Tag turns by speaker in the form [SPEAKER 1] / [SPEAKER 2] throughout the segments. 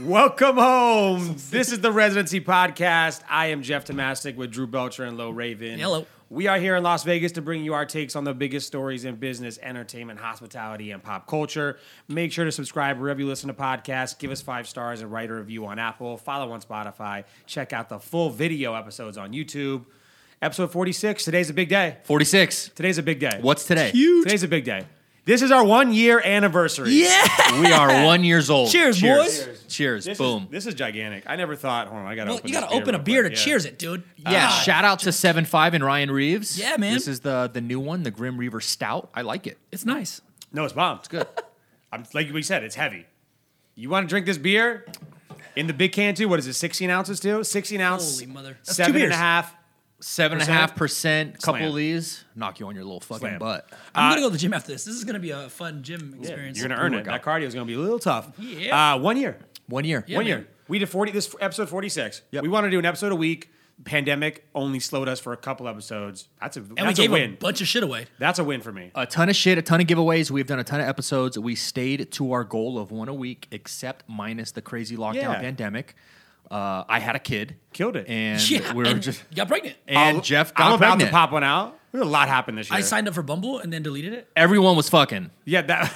[SPEAKER 1] Welcome home. This is the Residency Podcast. I am Jeff Tomasic with Drew Belcher and Low Raven.
[SPEAKER 2] Hello.
[SPEAKER 1] We are here in Las Vegas to bring you our takes on the biggest stories in business, entertainment, hospitality, and pop culture. Make sure to subscribe wherever you listen to podcasts. Give us five stars and write a review on Apple. Follow on Spotify. Check out the full video episodes on YouTube. Episode 46. Today's a big day.
[SPEAKER 2] 46.
[SPEAKER 1] Today's a big day.
[SPEAKER 2] What's today?
[SPEAKER 1] Today's a big day. This is our one year anniversary.
[SPEAKER 2] Yeah. We are one years old.
[SPEAKER 3] Cheers, boys.
[SPEAKER 2] Cheers. Cheers.
[SPEAKER 1] This
[SPEAKER 2] Boom.
[SPEAKER 1] Is, this is gigantic. I never thought. Hold on, I gotta.
[SPEAKER 3] Well,
[SPEAKER 1] open
[SPEAKER 3] you
[SPEAKER 1] this
[SPEAKER 3] got to open a
[SPEAKER 1] real
[SPEAKER 3] beer to
[SPEAKER 1] quick. Yeah.
[SPEAKER 3] cheers it, dude.
[SPEAKER 2] yeah.
[SPEAKER 1] Ah.
[SPEAKER 3] God.
[SPEAKER 2] Shout out to Seven Five and Ryan Reeves.
[SPEAKER 3] Yeah, man.
[SPEAKER 2] This is the the new one, the Grim Reaver Stout. I like it.
[SPEAKER 3] It's nice.
[SPEAKER 1] No, it's bomb. It's
[SPEAKER 2] Good.
[SPEAKER 1] I'm, like we said, it's heavy. You want to drink this beer in the big can too? What is it? 16 ounces too? 16 ounce.
[SPEAKER 3] Holy mother. That's two
[SPEAKER 1] Seven and a
[SPEAKER 3] beers.
[SPEAKER 1] half.
[SPEAKER 2] Seven and a half percent. Couple
[SPEAKER 1] Slam.
[SPEAKER 2] of these. Knock you on your little fucking
[SPEAKER 1] Slam.
[SPEAKER 2] butt.
[SPEAKER 3] I'm gonna go to the gym after this. This is gonna be a fun gym
[SPEAKER 1] Uh, You're
[SPEAKER 3] experience. Oh
[SPEAKER 1] gonna earn it. That
[SPEAKER 2] Pre-workout.
[SPEAKER 1] cardio is gonna be a little tough.
[SPEAKER 3] Yeah.
[SPEAKER 1] Uh, one year.
[SPEAKER 2] One year.
[SPEAKER 3] Yeah,
[SPEAKER 1] one
[SPEAKER 3] man.
[SPEAKER 1] year. We did 40. This episode 46.
[SPEAKER 2] Yep.
[SPEAKER 1] We want to do an episode a week. Pandemic only slowed us for a couple episodes. That's a
[SPEAKER 3] and we
[SPEAKER 1] that's a
[SPEAKER 3] gave a,
[SPEAKER 1] win.
[SPEAKER 3] bunch of shit away.
[SPEAKER 1] that's a win for me.
[SPEAKER 2] A ton of shit, a ton of giveaways. We've done a ton of episodes. We stayed to our goal of one a week, except minus the crazy lockdown
[SPEAKER 1] Yeah.
[SPEAKER 2] pandemic. Uh, I had a kid.
[SPEAKER 1] Killed it.
[SPEAKER 2] And
[SPEAKER 3] Yeah,
[SPEAKER 2] we were
[SPEAKER 3] and
[SPEAKER 2] just.
[SPEAKER 3] got pregnant.
[SPEAKER 2] And
[SPEAKER 1] I'll-
[SPEAKER 2] Jeff got
[SPEAKER 1] I'm about to
[SPEAKER 2] pregnant.
[SPEAKER 1] pop one out. There's a lot happened this year.
[SPEAKER 3] I signed up for Bumble and then deleted it.
[SPEAKER 2] Everyone was fucking.
[SPEAKER 1] yeah, that.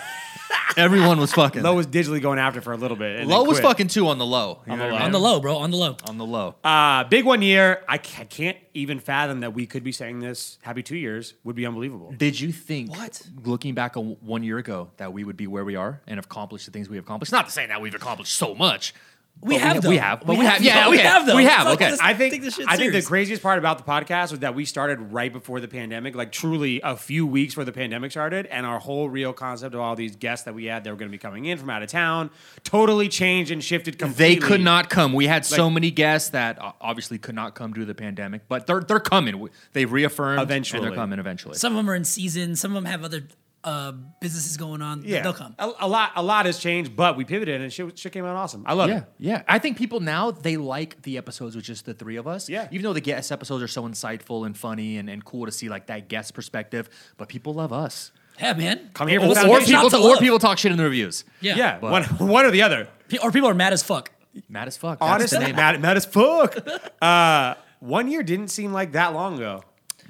[SPEAKER 2] Everyone was fucking.
[SPEAKER 1] Low was digitally going after for a little bit. and
[SPEAKER 2] Low
[SPEAKER 1] then
[SPEAKER 2] was
[SPEAKER 1] quit.
[SPEAKER 2] fucking two on the low. You know what I
[SPEAKER 3] On
[SPEAKER 2] mean?
[SPEAKER 3] the low, bro. On the low.
[SPEAKER 2] On the low.
[SPEAKER 1] Uh, big one year. I ca- can't even fathom that we could be saying this. Happy two years would be unbelievable.
[SPEAKER 2] Did you think,
[SPEAKER 3] What?
[SPEAKER 2] looking back on one year ago, that we would be where we are and accomplish the things we have accomplished? Not to say that we've accomplished so much.
[SPEAKER 3] We
[SPEAKER 2] but
[SPEAKER 3] have,
[SPEAKER 2] we,
[SPEAKER 3] though.
[SPEAKER 2] we have, but
[SPEAKER 3] We
[SPEAKER 2] we, have,
[SPEAKER 3] have,
[SPEAKER 2] yeah,
[SPEAKER 3] though. We
[SPEAKER 2] okay.
[SPEAKER 3] have, though.
[SPEAKER 2] we have,
[SPEAKER 3] Fuck
[SPEAKER 2] okay.
[SPEAKER 3] this-
[SPEAKER 1] I think
[SPEAKER 3] Take this shit
[SPEAKER 1] I think the
[SPEAKER 3] serious.
[SPEAKER 1] craziest part about the podcast was that we started right before the pandemic, like truly a few weeks where the pandemic started, and our whole real concept of all these guests that we had that were going to be coming in from out of town totally changed and shifted completely.
[SPEAKER 2] They could not come. We had so
[SPEAKER 1] Like-
[SPEAKER 2] many guests that uh, obviously could not come due to the pandemic, but they're they're coming. We- They've reaffirmed
[SPEAKER 1] Eventually.
[SPEAKER 2] and they're coming eventually.
[SPEAKER 3] Some of them are in season. Some of them have other uh, businesses going on.
[SPEAKER 1] Yeah,
[SPEAKER 3] They'll come.
[SPEAKER 1] A, a lot, a lot has changed, but we pivoted and shit, shit came out awesome. I love
[SPEAKER 2] yeah,
[SPEAKER 1] it.
[SPEAKER 2] yeah. I think people now they like the episodes with just the three of us.
[SPEAKER 1] Yeah.
[SPEAKER 2] Even though the guest episodes are so insightful and funny and, and cool to see like that guest perspective, but people love us.
[SPEAKER 3] Yeah, man.
[SPEAKER 1] Come here for
[SPEAKER 3] Or-
[SPEAKER 2] Or,
[SPEAKER 1] Foundation.
[SPEAKER 3] Shout
[SPEAKER 2] or
[SPEAKER 3] out
[SPEAKER 2] people
[SPEAKER 3] to
[SPEAKER 2] or
[SPEAKER 3] love.
[SPEAKER 2] people talk shit in the reviews.
[SPEAKER 3] Yeah.
[SPEAKER 1] Yeah,
[SPEAKER 2] But-
[SPEAKER 1] one, one or the other.
[SPEAKER 3] Pe- Or people are mad as fuck.
[SPEAKER 2] Mad as fuck. That's
[SPEAKER 1] Honestly,
[SPEAKER 2] the name.
[SPEAKER 1] mad, mad as fuck. Uh, one year didn't seem like that long ago.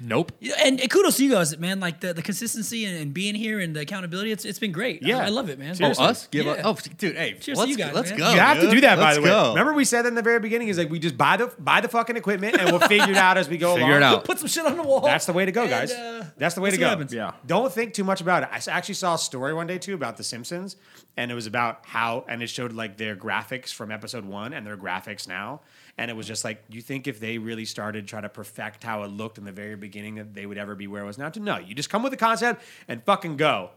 [SPEAKER 2] Nope.
[SPEAKER 3] Yeah, And and kudos to you guys, man. Like the, the consistency and, and being here and the accountability, it's it's been great. I-
[SPEAKER 1] Yeah.
[SPEAKER 3] I, love it, man.
[SPEAKER 1] Seriously.
[SPEAKER 2] Oh, us? Give
[SPEAKER 3] Yeah.
[SPEAKER 2] up. Oh, dude, hey,
[SPEAKER 3] Cheers to
[SPEAKER 2] let's,
[SPEAKER 3] you guys,
[SPEAKER 2] let's
[SPEAKER 3] man.
[SPEAKER 2] go.
[SPEAKER 1] You have to
[SPEAKER 2] dude.
[SPEAKER 1] do that, by
[SPEAKER 2] Let's
[SPEAKER 1] the way.
[SPEAKER 2] go.
[SPEAKER 1] Remember, we said in the very beginning is like we just buy the buy the fucking equipment and we'll figure it out as we go.
[SPEAKER 2] Figure
[SPEAKER 1] along.
[SPEAKER 2] it out.
[SPEAKER 3] Put some shit on the wall.
[SPEAKER 1] That's the way to go, guys.
[SPEAKER 3] And, uh,
[SPEAKER 1] That's the way
[SPEAKER 3] let's
[SPEAKER 1] to
[SPEAKER 3] see what
[SPEAKER 1] go.
[SPEAKER 3] happens.
[SPEAKER 2] Yeah.
[SPEAKER 1] Don't think too much about it. I s- actually saw a story one day too about The Simpsons, and it was about how, and it showed like their graphics from episode one and their graphics now, and it was just like, you think if they really started trying to perfect how it looked in the very beginning, that they would ever be where it was now? To no, you just come with the concept and fucking go,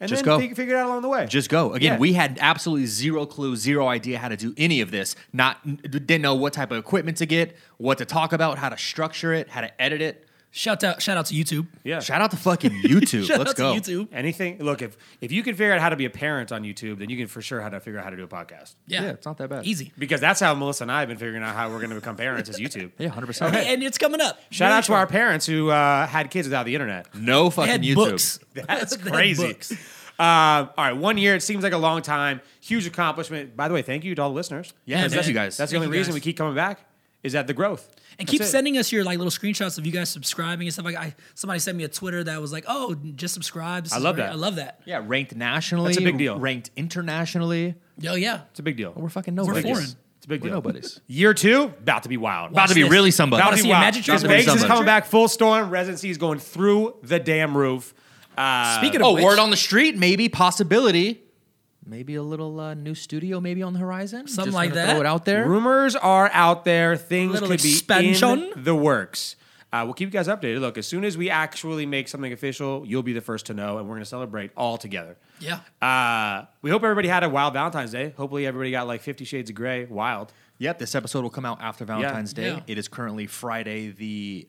[SPEAKER 1] and
[SPEAKER 2] Just
[SPEAKER 1] then
[SPEAKER 2] go.
[SPEAKER 1] fig- figure it out along the way.
[SPEAKER 2] Just go. Again,
[SPEAKER 1] Yeah.
[SPEAKER 2] we had absolutely zero clue, zero idea how to do any of this. Not n- didn't know what type of equipment to get, what to talk about, how to structure it, how to edit it.
[SPEAKER 3] Shout out shout out to YouTube.
[SPEAKER 1] yeah.
[SPEAKER 2] Shout out to fucking YouTube.
[SPEAKER 3] Shout
[SPEAKER 2] Let's
[SPEAKER 3] out
[SPEAKER 2] go.
[SPEAKER 3] to YouTube.
[SPEAKER 1] Anything. Look, if if you can figure out how to be a parent on YouTube, then you can for sure how to figure out how to do a podcast.
[SPEAKER 3] Yeah.
[SPEAKER 2] Yeah, it's not that bad.
[SPEAKER 3] Easy.
[SPEAKER 1] Because that's how Melissa and I have been figuring out how we're going to become parents is YouTube.
[SPEAKER 2] Yeah, hundred percent.
[SPEAKER 3] And it's coming up.
[SPEAKER 1] Shout
[SPEAKER 3] Really
[SPEAKER 1] out to
[SPEAKER 3] fun.
[SPEAKER 1] our parents who uh, had kids without the internet.
[SPEAKER 2] No
[SPEAKER 3] They
[SPEAKER 2] fucking
[SPEAKER 3] had
[SPEAKER 2] YouTube.
[SPEAKER 3] books.
[SPEAKER 1] That's
[SPEAKER 3] They had
[SPEAKER 1] crazy.
[SPEAKER 3] books.
[SPEAKER 1] Um, all right, one year. It seems like a long time. Huge accomplishment. By the way, thank you to all the listeners.
[SPEAKER 2] Yeah,
[SPEAKER 3] man.
[SPEAKER 2] thank you guys.
[SPEAKER 1] That's the
[SPEAKER 3] Thank
[SPEAKER 1] only
[SPEAKER 3] you
[SPEAKER 1] reason
[SPEAKER 3] guys.
[SPEAKER 1] we keep coming back is that the growth.
[SPEAKER 3] And
[SPEAKER 1] That's
[SPEAKER 3] keep
[SPEAKER 1] it.
[SPEAKER 3] sending us your like little screenshots of you guys subscribing and stuff like I somebody sent me a Twitter that was like, "Oh, just subscribe." This
[SPEAKER 1] I
[SPEAKER 3] is
[SPEAKER 1] love
[SPEAKER 3] great.
[SPEAKER 1] that.
[SPEAKER 3] I love that.
[SPEAKER 2] yeah, ranked nationally.
[SPEAKER 1] That's a big deal.
[SPEAKER 2] Ranked internationally.
[SPEAKER 3] Oh yeah.
[SPEAKER 1] It's a big deal.
[SPEAKER 2] We're fucking
[SPEAKER 3] We're
[SPEAKER 2] nobodies.
[SPEAKER 3] foreign.
[SPEAKER 1] It's a big
[SPEAKER 2] We're
[SPEAKER 1] deal.
[SPEAKER 2] nobodies.
[SPEAKER 1] Year two, about to be wild.
[SPEAKER 2] About to be
[SPEAKER 3] this.
[SPEAKER 2] really somebody.
[SPEAKER 3] About
[SPEAKER 1] About
[SPEAKER 3] to
[SPEAKER 1] to
[SPEAKER 3] see
[SPEAKER 1] be
[SPEAKER 3] a
[SPEAKER 1] wild.
[SPEAKER 3] magic trick.
[SPEAKER 2] About to be
[SPEAKER 1] Vegas is
[SPEAKER 2] something.
[SPEAKER 1] coming back full storm. Residency is going through the damn roof. Uh,
[SPEAKER 3] Speaking of
[SPEAKER 2] Oh,
[SPEAKER 3] which,
[SPEAKER 2] word on the street, maybe possibility. Maybe a little uh, new studio, maybe on the horizon.
[SPEAKER 3] Something
[SPEAKER 2] Just
[SPEAKER 3] like
[SPEAKER 2] gonna
[SPEAKER 3] that.
[SPEAKER 2] Throw it out there.
[SPEAKER 1] Rumors are out there. Things
[SPEAKER 3] Little
[SPEAKER 1] could be
[SPEAKER 3] expansion.
[SPEAKER 1] in the works. Uh, we'll keep you guys updated. Look, as soon as we actually make something official, you'll be the first to know, and we're going to celebrate all together.
[SPEAKER 3] Yeah.
[SPEAKER 1] Uh, we hope everybody had a wild Valentine's Day. Hopefully, everybody got like Fifty Shades of Grey wild.
[SPEAKER 2] Yep, this episode will come out after Valentine's Day.
[SPEAKER 3] Yeah.
[SPEAKER 2] It is currently Friday the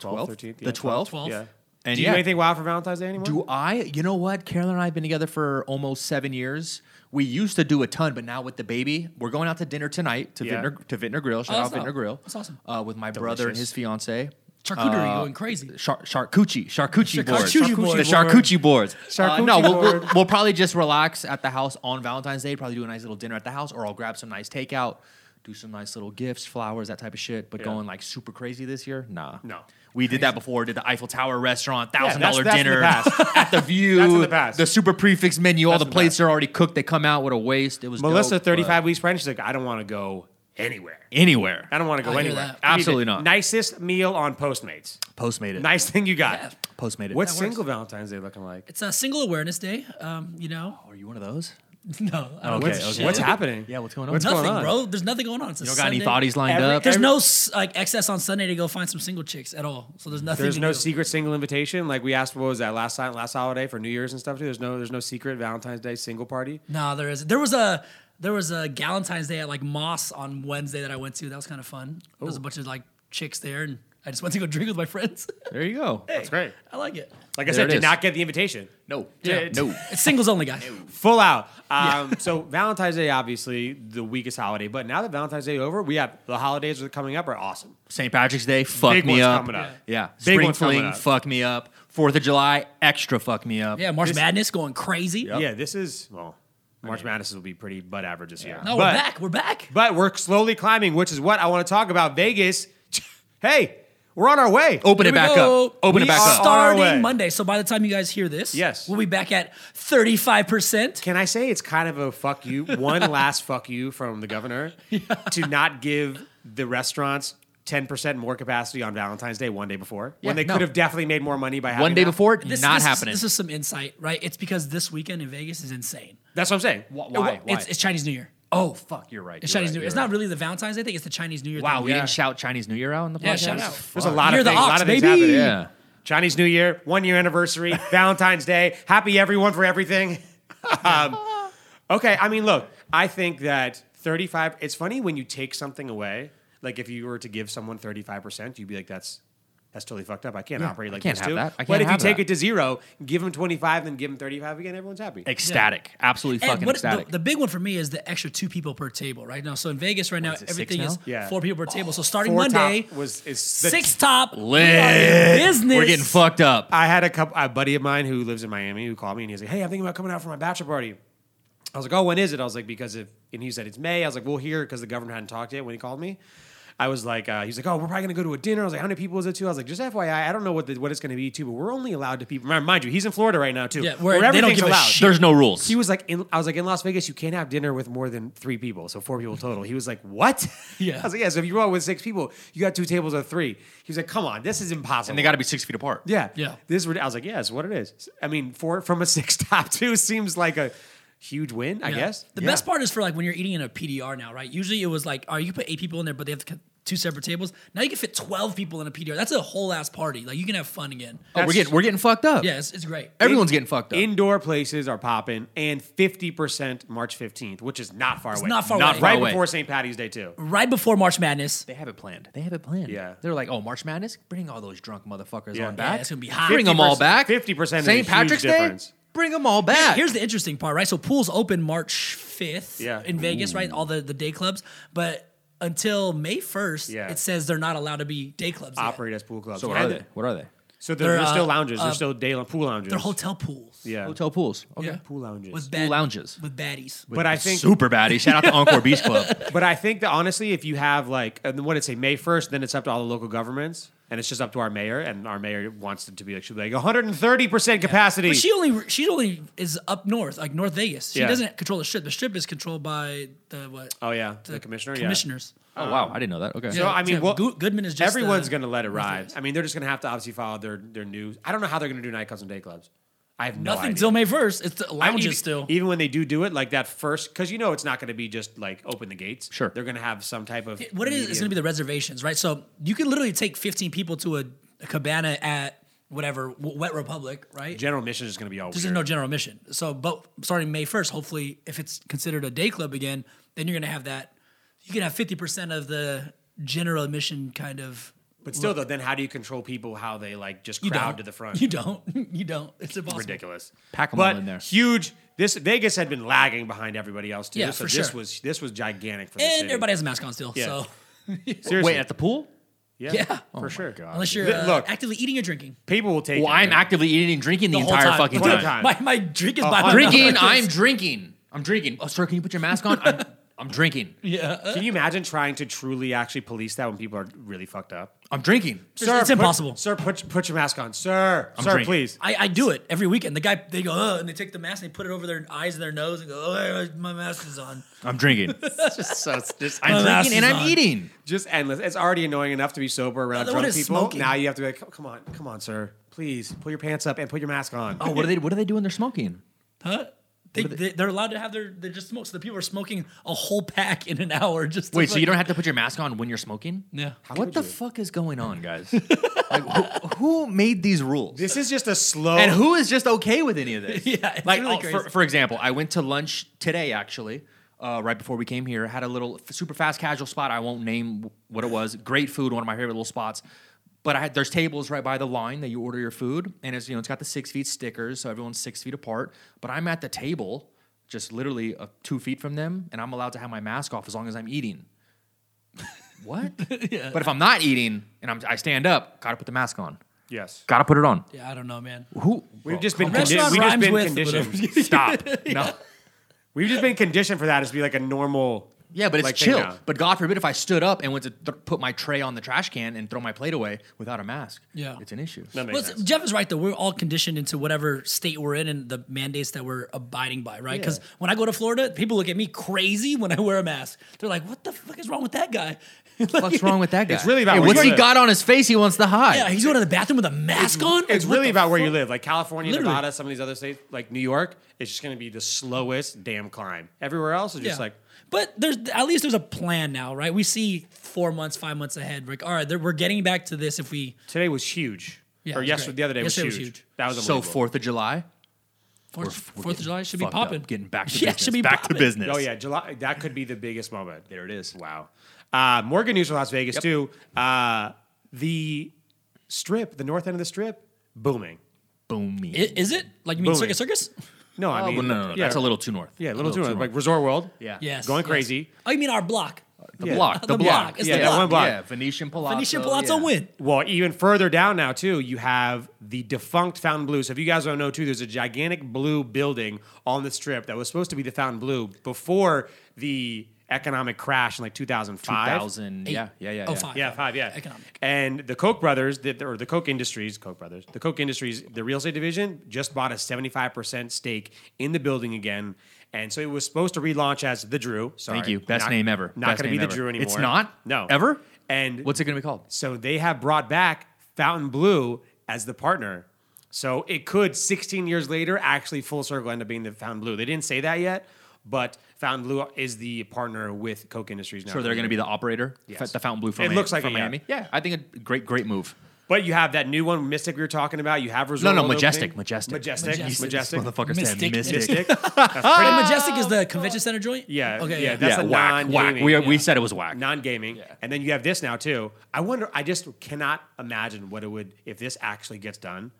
[SPEAKER 2] 12th,
[SPEAKER 1] 13th, yeah,
[SPEAKER 2] the 12th.
[SPEAKER 3] 12th.
[SPEAKER 1] Yeah.
[SPEAKER 2] And
[SPEAKER 1] do you
[SPEAKER 2] yeah.
[SPEAKER 1] do anything wild for Valentine's Day anymore?
[SPEAKER 2] Do I? You know what? Carolyn and I have been together for almost seven years. We used to do a ton, but now with the baby, we're going out to dinner tonight to
[SPEAKER 1] Yeah.
[SPEAKER 2] Vintner to Vintner Grill. Shout
[SPEAKER 3] Oh,
[SPEAKER 2] out
[SPEAKER 3] that's
[SPEAKER 2] Vintner
[SPEAKER 3] not-
[SPEAKER 2] Grill.
[SPEAKER 3] that's awesome.
[SPEAKER 2] Uh, with my brother and
[SPEAKER 1] Delicious.
[SPEAKER 2] his fiance.
[SPEAKER 3] Charcuterie
[SPEAKER 2] Uh.
[SPEAKER 3] going crazy.
[SPEAKER 2] Char- charcuterie, charcuterie boards,
[SPEAKER 3] Charcuterie board.
[SPEAKER 2] the charcuterie boards.
[SPEAKER 1] Charcuterie
[SPEAKER 2] uh, no, we'll, we'll,
[SPEAKER 1] board.
[SPEAKER 2] we'll probably just relax at the house on Valentine's Day. Probably do a nice little dinner at the house, or I'll grab some nice takeout, do some nice little gifts, flowers, that type of shit. But going like super crazy this year, nah,
[SPEAKER 1] No.
[SPEAKER 2] We did that before. Did the Eiffel Tower restaurant, thousand
[SPEAKER 1] that's-
[SPEAKER 2] dollar
[SPEAKER 1] that's in the
[SPEAKER 2] dinner
[SPEAKER 1] past.
[SPEAKER 2] at the View,
[SPEAKER 1] That's in the past.
[SPEAKER 2] the super prefix menu, all
[SPEAKER 1] That's
[SPEAKER 2] the
[SPEAKER 1] in the
[SPEAKER 2] plates
[SPEAKER 1] past.
[SPEAKER 2] are already cooked. They come out with a waste. It was
[SPEAKER 1] Melissa,
[SPEAKER 2] dope, but
[SPEAKER 1] 35 weeks pregnant, she's like, I don't want to go anywhere.
[SPEAKER 2] anywhere.
[SPEAKER 1] I don't want to go
[SPEAKER 3] I hear
[SPEAKER 1] anywhere.
[SPEAKER 3] that.
[SPEAKER 1] I need
[SPEAKER 2] Absolutely
[SPEAKER 1] the
[SPEAKER 2] not.
[SPEAKER 1] Nicest meal on Postmates.
[SPEAKER 2] Postmate it.
[SPEAKER 1] Nice thing you got.
[SPEAKER 3] Yeah.
[SPEAKER 2] Postmate it.
[SPEAKER 1] What's
[SPEAKER 3] That works.
[SPEAKER 1] single Valentine's Day looking like?
[SPEAKER 3] It's a single awareness day. Um, you know,
[SPEAKER 2] Are you one of those?
[SPEAKER 3] no, I don't
[SPEAKER 2] Okay,
[SPEAKER 3] give a
[SPEAKER 2] okay.
[SPEAKER 3] shit.
[SPEAKER 1] What's happening?
[SPEAKER 2] Yeah, what's going on?
[SPEAKER 1] What's
[SPEAKER 3] Nothing,
[SPEAKER 1] going on?
[SPEAKER 3] bro. There's nothing going on. It's a
[SPEAKER 2] You don't got any
[SPEAKER 3] Sunday.
[SPEAKER 2] thoughties lined
[SPEAKER 1] Every-
[SPEAKER 2] up?
[SPEAKER 3] There's
[SPEAKER 1] Every-
[SPEAKER 3] no s- like excess on Sunday to go find some single chicks at all. So there's nothing.
[SPEAKER 1] There's
[SPEAKER 3] to
[SPEAKER 1] no
[SPEAKER 3] do.
[SPEAKER 1] secret single invitation. Like we asked, what was that last time, last holiday for New Year's and stuff too. There's no, there's no secret Valentine's Day single party.
[SPEAKER 3] No, there is. There was a there was a Galentine's Day at like Moss on Wednesday that I went to. That was kind of fun. There was a bunch of like chicks there, and I just went to go drink with my friends.
[SPEAKER 2] There you go.
[SPEAKER 1] That's great.
[SPEAKER 3] I like it.
[SPEAKER 1] Like I
[SPEAKER 2] There
[SPEAKER 1] said,
[SPEAKER 2] it
[SPEAKER 1] did
[SPEAKER 2] is.
[SPEAKER 1] not get the invitation.
[SPEAKER 2] No.
[SPEAKER 1] Yeah.
[SPEAKER 2] No.
[SPEAKER 3] It's singles only, guys.
[SPEAKER 1] Full out. Um, so Valentine's Day, obviously the weakest holiday, but now that Valentine's Day over, we have the holidays that are coming up are awesome.
[SPEAKER 2] St. Patrick's Day, fuck
[SPEAKER 1] Big
[SPEAKER 2] me
[SPEAKER 1] one's
[SPEAKER 2] up.
[SPEAKER 1] coming up.
[SPEAKER 2] Yeah.
[SPEAKER 1] Big
[SPEAKER 2] Spring
[SPEAKER 1] one's coming
[SPEAKER 2] fling,
[SPEAKER 1] up.
[SPEAKER 2] fuck me up. Fourth of July, extra fuck me up.
[SPEAKER 3] Yeah, March
[SPEAKER 1] This-
[SPEAKER 3] Madness going crazy.
[SPEAKER 1] Yeah, this is well, March Madness will be pretty butt average this year.
[SPEAKER 3] No,
[SPEAKER 1] but,
[SPEAKER 3] we're back. We're back.
[SPEAKER 1] But we're slowly climbing, which is what I want to talk about. Vegas. hey, we're on our way.
[SPEAKER 2] Open
[SPEAKER 3] Here
[SPEAKER 2] it
[SPEAKER 3] we
[SPEAKER 2] back
[SPEAKER 3] go.
[SPEAKER 2] up. Open
[SPEAKER 3] we
[SPEAKER 2] it back
[SPEAKER 3] are
[SPEAKER 1] are
[SPEAKER 2] up.
[SPEAKER 1] on our way.
[SPEAKER 3] Starting Monday, so by the time you guys hear this,
[SPEAKER 1] Yes.
[SPEAKER 3] we'll be back at thirty five percent.
[SPEAKER 1] Can I say it's kind of a fuck you, one last fuck you from the governor to not give the restaurants 10% more capacity on Valentine's Day one day before
[SPEAKER 2] Yeah,
[SPEAKER 1] when they
[SPEAKER 2] no.
[SPEAKER 1] could have definitely made more money by having
[SPEAKER 2] One day
[SPEAKER 1] that.
[SPEAKER 2] before,
[SPEAKER 3] This,
[SPEAKER 2] not
[SPEAKER 3] this is-
[SPEAKER 2] happening.
[SPEAKER 3] this is some insight, right? It's because this weekend in Vegas is insane.
[SPEAKER 1] That's what I'm saying.
[SPEAKER 2] Wh- why? Why?
[SPEAKER 3] It's, it's Chinese New Year. Oh fuck,
[SPEAKER 2] you're right.
[SPEAKER 3] It's
[SPEAKER 2] you're
[SPEAKER 3] Chinese
[SPEAKER 2] right,
[SPEAKER 3] New Year.
[SPEAKER 2] you're
[SPEAKER 3] It's
[SPEAKER 2] right.
[SPEAKER 3] not really the Valentine's Day thing. It's the Chinese New Year.
[SPEAKER 2] Wow,
[SPEAKER 3] thing.
[SPEAKER 2] we
[SPEAKER 1] Yeah.
[SPEAKER 2] didn't shout Chinese New Year out in the podcast.
[SPEAKER 3] Yeah, shout out.
[SPEAKER 1] There's a lot
[SPEAKER 3] You're
[SPEAKER 1] of
[SPEAKER 3] the
[SPEAKER 1] things, a lot
[SPEAKER 3] ox,
[SPEAKER 1] of things
[SPEAKER 3] baby.
[SPEAKER 1] happening.
[SPEAKER 2] Yeah.
[SPEAKER 1] Chinese New Year, one year anniversary, Valentine's Day. Happy everyone for everything. um, okay, I mean, look, I think that 35, it's funny when you take something away, like if you were to give someone 35%, you'd be like, that's. That's totally fucked up. I can't
[SPEAKER 2] Yeah,
[SPEAKER 1] operate
[SPEAKER 2] I
[SPEAKER 1] like
[SPEAKER 2] can't
[SPEAKER 1] this
[SPEAKER 2] have
[SPEAKER 1] too.
[SPEAKER 2] that. I
[SPEAKER 1] but
[SPEAKER 2] can't
[SPEAKER 1] if you
[SPEAKER 2] have
[SPEAKER 1] take
[SPEAKER 2] that.
[SPEAKER 1] it to zero, give them twenty five, then give them thirty five again. Everyone's happy.
[SPEAKER 2] Ecstatic. Absolutely
[SPEAKER 3] And
[SPEAKER 2] fucking
[SPEAKER 3] what, the,
[SPEAKER 2] ecstatic.
[SPEAKER 3] the big one for me is the extra two people per table right now. So in Vegas right now,
[SPEAKER 2] is it, six
[SPEAKER 3] everything is
[SPEAKER 2] now?
[SPEAKER 1] Yeah.
[SPEAKER 3] four people per table. So starting
[SPEAKER 1] Four
[SPEAKER 3] Monday,
[SPEAKER 1] top was is the-
[SPEAKER 3] six top
[SPEAKER 2] Lit.
[SPEAKER 3] we are in business.
[SPEAKER 2] We're getting fucked
[SPEAKER 3] Ah,
[SPEAKER 2] up.
[SPEAKER 1] I had a couple a buddy of mine who lives in Miami who called me and he's like, "Hey, I'm thinking about coming out for my bachelor party." I was like, "Oh, when is it?" I was like, "Because if," and he said, "It's May." I was like, "We'll hear because the governor hadn't talked yet." When he called me, I was like, uh, "He's like, oh, we're probably gonna go to a dinner." I was like, "How many people is it to?" I was like, "Just FYI, I don't know what the, what it's gonna be to, but we're only allowed to people." Remember, mind you, he's in Florida right now too.
[SPEAKER 3] Yeah, where they don't give a shit.
[SPEAKER 2] There's no rules.
[SPEAKER 1] He was like, in, I was like, in Las Vegas, you can't have dinner with more than three people, so four people total. He was like, what?
[SPEAKER 3] Yeah.
[SPEAKER 1] I was like, yeah. So if you go out with six people, you got two tables of three. He was like, come on, this is impossible.
[SPEAKER 2] and they got to be six feet apart.
[SPEAKER 1] Yeah.
[SPEAKER 3] Yeah.
[SPEAKER 1] This is what I was like, yeah, it's what it is. I mean, four from a six top two seems like a huge win, I
[SPEAKER 3] Yeah.
[SPEAKER 1] guess.
[SPEAKER 3] The
[SPEAKER 1] Yeah.
[SPEAKER 3] best part is for like when you're eating in a PDR now, right? Usually it was like, all right, you can put eight people in there, but they have to cut two separate tables. Now you can fit twelve people in a PDR. That's a whole ass party. Like you can have fun again.
[SPEAKER 2] Oh, we're
[SPEAKER 1] That's-
[SPEAKER 2] getting we're getting fucked up.
[SPEAKER 3] Yeah, it's, it's great.
[SPEAKER 2] Everyone's getting fucked up.
[SPEAKER 1] Indoor places are popping and 50% March 15th, which is not far away.
[SPEAKER 3] not far away.
[SPEAKER 1] Right
[SPEAKER 2] Far away.
[SPEAKER 1] before St. Patty's Day, too.
[SPEAKER 3] Right before March Madness,
[SPEAKER 2] They have it planned. They have it planned.
[SPEAKER 1] Yeah.
[SPEAKER 2] They're like, oh, March Madness, bring all those drunk motherfuckers
[SPEAKER 1] Yeah.
[SPEAKER 2] on
[SPEAKER 3] yeah,
[SPEAKER 2] back.
[SPEAKER 3] it's gonna be hot.
[SPEAKER 2] Bring them all
[SPEAKER 1] 50%
[SPEAKER 2] back.
[SPEAKER 1] 50% is a
[SPEAKER 2] St.
[SPEAKER 1] huge
[SPEAKER 2] Patrick's
[SPEAKER 1] difference.
[SPEAKER 2] Day. Bring them all back.
[SPEAKER 3] Here's the interesting part, right? So pools open March 5th
[SPEAKER 1] Yeah.
[SPEAKER 3] in Vegas, right? All the, the day clubs. But until May 1st,
[SPEAKER 1] Yeah.
[SPEAKER 3] it says they're not allowed to be day clubs. yet.
[SPEAKER 1] Operate as pool clubs.
[SPEAKER 2] so what
[SPEAKER 1] And
[SPEAKER 2] are
[SPEAKER 1] the-
[SPEAKER 2] they? What are they?
[SPEAKER 1] So they're,
[SPEAKER 3] They're,
[SPEAKER 1] they're still
[SPEAKER 3] uh,
[SPEAKER 1] lounges.
[SPEAKER 3] uh,
[SPEAKER 1] they're still day pool lounges.
[SPEAKER 3] They're hotel pools.
[SPEAKER 1] yeah.
[SPEAKER 2] Hotel pools. Okay.
[SPEAKER 3] Yeah.
[SPEAKER 1] Pool lounges.
[SPEAKER 3] With
[SPEAKER 2] Pool lounges.
[SPEAKER 3] With baddies.
[SPEAKER 1] but I think
[SPEAKER 2] Super baddie. Shout out to Encore Beach Club.
[SPEAKER 1] But I think that honestly, if you have like, and what did it say, May 1st, then it's up to all the local governments. And it's just up to our mayor, and our mayor wants it to be like, she'll be like 130% capacity.
[SPEAKER 3] But she only she only is up north, like North Vegas. She
[SPEAKER 1] Yeah.
[SPEAKER 3] doesn't control the strip. The strip is controlled by the what?
[SPEAKER 1] oh, yeah. The, commissioner? yeah.
[SPEAKER 3] Commissioners.
[SPEAKER 2] oh wow, I didn't know that. Okay.
[SPEAKER 1] So, I mean,
[SPEAKER 3] Yeah,
[SPEAKER 1] well,
[SPEAKER 3] Gu- Goodman is just uh,
[SPEAKER 1] everyone's
[SPEAKER 3] the-
[SPEAKER 1] going to let it ride.
[SPEAKER 3] Vegas.
[SPEAKER 1] I mean, they're just going to have to obviously follow their, their new. I don't know how they're going to do nightclubs and day clubs. I have no
[SPEAKER 3] Nothing
[SPEAKER 1] idea.
[SPEAKER 3] till May 1st. It's the
[SPEAKER 1] I mean,
[SPEAKER 3] lounges
[SPEAKER 1] even,
[SPEAKER 3] still.
[SPEAKER 1] Even when they do do it, like that first, because you know it's not going to be just like open the gates.
[SPEAKER 2] Sure.
[SPEAKER 1] They're going to have some type of.
[SPEAKER 3] what it is, it's going to be the reservations, right? So you can literally take 15 people to a, a cabana at whatever W- Wet Republic, right?
[SPEAKER 1] General mission is going to be all
[SPEAKER 3] There's
[SPEAKER 1] weird.
[SPEAKER 3] no general mission. So, but starting May 1st, hopefully, if it's considered a day club again, then you're going to have that. You can have 50% of the general admission kind of.
[SPEAKER 1] but still, though, then how do you control people how they like just
[SPEAKER 3] You
[SPEAKER 1] crowd
[SPEAKER 3] don't.
[SPEAKER 1] to the front?
[SPEAKER 3] You don't. You don't. It's impossible.
[SPEAKER 1] ridiculous.
[SPEAKER 2] Pack 'em
[SPEAKER 1] but
[SPEAKER 2] all in there.
[SPEAKER 1] Huge. This Vegas had been lagging behind everybody else too.
[SPEAKER 3] Yeah,
[SPEAKER 1] so
[SPEAKER 3] for
[SPEAKER 1] this
[SPEAKER 3] sure.
[SPEAKER 1] was this was gigantic for the
[SPEAKER 3] And
[SPEAKER 1] city.
[SPEAKER 3] everybody has a mask on still.
[SPEAKER 1] Yeah.
[SPEAKER 3] So,
[SPEAKER 1] Seriously.
[SPEAKER 2] Wait, at the pool?
[SPEAKER 1] Yeah,
[SPEAKER 3] Yeah.
[SPEAKER 1] for
[SPEAKER 3] Oh
[SPEAKER 1] sure.
[SPEAKER 3] Unless you're
[SPEAKER 1] Th-
[SPEAKER 3] uh,
[SPEAKER 1] look,
[SPEAKER 3] actively eating or drinking.
[SPEAKER 1] people will take.
[SPEAKER 2] Well,
[SPEAKER 1] it,
[SPEAKER 2] I'm
[SPEAKER 1] man.
[SPEAKER 2] actively eating and drinking the,
[SPEAKER 3] whole
[SPEAKER 2] entire
[SPEAKER 3] time.
[SPEAKER 2] fucking
[SPEAKER 1] The whole
[SPEAKER 2] time.
[SPEAKER 1] time.
[SPEAKER 3] My, my drink is
[SPEAKER 1] Oh,
[SPEAKER 3] by my
[SPEAKER 2] Drinking,
[SPEAKER 3] mouth.
[SPEAKER 2] I'm drinking. I'm drinking. Oh, sir, can you put your mask on? I'm, I'm drinking.
[SPEAKER 3] Yeah.
[SPEAKER 1] Can you imagine trying to truly actually police that when people are really fucked up?
[SPEAKER 2] I'm drinking.
[SPEAKER 3] it's
[SPEAKER 1] put-
[SPEAKER 3] impossible.
[SPEAKER 1] Sir, put put your mask on, sir.
[SPEAKER 2] I'm
[SPEAKER 1] sir,
[SPEAKER 2] drinking.
[SPEAKER 1] please.
[SPEAKER 3] I, I do it every weekend. The guy, they go, Ugh, and they take the mask and they put it over their eyes and their nose and go, oh, my mask is on.
[SPEAKER 2] I'm drinking. It's just so- it's just- I'm
[SPEAKER 3] My mask
[SPEAKER 2] drinking and
[SPEAKER 3] is
[SPEAKER 2] I'm
[SPEAKER 3] on.
[SPEAKER 2] eating.
[SPEAKER 1] Just endless. It's already annoying enough to be sober around
[SPEAKER 3] Another one
[SPEAKER 1] drunk
[SPEAKER 3] is
[SPEAKER 1] people.
[SPEAKER 3] smoking.
[SPEAKER 1] Now you have to be like, "Oh, come, come on, come on, sir. Please pull your pants up and put your mask on.
[SPEAKER 2] Oh, what do they? What do they do when they're smoking?
[SPEAKER 3] Huh? They, they, they're allowed to have their, they just smoke. So the people are smoking a whole pack in an hour just to
[SPEAKER 2] Wait, so
[SPEAKER 3] fuck-
[SPEAKER 2] you don't have to put your mask on when you're smoking?
[SPEAKER 3] Yeah.
[SPEAKER 2] what
[SPEAKER 1] could
[SPEAKER 2] the
[SPEAKER 1] you?
[SPEAKER 2] fuck is going on, guys? like, who, who made these rules?
[SPEAKER 1] This is just a slow.
[SPEAKER 2] and who is just okay with any of this?
[SPEAKER 3] Oh. Yeah, it's
[SPEAKER 2] like
[SPEAKER 3] really
[SPEAKER 2] oh,
[SPEAKER 3] crazy.
[SPEAKER 2] For, for example, I went to lunch today actually, uh, right before we came here. Had a little f- super fast casual spot. I won't name what it was. Great food, one of my favorite little spots. But I had, there's tables right by the line that you order your food, and it's you know it's got the six feet stickers, so everyone's six feet apart. But I'm at the table, just literally uh, two feet from them, and I'm allowed to have my mask off as long as I'm eating. what? But if I'm not eating and I'm, I stand up, gotta put the mask on.
[SPEAKER 1] Yes.
[SPEAKER 2] Gotta put it on.
[SPEAKER 3] Yeah, I don't know, man.
[SPEAKER 2] Who?
[SPEAKER 1] We've just been, condi-
[SPEAKER 3] Restaurant
[SPEAKER 1] we've just
[SPEAKER 3] rhymes
[SPEAKER 1] been
[SPEAKER 3] with-
[SPEAKER 1] conditioned.
[SPEAKER 2] Stop. No.
[SPEAKER 1] we've just been conditioned for that as to be like a normal.
[SPEAKER 2] Yeah, but it's
[SPEAKER 1] like, thing
[SPEAKER 2] chill.
[SPEAKER 1] now.
[SPEAKER 2] But God forbid if I stood up and went to th- put my tray on the trash can and throw my plate away without a mask.
[SPEAKER 3] Yeah.
[SPEAKER 2] it's an issue.
[SPEAKER 1] That makes
[SPEAKER 3] Well,
[SPEAKER 1] sense.
[SPEAKER 3] Jeff is right though. We're all conditioned into whatever state we're in and the mandates that we're abiding by, right? Because when I go to Florida, people look at me crazy when I wear a mask. They're like, "What the fuck is wrong with that guy?"
[SPEAKER 2] What's wrong with that guy?
[SPEAKER 1] It's really about
[SPEAKER 2] Hey,
[SPEAKER 1] where
[SPEAKER 2] what's
[SPEAKER 1] you
[SPEAKER 2] he
[SPEAKER 1] live.
[SPEAKER 2] got on his face. He wants to hide.
[SPEAKER 3] Yeah, he's going to the bathroom with a mask on. Like,
[SPEAKER 1] It's
[SPEAKER 3] what
[SPEAKER 1] really
[SPEAKER 3] the
[SPEAKER 1] about where you
[SPEAKER 3] fuck?
[SPEAKER 1] live. Like California,
[SPEAKER 3] Literally.
[SPEAKER 1] Nevada, some of these other states, like New York, it's just going to be the slowest damn climb. Everywhere else is just like,
[SPEAKER 3] But there's at least there's a plan now, right? We see four months, five months ahead. Like, all right, there- we're getting back to this. If we
[SPEAKER 1] today was huge.
[SPEAKER 3] Yeah,
[SPEAKER 1] or
[SPEAKER 3] it was
[SPEAKER 1] yesterday,
[SPEAKER 3] great.
[SPEAKER 1] the other day
[SPEAKER 3] Yesterday
[SPEAKER 1] was,
[SPEAKER 3] was
[SPEAKER 1] huge.
[SPEAKER 3] huge.
[SPEAKER 1] That was
[SPEAKER 2] So
[SPEAKER 1] unbelievable.
[SPEAKER 2] Fourth of July.
[SPEAKER 3] 4th Fourth of
[SPEAKER 2] getting
[SPEAKER 3] July should be
[SPEAKER 2] fucked up,
[SPEAKER 3] popping.
[SPEAKER 2] Getting back to
[SPEAKER 3] yeah,
[SPEAKER 2] business.
[SPEAKER 3] should be
[SPEAKER 2] back
[SPEAKER 3] popping.
[SPEAKER 2] to business.
[SPEAKER 1] Oh yeah, July. That could be the biggest moment.
[SPEAKER 2] There it is.
[SPEAKER 1] Wow. Uh, more good news from Las Vegas too. Uh, the strip, the north end of the strip, booming.
[SPEAKER 2] Boom.
[SPEAKER 3] I- Is it like you mean
[SPEAKER 1] Booming.
[SPEAKER 3] Circus Circus?
[SPEAKER 1] No, I
[SPEAKER 2] Oh,
[SPEAKER 1] mean,
[SPEAKER 2] well, no, no, no,
[SPEAKER 1] yeah,
[SPEAKER 2] that's a little too north.
[SPEAKER 1] yeah, a
[SPEAKER 2] A
[SPEAKER 1] little too much.
[SPEAKER 2] north.
[SPEAKER 1] Like Resort World.
[SPEAKER 2] Yeah.
[SPEAKER 3] Yes,
[SPEAKER 1] Going
[SPEAKER 3] yes.
[SPEAKER 1] crazy.
[SPEAKER 3] Oh, you mean our block?
[SPEAKER 2] The
[SPEAKER 1] Yeah.
[SPEAKER 2] block. The,
[SPEAKER 3] The
[SPEAKER 2] block.
[SPEAKER 3] block. It's
[SPEAKER 1] the block.
[SPEAKER 2] Yeah. Venetian Palazzo.
[SPEAKER 3] Venetian Palazzo
[SPEAKER 2] yeah.
[SPEAKER 3] win.
[SPEAKER 1] Well, even further down now too, you have the defunct Fountain Blue. So if you guys don't know too, there's a gigantic blue building on the strip that was supposed to be the Fountain Blue before the economic crash in like 2005.
[SPEAKER 2] 2000. Yeah. Yeah. Yeah.
[SPEAKER 3] Oh,
[SPEAKER 2] yeah.
[SPEAKER 3] five.
[SPEAKER 1] Yeah, five. Yeah,
[SPEAKER 3] Economic.
[SPEAKER 1] And the Koch brothers, that or the Koch Industries, Koch brothers, the Koch Industries, the real estate division just bought a seventy-five percent stake in the building again, and so it was supposed to relaunch as the Drew. Sorry,
[SPEAKER 2] Thank you. Best
[SPEAKER 1] Not-
[SPEAKER 2] name ever.
[SPEAKER 1] Not
[SPEAKER 2] Best
[SPEAKER 1] going to
[SPEAKER 2] name
[SPEAKER 1] be the
[SPEAKER 2] ever.
[SPEAKER 1] Drew anymore.
[SPEAKER 2] It's not.
[SPEAKER 1] No.
[SPEAKER 2] Ever.
[SPEAKER 1] And
[SPEAKER 2] What's it going to be called?
[SPEAKER 1] so they have brought back Fountain Blue as the partner. So it could 16 years later actually full circle end up being the Fountain Blue. They didn't say that yet, but Fountain Blue is the partner with Coke Industries now.
[SPEAKER 2] So they're going to be the operator,
[SPEAKER 1] Yes.
[SPEAKER 2] f- the Fountain Blue from,
[SPEAKER 1] It
[SPEAKER 2] Miami,
[SPEAKER 1] looks like
[SPEAKER 2] from
[SPEAKER 1] it, yeah.
[SPEAKER 2] Miami. Yeah. I think a great, great move.
[SPEAKER 1] But you have that new one, Mystic, we were talking about. You have Resort
[SPEAKER 2] no,
[SPEAKER 1] World
[SPEAKER 2] Majestic,
[SPEAKER 1] opening.
[SPEAKER 2] Majestic.
[SPEAKER 1] Majestic,
[SPEAKER 3] Majestic.
[SPEAKER 1] Majestic,
[SPEAKER 2] Motherfucker said
[SPEAKER 3] Mystic.
[SPEAKER 2] mystic.
[SPEAKER 1] Mystic. That's pretty
[SPEAKER 3] Wait, Majestic is the convention center joint.
[SPEAKER 1] Yeah,
[SPEAKER 3] Okay.
[SPEAKER 1] yeah,
[SPEAKER 3] Yeah.
[SPEAKER 1] that's
[SPEAKER 2] Ah! yeah,
[SPEAKER 1] a
[SPEAKER 2] whack, whack.
[SPEAKER 1] non-gaming,
[SPEAKER 2] We, we
[SPEAKER 1] yeah.
[SPEAKER 2] said it was whack.
[SPEAKER 1] non-gaming and then you have this now too i wonder i just cannot imagine what it would if this actually gets done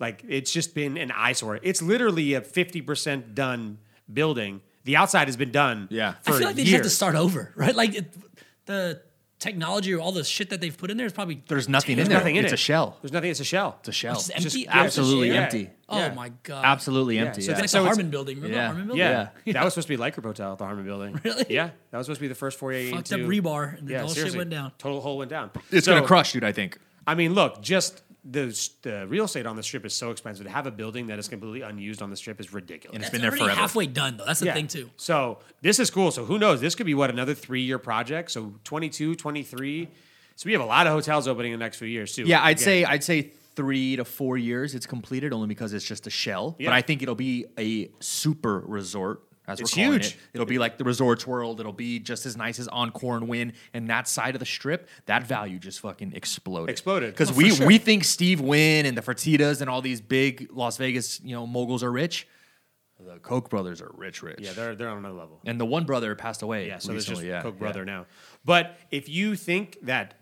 [SPEAKER 1] like it's just been an eyesore it's literally a 50% done building the outside has been done
[SPEAKER 2] Yeah.
[SPEAKER 1] for
[SPEAKER 3] I feel like they
[SPEAKER 1] years.
[SPEAKER 3] just have to start over, right? Like it, the technology or all the shit that they've put in there is probably
[SPEAKER 2] There's nothing in
[SPEAKER 1] there's
[SPEAKER 2] there.
[SPEAKER 1] nothing in
[SPEAKER 2] it's
[SPEAKER 1] it
[SPEAKER 2] a shell.
[SPEAKER 1] there's nothing it's a shell
[SPEAKER 2] It's a shell.
[SPEAKER 3] just
[SPEAKER 1] just
[SPEAKER 3] empty.
[SPEAKER 2] absolutely
[SPEAKER 1] Yeah.
[SPEAKER 2] empty.
[SPEAKER 3] Oh
[SPEAKER 1] Yeah.
[SPEAKER 3] my god.
[SPEAKER 2] Absolutely empty.
[SPEAKER 1] so
[SPEAKER 2] yeah.
[SPEAKER 3] It's like
[SPEAKER 1] So
[SPEAKER 3] the
[SPEAKER 1] it's-
[SPEAKER 3] Harmon building. Remember
[SPEAKER 2] yeah.
[SPEAKER 3] Harmon building?
[SPEAKER 1] yeah. that was supposed to be Lycra Hotel, the Harmon Building.
[SPEAKER 3] Really?
[SPEAKER 1] Yeah, that was supposed to be the first foray
[SPEAKER 3] Fucked
[SPEAKER 1] into
[SPEAKER 3] up rebar, and then
[SPEAKER 1] yeah,
[SPEAKER 3] the whole shit
[SPEAKER 1] seriously.
[SPEAKER 3] went down.
[SPEAKER 1] Total hole went down.
[SPEAKER 2] It's
[SPEAKER 1] So-
[SPEAKER 2] going to crush, dude, I think.
[SPEAKER 1] I mean, look, just the, the real estate on the strip is so expensive. To have a building that is completely unused on the strip is ridiculous.
[SPEAKER 2] And
[SPEAKER 3] It's
[SPEAKER 2] it's been there
[SPEAKER 3] already
[SPEAKER 2] forever.
[SPEAKER 3] halfway done though. That's the
[SPEAKER 1] Yeah.
[SPEAKER 3] thing too.
[SPEAKER 1] So this is cool. So who knows? This could be what another three year project. So 22, 23. So we have a lot of hotels opening in the next few years too.
[SPEAKER 2] Yeah, I'd
[SPEAKER 1] Again,
[SPEAKER 2] say I'd say three to four years it's completed only because it's just a shell.
[SPEAKER 1] Yeah.
[SPEAKER 2] But I think it'll be a super resort. As
[SPEAKER 1] It's
[SPEAKER 2] we're calling
[SPEAKER 1] huge.
[SPEAKER 2] It. It'll be like the Resorts World. It'll be just as nice as Encore and Win, and that side of the strip, that value just fucking exploded.
[SPEAKER 1] Exploded.
[SPEAKER 2] because
[SPEAKER 1] Oh, for
[SPEAKER 2] we
[SPEAKER 1] sure.
[SPEAKER 2] we think Steve Wynn and the Fertitas and all these big Las Vegas you know moguls are rich. The Koch brothers are rich, rich.
[SPEAKER 1] yeah, they're they're on another level.
[SPEAKER 2] and the one brother passed away.
[SPEAKER 1] Yeah, so there's
[SPEAKER 2] recently.
[SPEAKER 1] just
[SPEAKER 2] yeah,
[SPEAKER 1] Koch
[SPEAKER 2] yeah.
[SPEAKER 1] brother now. But if you think that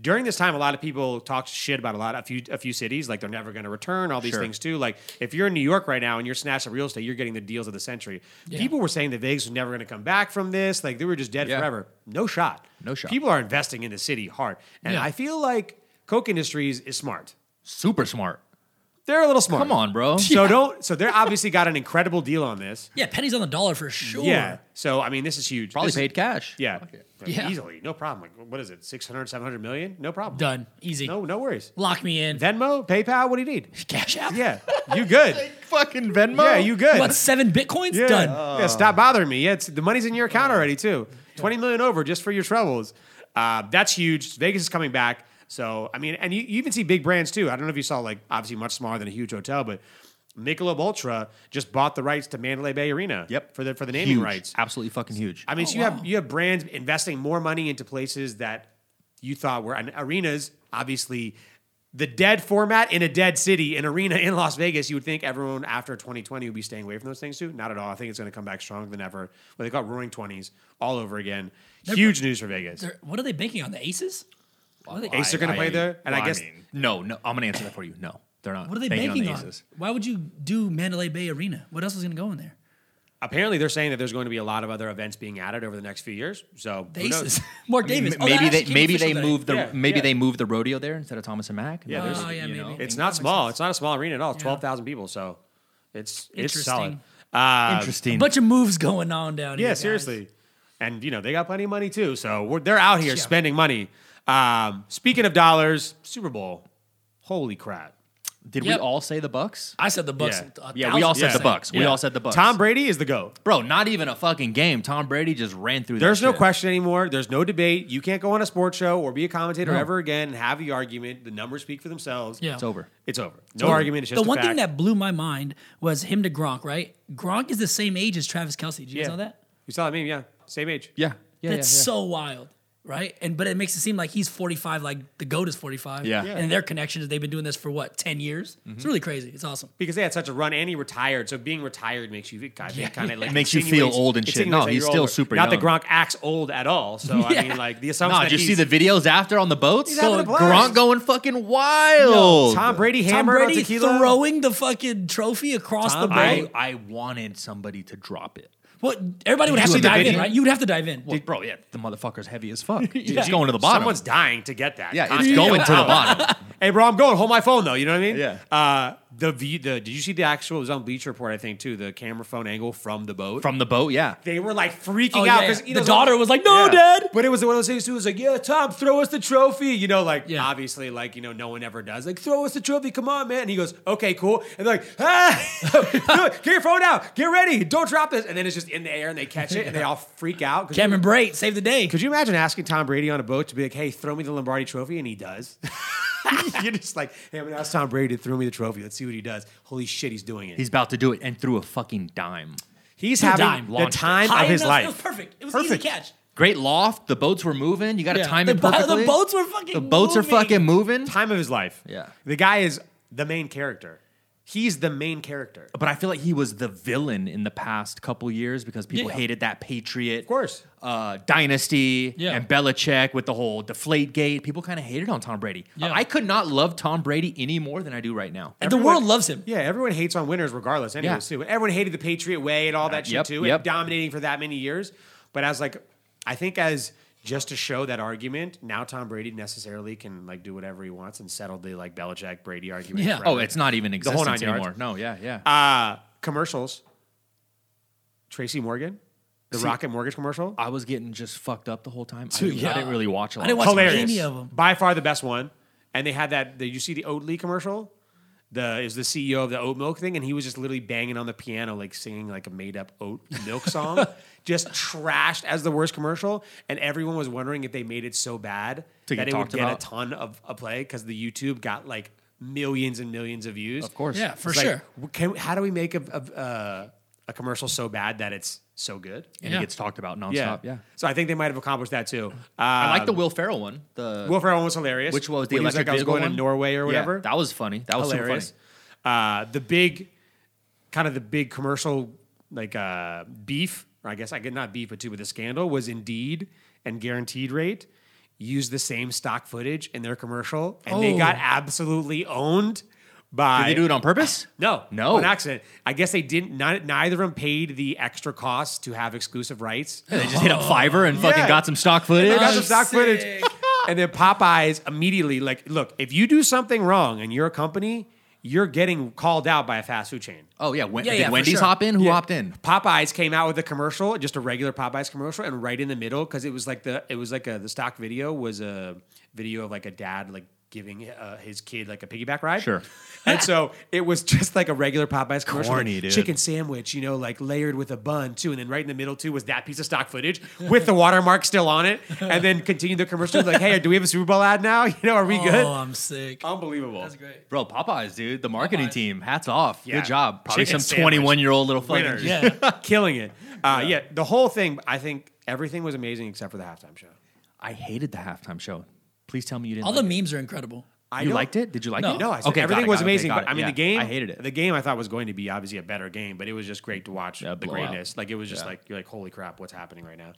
[SPEAKER 1] during this time, a lot of people talked shit about a lot, a few, a few cities, like they're never going to return, all these
[SPEAKER 2] Sure.
[SPEAKER 1] things too. Like if you're in New York right now and you're snatched at real estate, you're getting the deals of the century. People were saying that Vegas was never going to come back from this. Like they were just dead
[SPEAKER 2] Yeah.
[SPEAKER 1] forever. No shot.
[SPEAKER 2] No shot.
[SPEAKER 1] People are investing in the city hard. And
[SPEAKER 3] Yeah.
[SPEAKER 1] I feel like Coke Industries is smart.
[SPEAKER 2] Super smart.
[SPEAKER 1] They're a little smart.
[SPEAKER 2] Come on, bro.
[SPEAKER 1] So don't. So they're obviously got an incredible deal on this.
[SPEAKER 3] Yeah, pennies on the dollar for sure.
[SPEAKER 1] Yeah. So I mean, this is huge.
[SPEAKER 2] Probably
[SPEAKER 1] This is-
[SPEAKER 2] paid cash.
[SPEAKER 1] Yeah.
[SPEAKER 2] Fuck it.
[SPEAKER 3] Yeah.
[SPEAKER 1] Easily. No problem. Like, what is it? 600, 700 million? No problem.
[SPEAKER 3] Done. Easy.
[SPEAKER 1] No, no worries.
[SPEAKER 3] Lock me in.
[SPEAKER 1] Venmo, PayPal, what do you need?
[SPEAKER 3] Cash out.
[SPEAKER 1] Yeah. You good.
[SPEAKER 2] Fucking Venmo.
[SPEAKER 1] yeah, you good.
[SPEAKER 3] What, seven bitcoins?
[SPEAKER 1] yeah. Uh,
[SPEAKER 3] Done.
[SPEAKER 1] Yeah, stop bothering me. Yeah, it's, the money's in your account already, too. 20 million over just for your troubles. Uh, that's huge. Vegas is coming back. So, I mean, and you, you even see big brands, too. I don't know if you saw, like, obviously much smaller than a huge hotel, but Michelob Ultra just bought the rights to Mandalay Bay Arena.
[SPEAKER 2] Yep.
[SPEAKER 1] For the, for the naming
[SPEAKER 2] Huge.
[SPEAKER 1] rights.
[SPEAKER 2] Absolutely fucking huge.
[SPEAKER 1] I mean, so you have you have brands investing more money into places that you thought were and arenas. Obviously, the dead format in a dead city, an arena in Las Vegas. You would think everyone after 2020 would be staying away from those things too. Not at all. I think it's going to come back stronger than ever. What they call roaring twenties all over again. Huge news for Vegas.
[SPEAKER 3] They're- what are they banking on? The aces? What are they,
[SPEAKER 1] Aces are going to play there, and I,
[SPEAKER 4] well,
[SPEAKER 1] guess
[SPEAKER 4] mean,
[SPEAKER 2] no, no. I'm gonna answer that for you. No, they're not.
[SPEAKER 3] what are they
[SPEAKER 2] banking,
[SPEAKER 3] banking
[SPEAKER 2] on
[SPEAKER 3] on?
[SPEAKER 2] the aces.
[SPEAKER 3] Why would you do Mandalay Bay Arena? What else is going to go in there?
[SPEAKER 1] apparently they're saying that there's going to be a lot of other events being added over the next few years. So
[SPEAKER 3] The
[SPEAKER 1] who knows?
[SPEAKER 3] aces. Mark Davis.
[SPEAKER 2] M-
[SPEAKER 3] Oh, that
[SPEAKER 2] maybe
[SPEAKER 3] actually
[SPEAKER 2] they
[SPEAKER 3] came
[SPEAKER 2] maybe
[SPEAKER 3] official
[SPEAKER 2] they
[SPEAKER 3] today.
[SPEAKER 2] moved the
[SPEAKER 1] Yeah,
[SPEAKER 2] maybe
[SPEAKER 1] yeah.
[SPEAKER 2] they moved the rodeo there instead of Thomas and Mac.
[SPEAKER 1] Yeah, there's-
[SPEAKER 3] Oh, yeah,
[SPEAKER 2] you
[SPEAKER 3] maybe.
[SPEAKER 1] It's
[SPEAKER 3] That
[SPEAKER 1] not
[SPEAKER 3] makes
[SPEAKER 1] small.
[SPEAKER 3] sense.
[SPEAKER 1] It's not a small arena at all. Twelve thousand people. So it's it's solid.
[SPEAKER 3] Interesting.
[SPEAKER 1] Uh,
[SPEAKER 2] interesting.
[SPEAKER 3] A bunch of moves going on down here.
[SPEAKER 1] Yeah,
[SPEAKER 3] guys.
[SPEAKER 1] seriously. And you know they got plenty of money too, so we're, they're out here
[SPEAKER 3] Yeah.
[SPEAKER 1] spending money. Um, speaking of dollars, Super Bowl, holy crap!
[SPEAKER 2] Did
[SPEAKER 3] Yep.
[SPEAKER 2] we all say the Bucks?
[SPEAKER 3] I said the Bucks.
[SPEAKER 1] Yeah.
[SPEAKER 3] a
[SPEAKER 2] Yeah, we all
[SPEAKER 1] Yeah.
[SPEAKER 2] said the
[SPEAKER 3] thousand
[SPEAKER 2] Bucks. We
[SPEAKER 1] Yeah.
[SPEAKER 2] all said the Bucks.
[SPEAKER 1] Tom Brady is the goat.
[SPEAKER 2] bro, not even a fucking game. Tom Brady just ran through. that
[SPEAKER 1] There's no
[SPEAKER 2] shit.
[SPEAKER 1] question anymore. There's no debate. You can't go on a sports show or be a commentator
[SPEAKER 2] No.
[SPEAKER 1] ever again and have the argument. The numbers speak for themselves.
[SPEAKER 3] Yeah.
[SPEAKER 2] It's over.
[SPEAKER 1] it's over. No argument. It's just
[SPEAKER 3] the one
[SPEAKER 1] a
[SPEAKER 3] thing
[SPEAKER 1] fact.
[SPEAKER 3] that blew my mind was him to Gronk, right? Gronk is the same age as Travis Kelsey. Did you guys know that?
[SPEAKER 1] you saw that meme. Yeah, same age.
[SPEAKER 2] Yeah, yeah,
[SPEAKER 3] That's so wild, right? And but it makes it seem like he's 45, like the goat is 45.
[SPEAKER 2] Yeah. Yeah.
[SPEAKER 3] And their connection is they've been doing this for what 10 years. It's really crazy. It's awesome.
[SPEAKER 1] because they had such a run and he retired. So being retired makes you kind of, kind of like
[SPEAKER 2] It makes you feel
[SPEAKER 1] insinuates-
[SPEAKER 2] old and
[SPEAKER 1] it
[SPEAKER 2] shit.
[SPEAKER 1] insinuates
[SPEAKER 2] No,
[SPEAKER 1] that
[SPEAKER 2] he's
[SPEAKER 1] you're
[SPEAKER 2] still
[SPEAKER 1] older.
[SPEAKER 2] super
[SPEAKER 1] Not that
[SPEAKER 2] young.
[SPEAKER 1] Gronk acts old at all. So I mean, like the assumption.
[SPEAKER 2] Nah,
[SPEAKER 1] that
[SPEAKER 2] did you see
[SPEAKER 1] he's-
[SPEAKER 2] the videos after on the boats?
[SPEAKER 1] He's having a blast.
[SPEAKER 2] Gronk going fucking wild.
[SPEAKER 1] Tom Brady
[SPEAKER 3] Tom
[SPEAKER 1] hammer
[SPEAKER 3] Brady
[SPEAKER 1] on tequila.
[SPEAKER 3] throwing the fucking trophy across the bowl.
[SPEAKER 2] I, I wanted somebody to drop it.
[SPEAKER 3] what everybody would
[SPEAKER 1] Did
[SPEAKER 3] have
[SPEAKER 1] you
[SPEAKER 3] to
[SPEAKER 1] see the
[SPEAKER 3] dive in,
[SPEAKER 1] video?
[SPEAKER 3] right? You would have to dive in.
[SPEAKER 2] Well, bro, yeah, the motherfucker's heavy as fuck.
[SPEAKER 1] Did
[SPEAKER 2] It's
[SPEAKER 1] you-
[SPEAKER 2] going to the bottom.
[SPEAKER 1] Someone's dying to get that.
[SPEAKER 2] yeah, it's
[SPEAKER 1] Constantly.
[SPEAKER 2] going to the bottom.
[SPEAKER 1] Hey, bro, I'm going. Hold my phone though. You know what I mean?
[SPEAKER 2] Yeah.
[SPEAKER 1] Uh, the view. The did you see the actual? It was on Bleacher Report, I think, too. The camera phone angle from the boat.
[SPEAKER 2] From the boat, yeah.
[SPEAKER 1] they were like freaking
[SPEAKER 3] Oh,
[SPEAKER 1] out
[SPEAKER 3] yeah,
[SPEAKER 1] because
[SPEAKER 3] yeah. The daughter was like, "No, Dad."
[SPEAKER 1] But it was one of those things too. It was like, "Yeah, Tom, throw us the trophy." You know, like
[SPEAKER 3] Yeah.
[SPEAKER 1] obviously, like you know, no one ever does. Like, throw us the trophy, come on, man. And he goes, "Okay, cool." And they're like, "Ah, get your phone out, get ready, don't drop this." And then it's just in the air, and they catch it, and they all freak out. 'Cause you-
[SPEAKER 3] Cameron Brate, save the day.
[SPEAKER 1] Could you imagine asking Tom Brady on a boat to be like, "Hey, throw me the Lombardi Trophy," and he does. You're just like, "Hey, I'm gonna ask Tom Brady to throw me the trophy. Let's see what he does." Holy shit, he's doing it.
[SPEAKER 2] He's about to do it and threw a fucking dime.
[SPEAKER 1] He's
[SPEAKER 3] Dime
[SPEAKER 1] having the
[SPEAKER 2] launched it.
[SPEAKER 1] time
[SPEAKER 3] High
[SPEAKER 1] of his
[SPEAKER 3] enough, It was
[SPEAKER 1] life.
[SPEAKER 3] perfect. It was
[SPEAKER 1] Perfect.
[SPEAKER 3] easy catch.
[SPEAKER 2] Great loft. The boats were moving. You got to
[SPEAKER 3] Yeah.
[SPEAKER 2] time
[SPEAKER 3] The
[SPEAKER 2] it
[SPEAKER 3] bo- the
[SPEAKER 2] perfectly.
[SPEAKER 3] boats were fucking
[SPEAKER 2] The boats
[SPEAKER 3] moving.
[SPEAKER 2] are fucking moving.
[SPEAKER 1] Time of his life.
[SPEAKER 2] Yeah.
[SPEAKER 1] the guy is the main character. He's the main character.
[SPEAKER 2] But I feel like he was the villain in the past couple years because people
[SPEAKER 3] Yeah.
[SPEAKER 2] hated that Patriot, of
[SPEAKER 1] course.
[SPEAKER 2] uh, dynasty,
[SPEAKER 3] Yeah.
[SPEAKER 2] and Belichick with the whole Deflate Gate. People kind of hated on Tom Brady.
[SPEAKER 3] Yeah.
[SPEAKER 2] I could not love Tom Brady any more than I do right now.
[SPEAKER 3] the world loves him.
[SPEAKER 1] Yeah, everyone hates on winners regardless. Anyways, too. Everyone hated the Patriot way and all that shit
[SPEAKER 2] Yep,
[SPEAKER 1] too,
[SPEAKER 2] yep.
[SPEAKER 1] and dominating for that many years. But as like, I think as just to show that argument, now Tom Brady necessarily can like do whatever he wants and settle the like Belichick Brady argument.
[SPEAKER 3] Yeah.
[SPEAKER 1] forever.
[SPEAKER 2] Oh, it's not even
[SPEAKER 1] whole nine
[SPEAKER 2] existence
[SPEAKER 1] yards.
[SPEAKER 2] anymore. No, yeah, yeah.
[SPEAKER 1] Uh, commercials. Tracy Morgan, the Rocket Mortgage commercial.
[SPEAKER 2] I was getting just fucked up the whole time. I,
[SPEAKER 3] Dude,
[SPEAKER 2] didn't- I
[SPEAKER 3] yeah.
[SPEAKER 2] didn't really watch
[SPEAKER 3] I
[SPEAKER 2] a lot.
[SPEAKER 3] didn't
[SPEAKER 2] of
[SPEAKER 3] watch
[SPEAKER 2] it.
[SPEAKER 1] Hilarious.
[SPEAKER 3] any of 'em.
[SPEAKER 1] By far the best one. And they had that. Did you see the Oatly commercial? The is the CEO of the oat milk thing, and he was just literally banging on the piano, like singing like a made up oat milk song, just trashed as the worst commercial. And everyone was wondering if they made it so bad
[SPEAKER 2] To get
[SPEAKER 1] that it would
[SPEAKER 2] talked
[SPEAKER 1] get
[SPEAKER 2] about.
[SPEAKER 1] a ton of a play because the YouTube got like millions and millions of views.
[SPEAKER 2] Of course.
[SPEAKER 3] Yeah, for
[SPEAKER 1] It's like,
[SPEAKER 3] sure.
[SPEAKER 1] w- can, how do we make a a, uh, a commercial so bad that it's so good?
[SPEAKER 2] And
[SPEAKER 3] Yeah.
[SPEAKER 2] it gets talked about nonstop. Yeah.
[SPEAKER 1] So I think they might have accomplished that too. Uh,
[SPEAKER 2] I like the Will Ferrell one. The
[SPEAKER 1] Will Ferrell one was hilarious.
[SPEAKER 2] which was the
[SPEAKER 1] When he like,
[SPEAKER 2] electric
[SPEAKER 1] I was
[SPEAKER 2] vehicle
[SPEAKER 1] going
[SPEAKER 2] one?
[SPEAKER 1] to Norway or
[SPEAKER 2] Yeah,
[SPEAKER 1] whatever.
[SPEAKER 2] that was funny. That was hilarious.
[SPEAKER 1] hilarious. Uh, the big, kind of the big commercial like uh, beef, or I guess I get not beef, but too, but the scandal was Indeed and Guaranteed Rate. used the same stock footage in their commercial, and they
[SPEAKER 3] Oh.
[SPEAKER 1] got absolutely owned by.
[SPEAKER 2] Did they do it on purpose?
[SPEAKER 1] No,
[SPEAKER 2] No.
[SPEAKER 1] an accident. I guess they didn't. Not, neither of them paid the extra cost to have exclusive rights.
[SPEAKER 2] They just hit up Fiverr and fucking
[SPEAKER 1] Yeah.
[SPEAKER 2] Oh. got some stock footage.
[SPEAKER 1] They got some
[SPEAKER 3] Oh,
[SPEAKER 1] stock Uh,
[SPEAKER 3] sick.
[SPEAKER 1] footage. And then Popeyes immediately, like, look, if you do something wrong and you're a company, you're getting called out by a fast food chain.
[SPEAKER 2] Oh yeah, Wen-
[SPEAKER 3] Yeah,
[SPEAKER 2] did
[SPEAKER 3] yeah, for
[SPEAKER 2] Wendy's
[SPEAKER 3] sure.
[SPEAKER 2] hop in? Who hopped in?
[SPEAKER 1] Popeyes came out with a commercial, just a regular Popeyes commercial, and right in the middle, because it was like the it was like a the stock video was a video of like a dad like giving uh, his kid like a piggyback ride.
[SPEAKER 2] Sure.
[SPEAKER 1] And so it was just like a regular Popeyes commercial,
[SPEAKER 2] Corny,
[SPEAKER 1] like,
[SPEAKER 2] dude.
[SPEAKER 1] chicken sandwich, you know, like layered with a bun too, and then right in the middle too was that piece of stock footage with the watermark still on it, and then continued the commercial like, hey, do we have a Super Bowl ad now? You know, are we
[SPEAKER 3] Oh,
[SPEAKER 1] good?
[SPEAKER 3] I'm sick.
[SPEAKER 1] Unbelievable.
[SPEAKER 3] That's great.
[SPEAKER 2] Bro, Popeyes, dude. The marketing
[SPEAKER 3] Popeyes.
[SPEAKER 2] team. Hats off.
[SPEAKER 1] Yeah.
[SPEAKER 2] Good job. Probably
[SPEAKER 1] Chicken
[SPEAKER 2] some
[SPEAKER 1] sandwich.
[SPEAKER 2] 21 year old little fucking.
[SPEAKER 1] Winners.
[SPEAKER 3] Yeah.
[SPEAKER 1] Killing it. Uh, yeah. the whole thing, I think everything was amazing except for the halftime show.
[SPEAKER 2] I hated the halftime show. Please tell me you didn't.
[SPEAKER 3] All the
[SPEAKER 2] like it.
[SPEAKER 3] memes are incredible.
[SPEAKER 1] I
[SPEAKER 2] you
[SPEAKER 1] don't-
[SPEAKER 2] liked it? Did you like
[SPEAKER 3] No.
[SPEAKER 2] it?
[SPEAKER 1] No, I said
[SPEAKER 2] got
[SPEAKER 1] everything
[SPEAKER 2] it,
[SPEAKER 1] was
[SPEAKER 2] got it,
[SPEAKER 1] amazing.
[SPEAKER 2] got
[SPEAKER 1] but
[SPEAKER 2] it.
[SPEAKER 1] I mean,
[SPEAKER 2] Yeah.
[SPEAKER 1] the game.
[SPEAKER 2] I hated it.
[SPEAKER 1] The game I thought was going to be obviously a better game, but it was just great to watch
[SPEAKER 2] Yeah,
[SPEAKER 1] the
[SPEAKER 2] blowout.
[SPEAKER 1] greatness. Like it was just like you're like, holy crap, what's happening right now?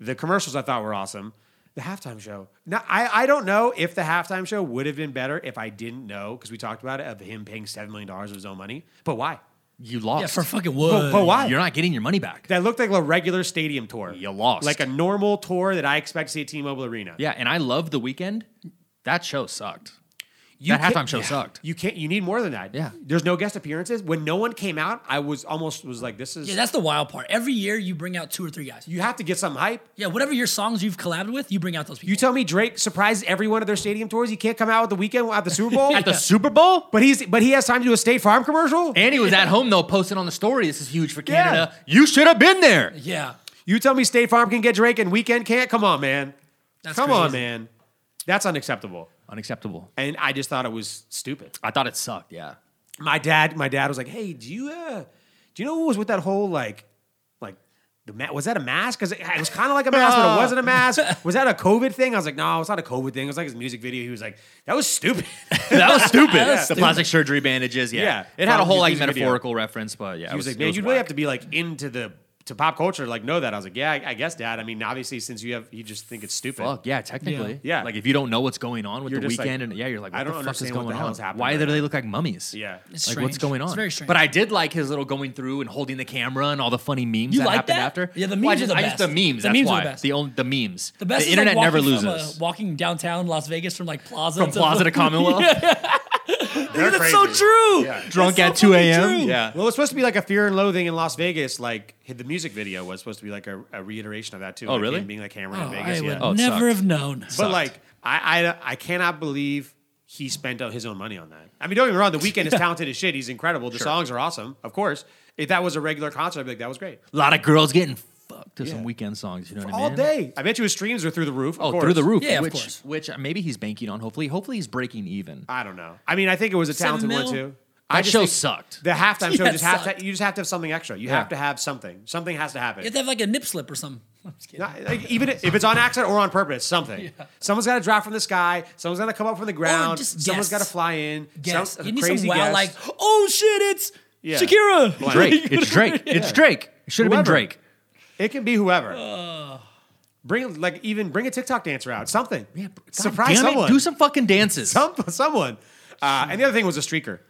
[SPEAKER 1] The commercials I thought were awesome. The halftime show. Now I, I don't know if the halftime show would have been better if I didn't know because we talked about it of him paying seven million dollars of his own money. But why?
[SPEAKER 2] you lost.
[SPEAKER 3] Yeah, for fucking wood.
[SPEAKER 1] but why?
[SPEAKER 2] Uh, You're not getting your money back.
[SPEAKER 1] That looked like a regular stadium tour.
[SPEAKER 2] You lost.
[SPEAKER 1] Like a normal tour that I expect to see at T-Mobile Arena.
[SPEAKER 2] yeah, and I love the weekend. That show sucked.
[SPEAKER 1] You
[SPEAKER 2] that halftime
[SPEAKER 1] can't-
[SPEAKER 2] show
[SPEAKER 1] yeah.
[SPEAKER 2] sucked.
[SPEAKER 1] You can't. You need more than that.
[SPEAKER 2] Yeah.
[SPEAKER 1] There's no guest appearances. When no one came out, I was almost was like, this is.
[SPEAKER 3] Yeah, that's the wild part. Every year you bring out two or three guys.
[SPEAKER 1] you have to get some hype.
[SPEAKER 3] Yeah, whatever your songs you've collabed with, you bring out those people.
[SPEAKER 1] You tell me Drake surprised everyone at their stadium tours. He can't come out at the weekend at the Super Bowl.
[SPEAKER 2] At the Super Bowl?
[SPEAKER 1] but he's but he has time to do a State Farm commercial.
[SPEAKER 2] And he was at home though, posting on the story. This is huge for
[SPEAKER 1] Yeah.
[SPEAKER 2] Canada. You should have been there.
[SPEAKER 3] yeah.
[SPEAKER 1] you tell me State Farm can get Drake and Weekend can't. Come on, man.
[SPEAKER 3] That's
[SPEAKER 1] come on,
[SPEAKER 3] crazy.
[SPEAKER 1] man. That's unacceptable.
[SPEAKER 2] Unacceptable.
[SPEAKER 1] And I just thought it was stupid.
[SPEAKER 2] I thought it sucked. Yeah.
[SPEAKER 1] My dad, my dad was like, "Hey, do you uh, do you know what was with that whole like, like the ma- was that a mask? Because it, it was kind of like a mask, but it wasn't a mask. Was that a COVID thing? I was like, no, it's not a COVID thing. It was like his music video. He was like, that was stupid.
[SPEAKER 2] That was stupid.
[SPEAKER 3] That was
[SPEAKER 2] the
[SPEAKER 3] stupid.
[SPEAKER 2] plastic surgery bandages. Yeah.
[SPEAKER 1] Yeah.
[SPEAKER 2] It had a
[SPEAKER 1] From
[SPEAKER 2] whole
[SPEAKER 1] his
[SPEAKER 2] like
[SPEAKER 1] music video.
[SPEAKER 2] metaphorical reference, but yeah.
[SPEAKER 1] He was like, man, you really have to be like into the to pop culture, to, like know that. I was like, yeah, I, I guess, Dad. I mean, obviously, since you have, you just think it's stupid.
[SPEAKER 2] Fuck yeah, technically.
[SPEAKER 1] Yeah.
[SPEAKER 2] Like if you don't know what's going on with
[SPEAKER 1] You're
[SPEAKER 2] the
[SPEAKER 1] just like,
[SPEAKER 2] weekend and yeah, you're like, what
[SPEAKER 1] I don't
[SPEAKER 2] the fuck is
[SPEAKER 1] understand what
[SPEAKER 2] going
[SPEAKER 1] the hell
[SPEAKER 2] on?
[SPEAKER 1] is happening
[SPEAKER 2] Why
[SPEAKER 1] right
[SPEAKER 2] do they
[SPEAKER 1] now.
[SPEAKER 2] look like mummies?
[SPEAKER 1] Yeah.
[SPEAKER 3] It's
[SPEAKER 2] like what's
[SPEAKER 3] strange.
[SPEAKER 2] going on?
[SPEAKER 3] It's very strange.
[SPEAKER 2] But I did like his little going through and holding the camera and all the funny memes
[SPEAKER 3] You
[SPEAKER 2] that
[SPEAKER 3] like
[SPEAKER 2] happened
[SPEAKER 3] that?
[SPEAKER 2] after.
[SPEAKER 3] Yeah, the
[SPEAKER 2] I
[SPEAKER 3] memes are
[SPEAKER 2] just,
[SPEAKER 3] the
[SPEAKER 2] I just-
[SPEAKER 3] best.
[SPEAKER 2] the memes.
[SPEAKER 3] The
[SPEAKER 2] that's
[SPEAKER 3] memes are
[SPEAKER 2] why.
[SPEAKER 3] the best.
[SPEAKER 2] only the memes.
[SPEAKER 3] The best is, like,
[SPEAKER 2] internet never
[SPEAKER 3] walking from,
[SPEAKER 2] loses.
[SPEAKER 3] uh, walking downtown Las Vegas from like Plaza
[SPEAKER 2] From Plaza to Commonwealth.
[SPEAKER 1] They're
[SPEAKER 3] That's so
[SPEAKER 1] crazy.
[SPEAKER 3] true.
[SPEAKER 1] Yeah.
[SPEAKER 2] Drunk
[SPEAKER 3] That's
[SPEAKER 2] at
[SPEAKER 3] so
[SPEAKER 2] 2
[SPEAKER 3] fucking
[SPEAKER 2] a.m.
[SPEAKER 3] true.
[SPEAKER 2] Yeah.
[SPEAKER 1] Well, it's supposed to be like a Fear and Loathing in Las Vegas. Like the music video was supposed to be like a, a reiteration of that too.
[SPEAKER 2] Oh,
[SPEAKER 1] like
[SPEAKER 2] really?
[SPEAKER 1] him being like hammered in
[SPEAKER 3] Oh, I
[SPEAKER 1] Vegas.
[SPEAKER 3] would
[SPEAKER 1] Yeah.
[SPEAKER 2] Oh, it
[SPEAKER 3] never
[SPEAKER 2] sucked.
[SPEAKER 3] have known.
[SPEAKER 1] But like, I, I I cannot believe he spent his own money on that. I mean, don't get me wrong. The weekend is talented as shit. He's incredible. The songs are awesome, of course. If that was a regular concert, I'd be like, that was great.
[SPEAKER 2] A lot of girls getting fucked to
[SPEAKER 1] Yeah.
[SPEAKER 2] some weekend songs. You know what I mean?
[SPEAKER 1] All day. I bet you his streams are through the roof. of
[SPEAKER 2] Oh,
[SPEAKER 1] course.
[SPEAKER 2] through the roof.
[SPEAKER 3] Yeah, of
[SPEAKER 2] which,
[SPEAKER 3] course.
[SPEAKER 2] Which uh, maybe he's banking on. Hopefully, hopefully he's breaking even.
[SPEAKER 1] I don't know. I mean, I think it was a
[SPEAKER 3] Seven
[SPEAKER 1] talented one
[SPEAKER 3] mil?
[SPEAKER 1] too.
[SPEAKER 2] That
[SPEAKER 1] I just
[SPEAKER 2] show
[SPEAKER 1] think
[SPEAKER 2] sucked.
[SPEAKER 1] The halftime show
[SPEAKER 3] Yeah, it
[SPEAKER 1] just have
[SPEAKER 3] sucked.
[SPEAKER 1] to. You just have to have something extra. You
[SPEAKER 2] Yeah.
[SPEAKER 1] have to have something. Something has to happen.
[SPEAKER 3] You have to have like a nip slip or something. I'm just kidding.
[SPEAKER 1] Not- like, even if it's on accident or on purpose, something. Someone's got to drop from the sky. Someone's got to come up from the ground.
[SPEAKER 3] just
[SPEAKER 1] Someone's got
[SPEAKER 3] guess.
[SPEAKER 1] to fly in.
[SPEAKER 3] Guess.
[SPEAKER 1] Some,
[SPEAKER 3] you need
[SPEAKER 1] crazy
[SPEAKER 3] some wow,
[SPEAKER 1] guess.
[SPEAKER 3] like, oh shit, it's
[SPEAKER 1] Yeah.
[SPEAKER 3] Shakira.
[SPEAKER 2] Drake. It's Drake. It's Drake. It should have been
[SPEAKER 1] Whoever.
[SPEAKER 2] Drake.
[SPEAKER 1] It can be whoever. bring like even bring a TikTok dancer out. Something. Yeah,
[SPEAKER 2] God
[SPEAKER 1] Surprise
[SPEAKER 2] damn it,
[SPEAKER 1] someone.
[SPEAKER 2] Do some fucking dances.
[SPEAKER 1] Some, someone. Uh, and the other thing was a streaker.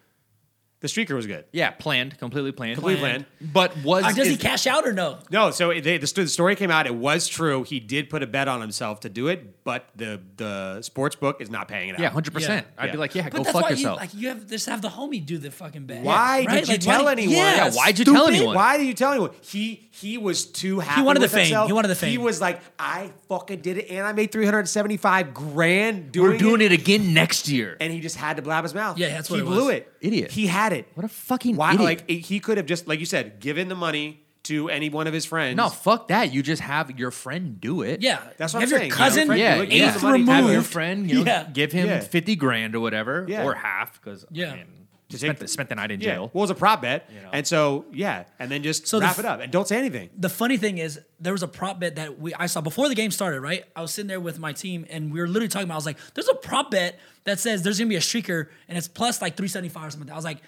[SPEAKER 1] The streaker was good.
[SPEAKER 2] yeah, planned. Completely planned.
[SPEAKER 1] Completely
[SPEAKER 3] Planned.
[SPEAKER 2] But was
[SPEAKER 3] Uh, does he
[SPEAKER 2] is-
[SPEAKER 3] cash out or no?
[SPEAKER 1] No, so it- they, the, sto- the story came out. It was true. He did put a bet on himself to do it, but the the sports book is not paying it out.
[SPEAKER 2] Yeah, hundred percent.
[SPEAKER 1] Yeah.
[SPEAKER 2] I'd be like, yeah,
[SPEAKER 3] But
[SPEAKER 2] go
[SPEAKER 3] that's
[SPEAKER 2] fuck
[SPEAKER 3] why
[SPEAKER 2] yourself.
[SPEAKER 3] you like you have just have the homie do the fucking bet.
[SPEAKER 1] Why
[SPEAKER 3] Right?
[SPEAKER 1] did you
[SPEAKER 3] Like, why
[SPEAKER 1] tell
[SPEAKER 3] did-
[SPEAKER 1] anyone?
[SPEAKER 3] Yeah,
[SPEAKER 2] yeah, why'd you tell
[SPEAKER 3] stupid.
[SPEAKER 2] anyone?
[SPEAKER 1] Why do you tell anyone? He he was too happy.
[SPEAKER 3] wanted the
[SPEAKER 1] with
[SPEAKER 3] fame.
[SPEAKER 1] himself.
[SPEAKER 3] He wanted the
[SPEAKER 1] He
[SPEAKER 3] fame.
[SPEAKER 1] was like, I fucking did it, and I made three hundred seventy five grand doing,
[SPEAKER 2] We're doing it again next year.
[SPEAKER 1] And he just had to blab his mouth.
[SPEAKER 3] Yeah, that's
[SPEAKER 1] he
[SPEAKER 3] what it
[SPEAKER 1] blew
[SPEAKER 3] was.
[SPEAKER 1] it.
[SPEAKER 2] Idiot.
[SPEAKER 1] He had it.
[SPEAKER 2] What a fucking
[SPEAKER 1] Why?
[SPEAKER 2] idiot.
[SPEAKER 1] Like it- he could have just, like you said, given the money to any one of his friends.
[SPEAKER 2] no, fuck that. You just have your friend do it.
[SPEAKER 3] Yeah,
[SPEAKER 1] That's what
[SPEAKER 3] have
[SPEAKER 1] I'm
[SPEAKER 3] your
[SPEAKER 1] saying. You know,
[SPEAKER 3] cousin.
[SPEAKER 1] friend,
[SPEAKER 2] Yeah,
[SPEAKER 1] you look-
[SPEAKER 2] yeah.
[SPEAKER 1] use
[SPEAKER 3] eighth
[SPEAKER 1] the money to
[SPEAKER 2] Have your
[SPEAKER 1] Moved.
[SPEAKER 2] friend, you know,
[SPEAKER 3] Yeah.
[SPEAKER 2] give him
[SPEAKER 1] Yeah.
[SPEAKER 2] fifty grand or whatever,
[SPEAKER 1] Yeah.
[SPEAKER 2] or half because yeah,
[SPEAKER 3] Yeah.
[SPEAKER 2] I mean,
[SPEAKER 1] To
[SPEAKER 2] spent,
[SPEAKER 1] take-
[SPEAKER 2] the, spent the night in
[SPEAKER 1] Yeah.
[SPEAKER 2] jail.
[SPEAKER 1] Well, it was a prop bet,
[SPEAKER 2] know.
[SPEAKER 1] and so yeah, and then just
[SPEAKER 3] So the
[SPEAKER 1] wrap
[SPEAKER 3] f-
[SPEAKER 1] it up and don't say anything.
[SPEAKER 3] the funny thing is there was a prop bet that we I saw before the game started, right? I was sitting there with my team and we were literally talking about I was like, there's a prop bet that says there's gonna be a streaker and it's plus like 375 or something. I was like,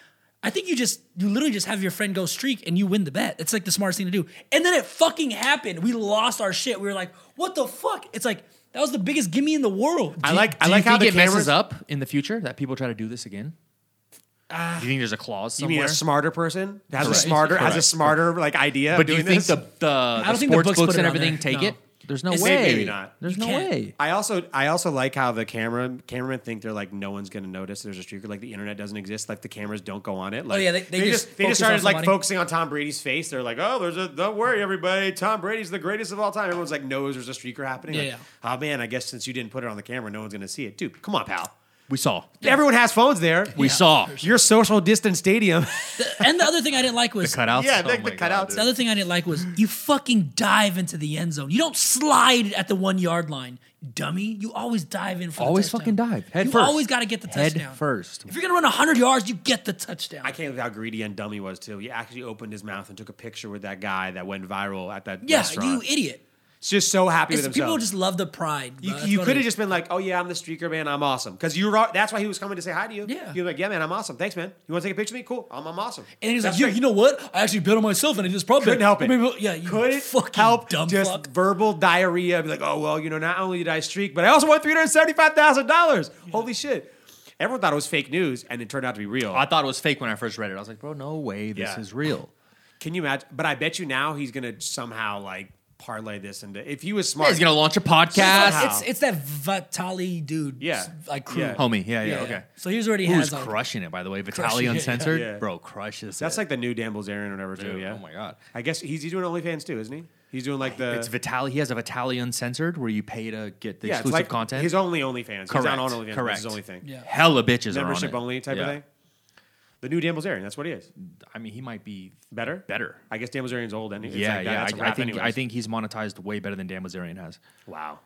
[SPEAKER 3] I think you just you literally just have your friend go streak and you win the bet. It's like the smartest thing to do. And then it fucking happened. We lost our shit. We were like, what the fuck? It's like that was the biggest gimme in the world.
[SPEAKER 1] I like I
[SPEAKER 2] Do you
[SPEAKER 1] like how
[SPEAKER 2] think
[SPEAKER 1] the
[SPEAKER 2] it messes
[SPEAKER 1] cameras
[SPEAKER 2] up in the future that people try to do this again? do Ah. you think there's a clause
[SPEAKER 1] You
[SPEAKER 2] somewhere?
[SPEAKER 1] mean a smarter person has
[SPEAKER 2] Correct.
[SPEAKER 1] a smarter has a
[SPEAKER 2] Correct.
[SPEAKER 1] smarter like idea?
[SPEAKER 2] but
[SPEAKER 1] of
[SPEAKER 2] do you
[SPEAKER 1] doing
[SPEAKER 2] think
[SPEAKER 1] this?
[SPEAKER 2] the, the, the
[SPEAKER 3] don't think the
[SPEAKER 2] sports
[SPEAKER 3] books put
[SPEAKER 2] books
[SPEAKER 3] it
[SPEAKER 2] and
[SPEAKER 3] on
[SPEAKER 2] evering
[SPEAKER 3] there.
[SPEAKER 2] take
[SPEAKER 3] No.
[SPEAKER 2] it? There's no
[SPEAKER 3] It's-
[SPEAKER 2] way.
[SPEAKER 1] Maybe not.
[SPEAKER 2] There's
[SPEAKER 3] You
[SPEAKER 2] no
[SPEAKER 3] can't.
[SPEAKER 2] way.
[SPEAKER 1] I also I also like how the camera cameramen think they're like no one's gonna notice there's a streaker like the internet doesn't exist like the cameras don't go on it like
[SPEAKER 3] Oh, yeah, they- they just
[SPEAKER 1] they
[SPEAKER 3] focus
[SPEAKER 1] just
[SPEAKER 3] on
[SPEAKER 1] started like
[SPEAKER 3] somebody.
[SPEAKER 1] focusing on Tom Brady's face they're like oh there's a don't worry everybody Tom Brady's the greatest of all time everyone's like knows there's a streaker happening
[SPEAKER 3] Yeah,
[SPEAKER 1] Like, oh man I guess since you didn't put it on the camera no one's gonna see it dude come on pal
[SPEAKER 2] We saw.
[SPEAKER 1] everyone has phones there
[SPEAKER 2] We saw.
[SPEAKER 1] your social distance stadium
[SPEAKER 3] and the other thing I didn't like was
[SPEAKER 2] Cutouts.
[SPEAKER 1] yeah
[SPEAKER 2] Oh
[SPEAKER 1] like
[SPEAKER 2] my
[SPEAKER 1] the
[SPEAKER 2] God,
[SPEAKER 1] cutouts
[SPEAKER 3] The other thing I didn't like was you fucking dive into the end zone. You don't slide at the one yard line, dummy. You always dive in for
[SPEAKER 2] Always
[SPEAKER 3] the touchdown.
[SPEAKER 2] fucking dive. Head
[SPEAKER 3] you
[SPEAKER 2] first.
[SPEAKER 3] always got to get the
[SPEAKER 2] Head
[SPEAKER 3] touchdown
[SPEAKER 2] first.
[SPEAKER 3] If you're gonna run hundred yards, you get the touchdown.
[SPEAKER 1] I can't believe how greedy and dumb he was too he actually opened his mouth and took a picture with that guy that went viral at that
[SPEAKER 3] yeah, you
[SPEAKER 1] restaurant
[SPEAKER 3] idiot.
[SPEAKER 1] He's just so happy
[SPEAKER 3] It's-
[SPEAKER 1] with himself
[SPEAKER 3] people just love the pride. bro.
[SPEAKER 1] You,
[SPEAKER 3] That's
[SPEAKER 1] you
[SPEAKER 3] what
[SPEAKER 1] could
[SPEAKER 3] it
[SPEAKER 1] have
[SPEAKER 3] is.
[SPEAKER 1] just been like, "Oh yeah, I'm the streaker man. I'm awesome." Because you were. That's why he was coming to say hi to you.
[SPEAKER 3] Yeah.
[SPEAKER 1] You're like, "Yeah, man, I'm awesome. Thanks, man. You want to take a picture of me? Cool. I'm, I'm awesome."
[SPEAKER 3] And he's like,
[SPEAKER 1] That's
[SPEAKER 3] you,
[SPEAKER 1] great.
[SPEAKER 3] you know what? I actually bet on myself and I just probably
[SPEAKER 1] couldn't help it.
[SPEAKER 3] Yeah, you
[SPEAKER 1] couldn't
[SPEAKER 3] fucking
[SPEAKER 1] help
[SPEAKER 3] dumb
[SPEAKER 1] just
[SPEAKER 3] fuck.
[SPEAKER 1] verbal diarrhea. Be like, "Oh well, you know, not only did I streak, but I also won three hundred seventy-five thousand dollars. Holy shit!" Everyone thought it was fake news, and it turned out to be real.
[SPEAKER 2] I thought it was fake when I first read it. I was like, bro, no way. This
[SPEAKER 1] Yeah.
[SPEAKER 2] is real.
[SPEAKER 1] Can you imagine? But I bet you now he's gonna somehow like parlay this into. If he was smart,
[SPEAKER 2] He's going to launch a podcast.
[SPEAKER 1] Somehow.
[SPEAKER 3] It's it's that Vitali dude.
[SPEAKER 1] Yeah.
[SPEAKER 3] like crew.
[SPEAKER 1] Yeah.
[SPEAKER 2] Homie. Yeah, yeah, okay.
[SPEAKER 3] So here's what he
[SPEAKER 2] Who's
[SPEAKER 3] has. on.
[SPEAKER 2] crushing it, by the way?
[SPEAKER 3] Crushing
[SPEAKER 2] Vitaly
[SPEAKER 3] it, yeah.
[SPEAKER 2] Uncensored?
[SPEAKER 1] Yeah.
[SPEAKER 2] Bro, crushes
[SPEAKER 1] that's
[SPEAKER 2] it.
[SPEAKER 1] like the new Dan Bilzerian or whatever too.
[SPEAKER 2] Dude,
[SPEAKER 1] Yeah.
[SPEAKER 2] oh my God.
[SPEAKER 1] I guess he's, he's doing OnlyFans too, isn't he? He's doing like the
[SPEAKER 2] It's Vitaly. He has a Vitaly Uncensored where you pay to get the
[SPEAKER 1] yeah, it's
[SPEAKER 2] exclusive
[SPEAKER 1] like
[SPEAKER 2] content.
[SPEAKER 1] His only OnlyFans. He's
[SPEAKER 2] Correct.
[SPEAKER 1] not on OnlyFans. but
[SPEAKER 2] Correct.
[SPEAKER 1] It's his only thing.
[SPEAKER 3] Yeah.
[SPEAKER 2] Hella bitches
[SPEAKER 1] Membership
[SPEAKER 2] are on it.
[SPEAKER 1] only type
[SPEAKER 2] Yeah.
[SPEAKER 1] of thing. The new Dan Bilzerian. That's what he is.
[SPEAKER 2] I mean, he might be
[SPEAKER 1] Better.
[SPEAKER 2] better.
[SPEAKER 1] I guess Dan Bilzerian's old. And it's
[SPEAKER 2] yeah,
[SPEAKER 1] like that.
[SPEAKER 2] yeah.
[SPEAKER 1] That's a
[SPEAKER 2] I, I
[SPEAKER 1] wrap
[SPEAKER 2] think I
[SPEAKER 1] anyways.
[SPEAKER 2] think he's monetized way better than Dan Bazarian has.
[SPEAKER 1] Wow.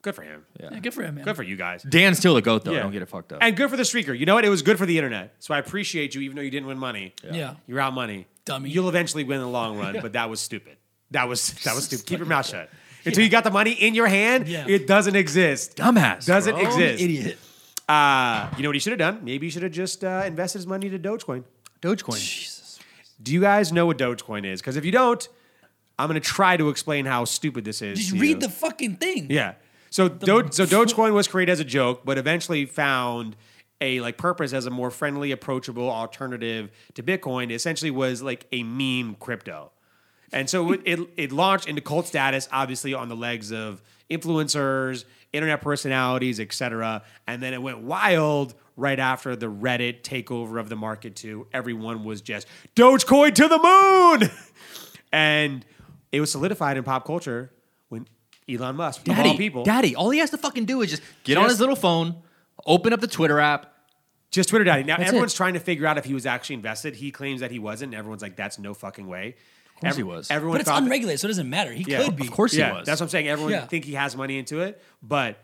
[SPEAKER 1] Good for him.
[SPEAKER 3] Yeah, good for him, man.
[SPEAKER 1] Good for you guys.
[SPEAKER 2] Dan's still the goat though.
[SPEAKER 1] Yeah.
[SPEAKER 2] Don't get it fucked up.
[SPEAKER 1] And good for the streaker. You know what? It was good for the internet. So I appreciate you, even though you didn't win money.
[SPEAKER 3] Yeah.
[SPEAKER 1] You're out money.
[SPEAKER 3] Dummy.
[SPEAKER 1] You'll eventually win in the long run, but that was stupid. That was that was stupid. Keep your mouth shut. Until you got the money in your hand,
[SPEAKER 3] Yeah.
[SPEAKER 1] it doesn't exist.
[SPEAKER 2] Dumbass
[SPEAKER 1] Doesn't
[SPEAKER 2] bro.
[SPEAKER 1] exist.
[SPEAKER 2] Idiot.
[SPEAKER 1] Uh, you know what he should have done? Maybe he should have just uh, invested his money to Dogecoin.
[SPEAKER 2] Dogecoin.
[SPEAKER 1] Do you guys know what Dogecoin is? Because if you don't, I'm going to try to explain how stupid this is.
[SPEAKER 3] Just
[SPEAKER 1] to
[SPEAKER 3] read
[SPEAKER 1] you.
[SPEAKER 3] the fucking thing.
[SPEAKER 1] yeah. So Do- so Dogecoin was created as a joke, but eventually found a like purpose as a more friendly, approachable alternative to Bitcoin. It essentially, was like a meme crypto, and so it, it it launched into cult status, obviously on the legs of influencers, internet personalities, etc. And then it went wild. Right after the Reddit takeover of the market, too, everyone was just Dogecoin to the moon. And it was solidified in pop culture when Elon Musk, of all
[SPEAKER 2] Daddy,
[SPEAKER 1] people,
[SPEAKER 2] Daddy, all he has to fucking do is just get on
[SPEAKER 1] Just-
[SPEAKER 2] his little phone, open up the Twitter app.
[SPEAKER 1] just Twitter Daddy. Now
[SPEAKER 2] That's
[SPEAKER 1] everyone's
[SPEAKER 2] it.
[SPEAKER 1] trying to figure out if he was actually invested. He claims that he wasn't. And everyone's like, "That's no fucking way." Of
[SPEAKER 2] course he was.
[SPEAKER 1] Everyone
[SPEAKER 3] But it's
[SPEAKER 1] thought that-
[SPEAKER 3] unregulated, so it doesn't matter. He
[SPEAKER 1] Yeah.
[SPEAKER 3] could be.
[SPEAKER 2] Of course
[SPEAKER 1] yeah,
[SPEAKER 2] he was.
[SPEAKER 1] that's what I'm saying. Everyone
[SPEAKER 3] Yeah.
[SPEAKER 1] think he has money into it, but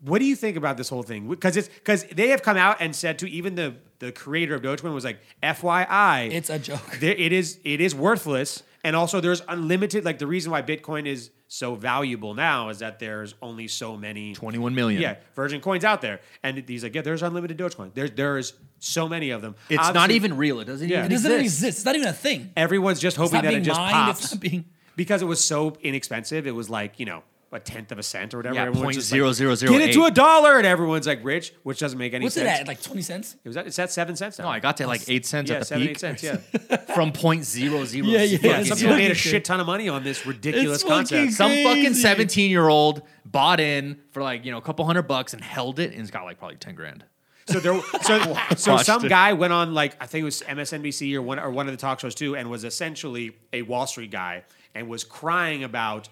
[SPEAKER 1] what do you think about this whole thing? Because it's because they have come out and said to even the the creator of Dogecoin was like, "FYI,
[SPEAKER 3] It's a joke.
[SPEAKER 1] there, it is it is worthless and also there's unlimited like the reason why bitcoin is so valuable now is that there's only so many
[SPEAKER 2] 21 million.
[SPEAKER 1] yeah virgin coins out there and he's like yeah there's unlimited dogecoin there's there's so many of them
[SPEAKER 2] It's not
[SPEAKER 1] Obviously,
[SPEAKER 2] even real. It doesn't
[SPEAKER 1] Yeah.
[SPEAKER 2] even
[SPEAKER 3] It doesn't even
[SPEAKER 2] exist.
[SPEAKER 3] exist. It's not even a thing.
[SPEAKER 1] everyone's just hoping
[SPEAKER 3] not
[SPEAKER 1] that it
[SPEAKER 3] being
[SPEAKER 1] just
[SPEAKER 3] mined, it's
[SPEAKER 1] pops
[SPEAKER 3] not being-
[SPEAKER 1] because it was so inexpensive it was like you know a tenth of a cent or whatever
[SPEAKER 2] Yeah,
[SPEAKER 1] Everyone's just like,
[SPEAKER 2] 0.0008.
[SPEAKER 1] get it to a dollar and everyone's like rich which doesn't make any
[SPEAKER 3] What's Oh it
[SPEAKER 1] sense
[SPEAKER 3] at? Like twenty cents?
[SPEAKER 1] it was at, it's at seven cents now
[SPEAKER 2] No, I got to like eight cents
[SPEAKER 1] yeah
[SPEAKER 2] at the
[SPEAKER 1] seven
[SPEAKER 2] peak
[SPEAKER 1] eight cents yeah
[SPEAKER 2] from point zero zero.
[SPEAKER 3] Yeah, yeah,
[SPEAKER 1] yeah
[SPEAKER 2] fucking-
[SPEAKER 1] some
[SPEAKER 3] It's
[SPEAKER 1] people
[SPEAKER 3] fucking
[SPEAKER 1] made a
[SPEAKER 3] crazy.
[SPEAKER 1] shit ton of money on this ridiculous
[SPEAKER 3] fucking
[SPEAKER 1] concept
[SPEAKER 2] Some fucking
[SPEAKER 3] Crazy.
[SPEAKER 2] 17 year old bought in for like, you know, a couple hundred bucks and held it and it's got like probably 10 grand.
[SPEAKER 1] So there, so, so
[SPEAKER 2] Watched
[SPEAKER 1] some
[SPEAKER 2] it.
[SPEAKER 1] guy went on like I think it was MSNBC or one or one of the talk shows too, and was essentially a Wall Street guy and was crying about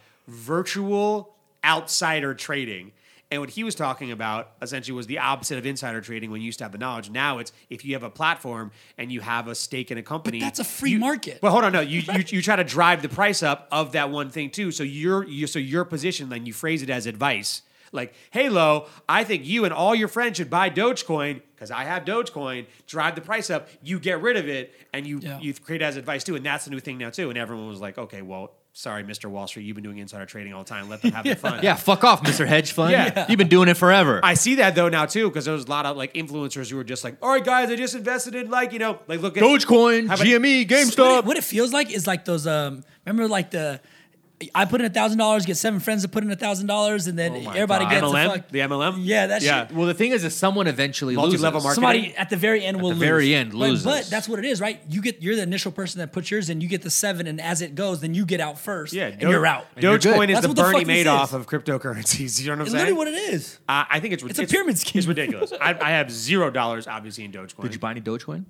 [SPEAKER 1] virtual outsider trading. And what he was talking about essentially was the opposite of insider trading when you used to have the knowledge. Now it's if you have a platform and you have a stake in a company.
[SPEAKER 3] that's a free
[SPEAKER 1] you-
[SPEAKER 3] market.
[SPEAKER 1] But hold on, no, you, you you try to drive the price up of that one thing too. So your you so your position, then you phrase it as advice. Like, hey Lo, I think you and all your friends should buy Dogecoin because I have Dogecoin. Drive the price up, you get rid of it, and you
[SPEAKER 3] Yeah.
[SPEAKER 1] you create it as advice too. And that's the new thing now too. And everyone was like, okay, well, sorry, Mr. Wall Street, you've been doing insider trading all the time. Let them have their fun.
[SPEAKER 2] Yeah, fuck off, Mr. Hedge Fund.
[SPEAKER 1] Yeah.
[SPEAKER 2] You've been doing it forever.
[SPEAKER 1] I see that though now too, because there was a lot of like influencers who were just like, all right, guys, I just invested in like, you know, like look at
[SPEAKER 2] Dogecoin,
[SPEAKER 1] Have a-
[SPEAKER 2] GME,
[SPEAKER 3] What it,
[SPEAKER 2] GameStop.
[SPEAKER 3] what it feels like is like those. Um, remember like the. I put in a thousand dollars, get seven friends to put in a thousand dollars, and
[SPEAKER 1] Oh
[SPEAKER 3] then
[SPEAKER 2] my
[SPEAKER 3] everybody
[SPEAKER 2] God.
[SPEAKER 3] gets
[SPEAKER 1] MLM,
[SPEAKER 3] a fuck.
[SPEAKER 1] the MLM.
[SPEAKER 3] Yeah, that shit.
[SPEAKER 2] Well, the thing is, is someone eventually loses.
[SPEAKER 1] Multi-level marketing.
[SPEAKER 3] Somebody at the very end will
[SPEAKER 2] the
[SPEAKER 3] lose.
[SPEAKER 2] very end
[SPEAKER 3] But-
[SPEAKER 2] loses.
[SPEAKER 3] But, that's what it is, right? You get you're the initial person that puts yours in. You get the seven, and as it goes, then you get out first.
[SPEAKER 1] Yeah,
[SPEAKER 3] and
[SPEAKER 1] Doge-
[SPEAKER 3] you're out.
[SPEAKER 2] you're good.
[SPEAKER 1] Dogecoin is
[SPEAKER 3] That's
[SPEAKER 1] the
[SPEAKER 3] what the
[SPEAKER 1] Bernie
[SPEAKER 3] fuck this
[SPEAKER 1] Madoff
[SPEAKER 3] is.
[SPEAKER 1] of cryptocurrencies. You know what I'm
[SPEAKER 3] It's
[SPEAKER 1] saying?
[SPEAKER 3] literally what it is.
[SPEAKER 1] Uh, I think it's
[SPEAKER 3] It's a pyramid scheme.
[SPEAKER 1] It's ridiculous. I, I have zero dollars, obviously, in Dogecoin.
[SPEAKER 2] Did you buy any Dogecoin?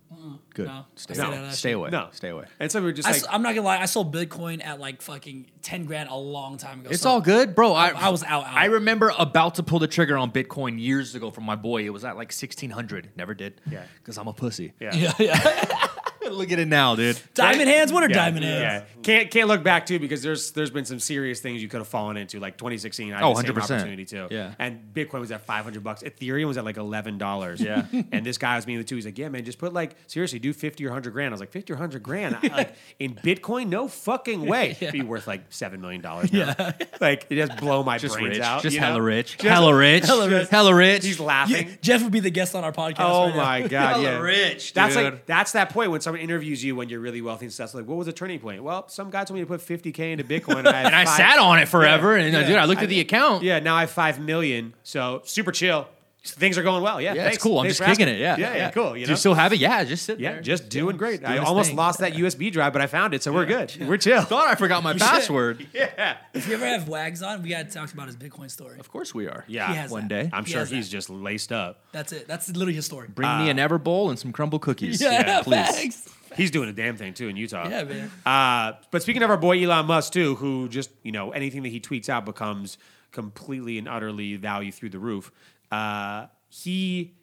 [SPEAKER 2] Good.
[SPEAKER 3] No.
[SPEAKER 2] Stay
[SPEAKER 3] No.
[SPEAKER 2] away.
[SPEAKER 3] No.
[SPEAKER 2] Mm, Stay away.
[SPEAKER 1] No,
[SPEAKER 2] Stay away.
[SPEAKER 1] And so we were just
[SPEAKER 3] I,
[SPEAKER 1] like,
[SPEAKER 3] am not gonna lie. I sold Bitcoin at like fucking ten grand a long time ago.
[SPEAKER 2] It's
[SPEAKER 3] so
[SPEAKER 2] all good, bro. I,
[SPEAKER 3] I was out, out.
[SPEAKER 2] I remember about to pull the trigger on Bitcoin years ago from my boy. It was at like sixteen hundred. Never did.
[SPEAKER 1] Yeah.
[SPEAKER 2] because I'm a pussy.
[SPEAKER 1] yeah.
[SPEAKER 3] Yeah, yeah.
[SPEAKER 2] Look at it now, dude.
[SPEAKER 3] Diamond hands. What are
[SPEAKER 1] Yeah,
[SPEAKER 3] diamond hands?
[SPEAKER 1] yeah. Can't can't look back too because there's there's been some serious things you could have fallen into. Like 2016, I had the
[SPEAKER 2] Oh,
[SPEAKER 1] same
[SPEAKER 2] 100%.
[SPEAKER 1] opportunity too.
[SPEAKER 2] Yeah.
[SPEAKER 1] And Bitcoin was at 500 bucks. Ethereum was at like 11 dollars.
[SPEAKER 2] Yeah.
[SPEAKER 1] and this guy was meeting the two. He's like, yeah, man, just put like seriously, do 50 or 100 grand. I was like, 50 or 100 grand. I- like in Bitcoin, no fucking way. It'd Be worth like seven million dollars. Yeah. Like it just blow my
[SPEAKER 2] Just
[SPEAKER 1] brains
[SPEAKER 2] rich.
[SPEAKER 1] out.
[SPEAKER 2] just
[SPEAKER 1] you know?
[SPEAKER 2] hella rich.
[SPEAKER 1] Just-
[SPEAKER 2] hella rich.
[SPEAKER 1] Hella rich.
[SPEAKER 2] Hella rich.
[SPEAKER 1] He's
[SPEAKER 3] Yeah,
[SPEAKER 1] laughing.
[SPEAKER 3] Jeff would be the guest on our podcast.
[SPEAKER 1] Oh
[SPEAKER 3] right now.
[SPEAKER 1] my god,
[SPEAKER 2] Y'all are
[SPEAKER 1] yeah,
[SPEAKER 2] rich,
[SPEAKER 1] That's
[SPEAKER 2] dude.
[SPEAKER 1] like that's that point when someone interviews you when you're really wealthy and stuff. It's Like, what was the turning point? Well, some guy told me to put 50k into Bitcoin, and I,
[SPEAKER 2] and I sat on it forever. and uh,
[SPEAKER 1] yeah.
[SPEAKER 2] dude, I looked
[SPEAKER 1] I-
[SPEAKER 2] at the account.
[SPEAKER 1] Yeah, now I have five million, so super chill. Things are going well. Yeah,
[SPEAKER 2] Yeah,
[SPEAKER 1] thanks.
[SPEAKER 2] it's cool. I'm
[SPEAKER 1] Thanks
[SPEAKER 2] just
[SPEAKER 1] for asking.
[SPEAKER 2] kicking it. Yeah,
[SPEAKER 1] yeah, cool. You
[SPEAKER 2] Do
[SPEAKER 1] know?
[SPEAKER 2] you still have it? Yeah, just sit
[SPEAKER 1] yeah,
[SPEAKER 2] there.
[SPEAKER 1] just doing great. I
[SPEAKER 2] his
[SPEAKER 1] almost
[SPEAKER 2] thing.
[SPEAKER 1] lost that USB drive, but I found it, so we're good. We're chill.
[SPEAKER 2] thought I forgot
[SPEAKER 1] Oh,
[SPEAKER 2] my
[SPEAKER 3] should-
[SPEAKER 2] password.
[SPEAKER 3] If you ever have Wags on, we gotta talk about his Bitcoin story.
[SPEAKER 2] Of course we are.
[SPEAKER 1] Yeah,
[SPEAKER 3] He has that.
[SPEAKER 2] one day.
[SPEAKER 1] I'm
[SPEAKER 3] He
[SPEAKER 1] sure
[SPEAKER 3] has
[SPEAKER 1] he's
[SPEAKER 3] that.
[SPEAKER 1] just laced up.
[SPEAKER 3] That's it. That's literally his story.
[SPEAKER 2] Bring me an Ever Bowl and some crumble cookies. please.
[SPEAKER 3] Wags.
[SPEAKER 1] He's doing a damn thing too in Utah.
[SPEAKER 3] Yeah, man.
[SPEAKER 1] Uh, but speaking of our boy Elon Musk too, who just you know anything that he tweets out becomes completely and utterly value through the roof. Uh, he,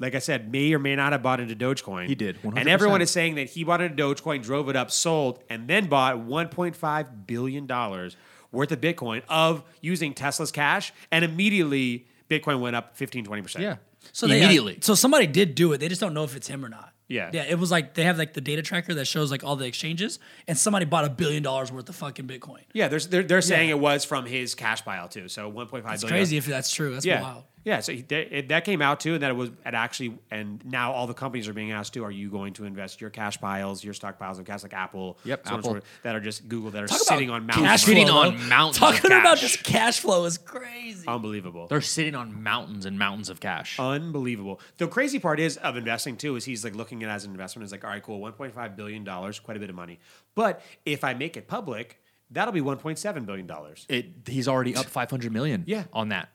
[SPEAKER 1] like I said, may or may not have bought into Dogecoin.
[SPEAKER 2] He did,
[SPEAKER 1] and
[SPEAKER 2] 100%.
[SPEAKER 1] everyone is saying that he bought into Dogecoin, drove it up, sold, and then bought 1.5 billion dollars worth of Bitcoin of using Tesla's cash, and immediately Bitcoin went up 15, 20 percent.
[SPEAKER 2] Yeah.
[SPEAKER 3] So they, uh,
[SPEAKER 2] immediately.
[SPEAKER 3] so somebody did do it. They just don't know if it's him or not.
[SPEAKER 1] Yeah.
[SPEAKER 3] Yeah. It was like they have like the data tracker that shows like all the exchanges, and somebody bought a billion dollars worth of fucking Bitcoin.
[SPEAKER 1] Yeah, they're, they're, they're saying it was from his cash pile too. So 1.5 billion.
[SPEAKER 3] It's crazy if that's true. That's
[SPEAKER 1] yeah.
[SPEAKER 3] wild.
[SPEAKER 1] Yeah, so he, that, it, that came out too, and that it was it actually, and now all the companies are being asked too: Are you going to invest your cash piles, your stock piles of cash, like Apple,
[SPEAKER 2] Yep,
[SPEAKER 1] so on and so
[SPEAKER 2] Apple.
[SPEAKER 1] forth, that are just Google that are
[SPEAKER 3] Talk
[SPEAKER 1] sitting
[SPEAKER 3] about
[SPEAKER 1] on mountains,
[SPEAKER 3] cash
[SPEAKER 1] of
[SPEAKER 2] They're sitting
[SPEAKER 1] money.
[SPEAKER 3] flow,
[SPEAKER 2] on
[SPEAKER 3] though.
[SPEAKER 2] mountains of
[SPEAKER 3] Talking about
[SPEAKER 2] cash.
[SPEAKER 3] just cash flow is crazy.
[SPEAKER 1] unbelievable,
[SPEAKER 2] They're sitting on mountains and mountains of cash.
[SPEAKER 1] unbelievable. The crazy part is of investing too is he's like looking at it as an investment. It's like, all right, cool, one point five billion dollars, quite a bit of money, but if I make it public, that'll be one point seven billion dollars.
[SPEAKER 2] it, he's already up 500 million
[SPEAKER 1] Yeah.
[SPEAKER 2] on that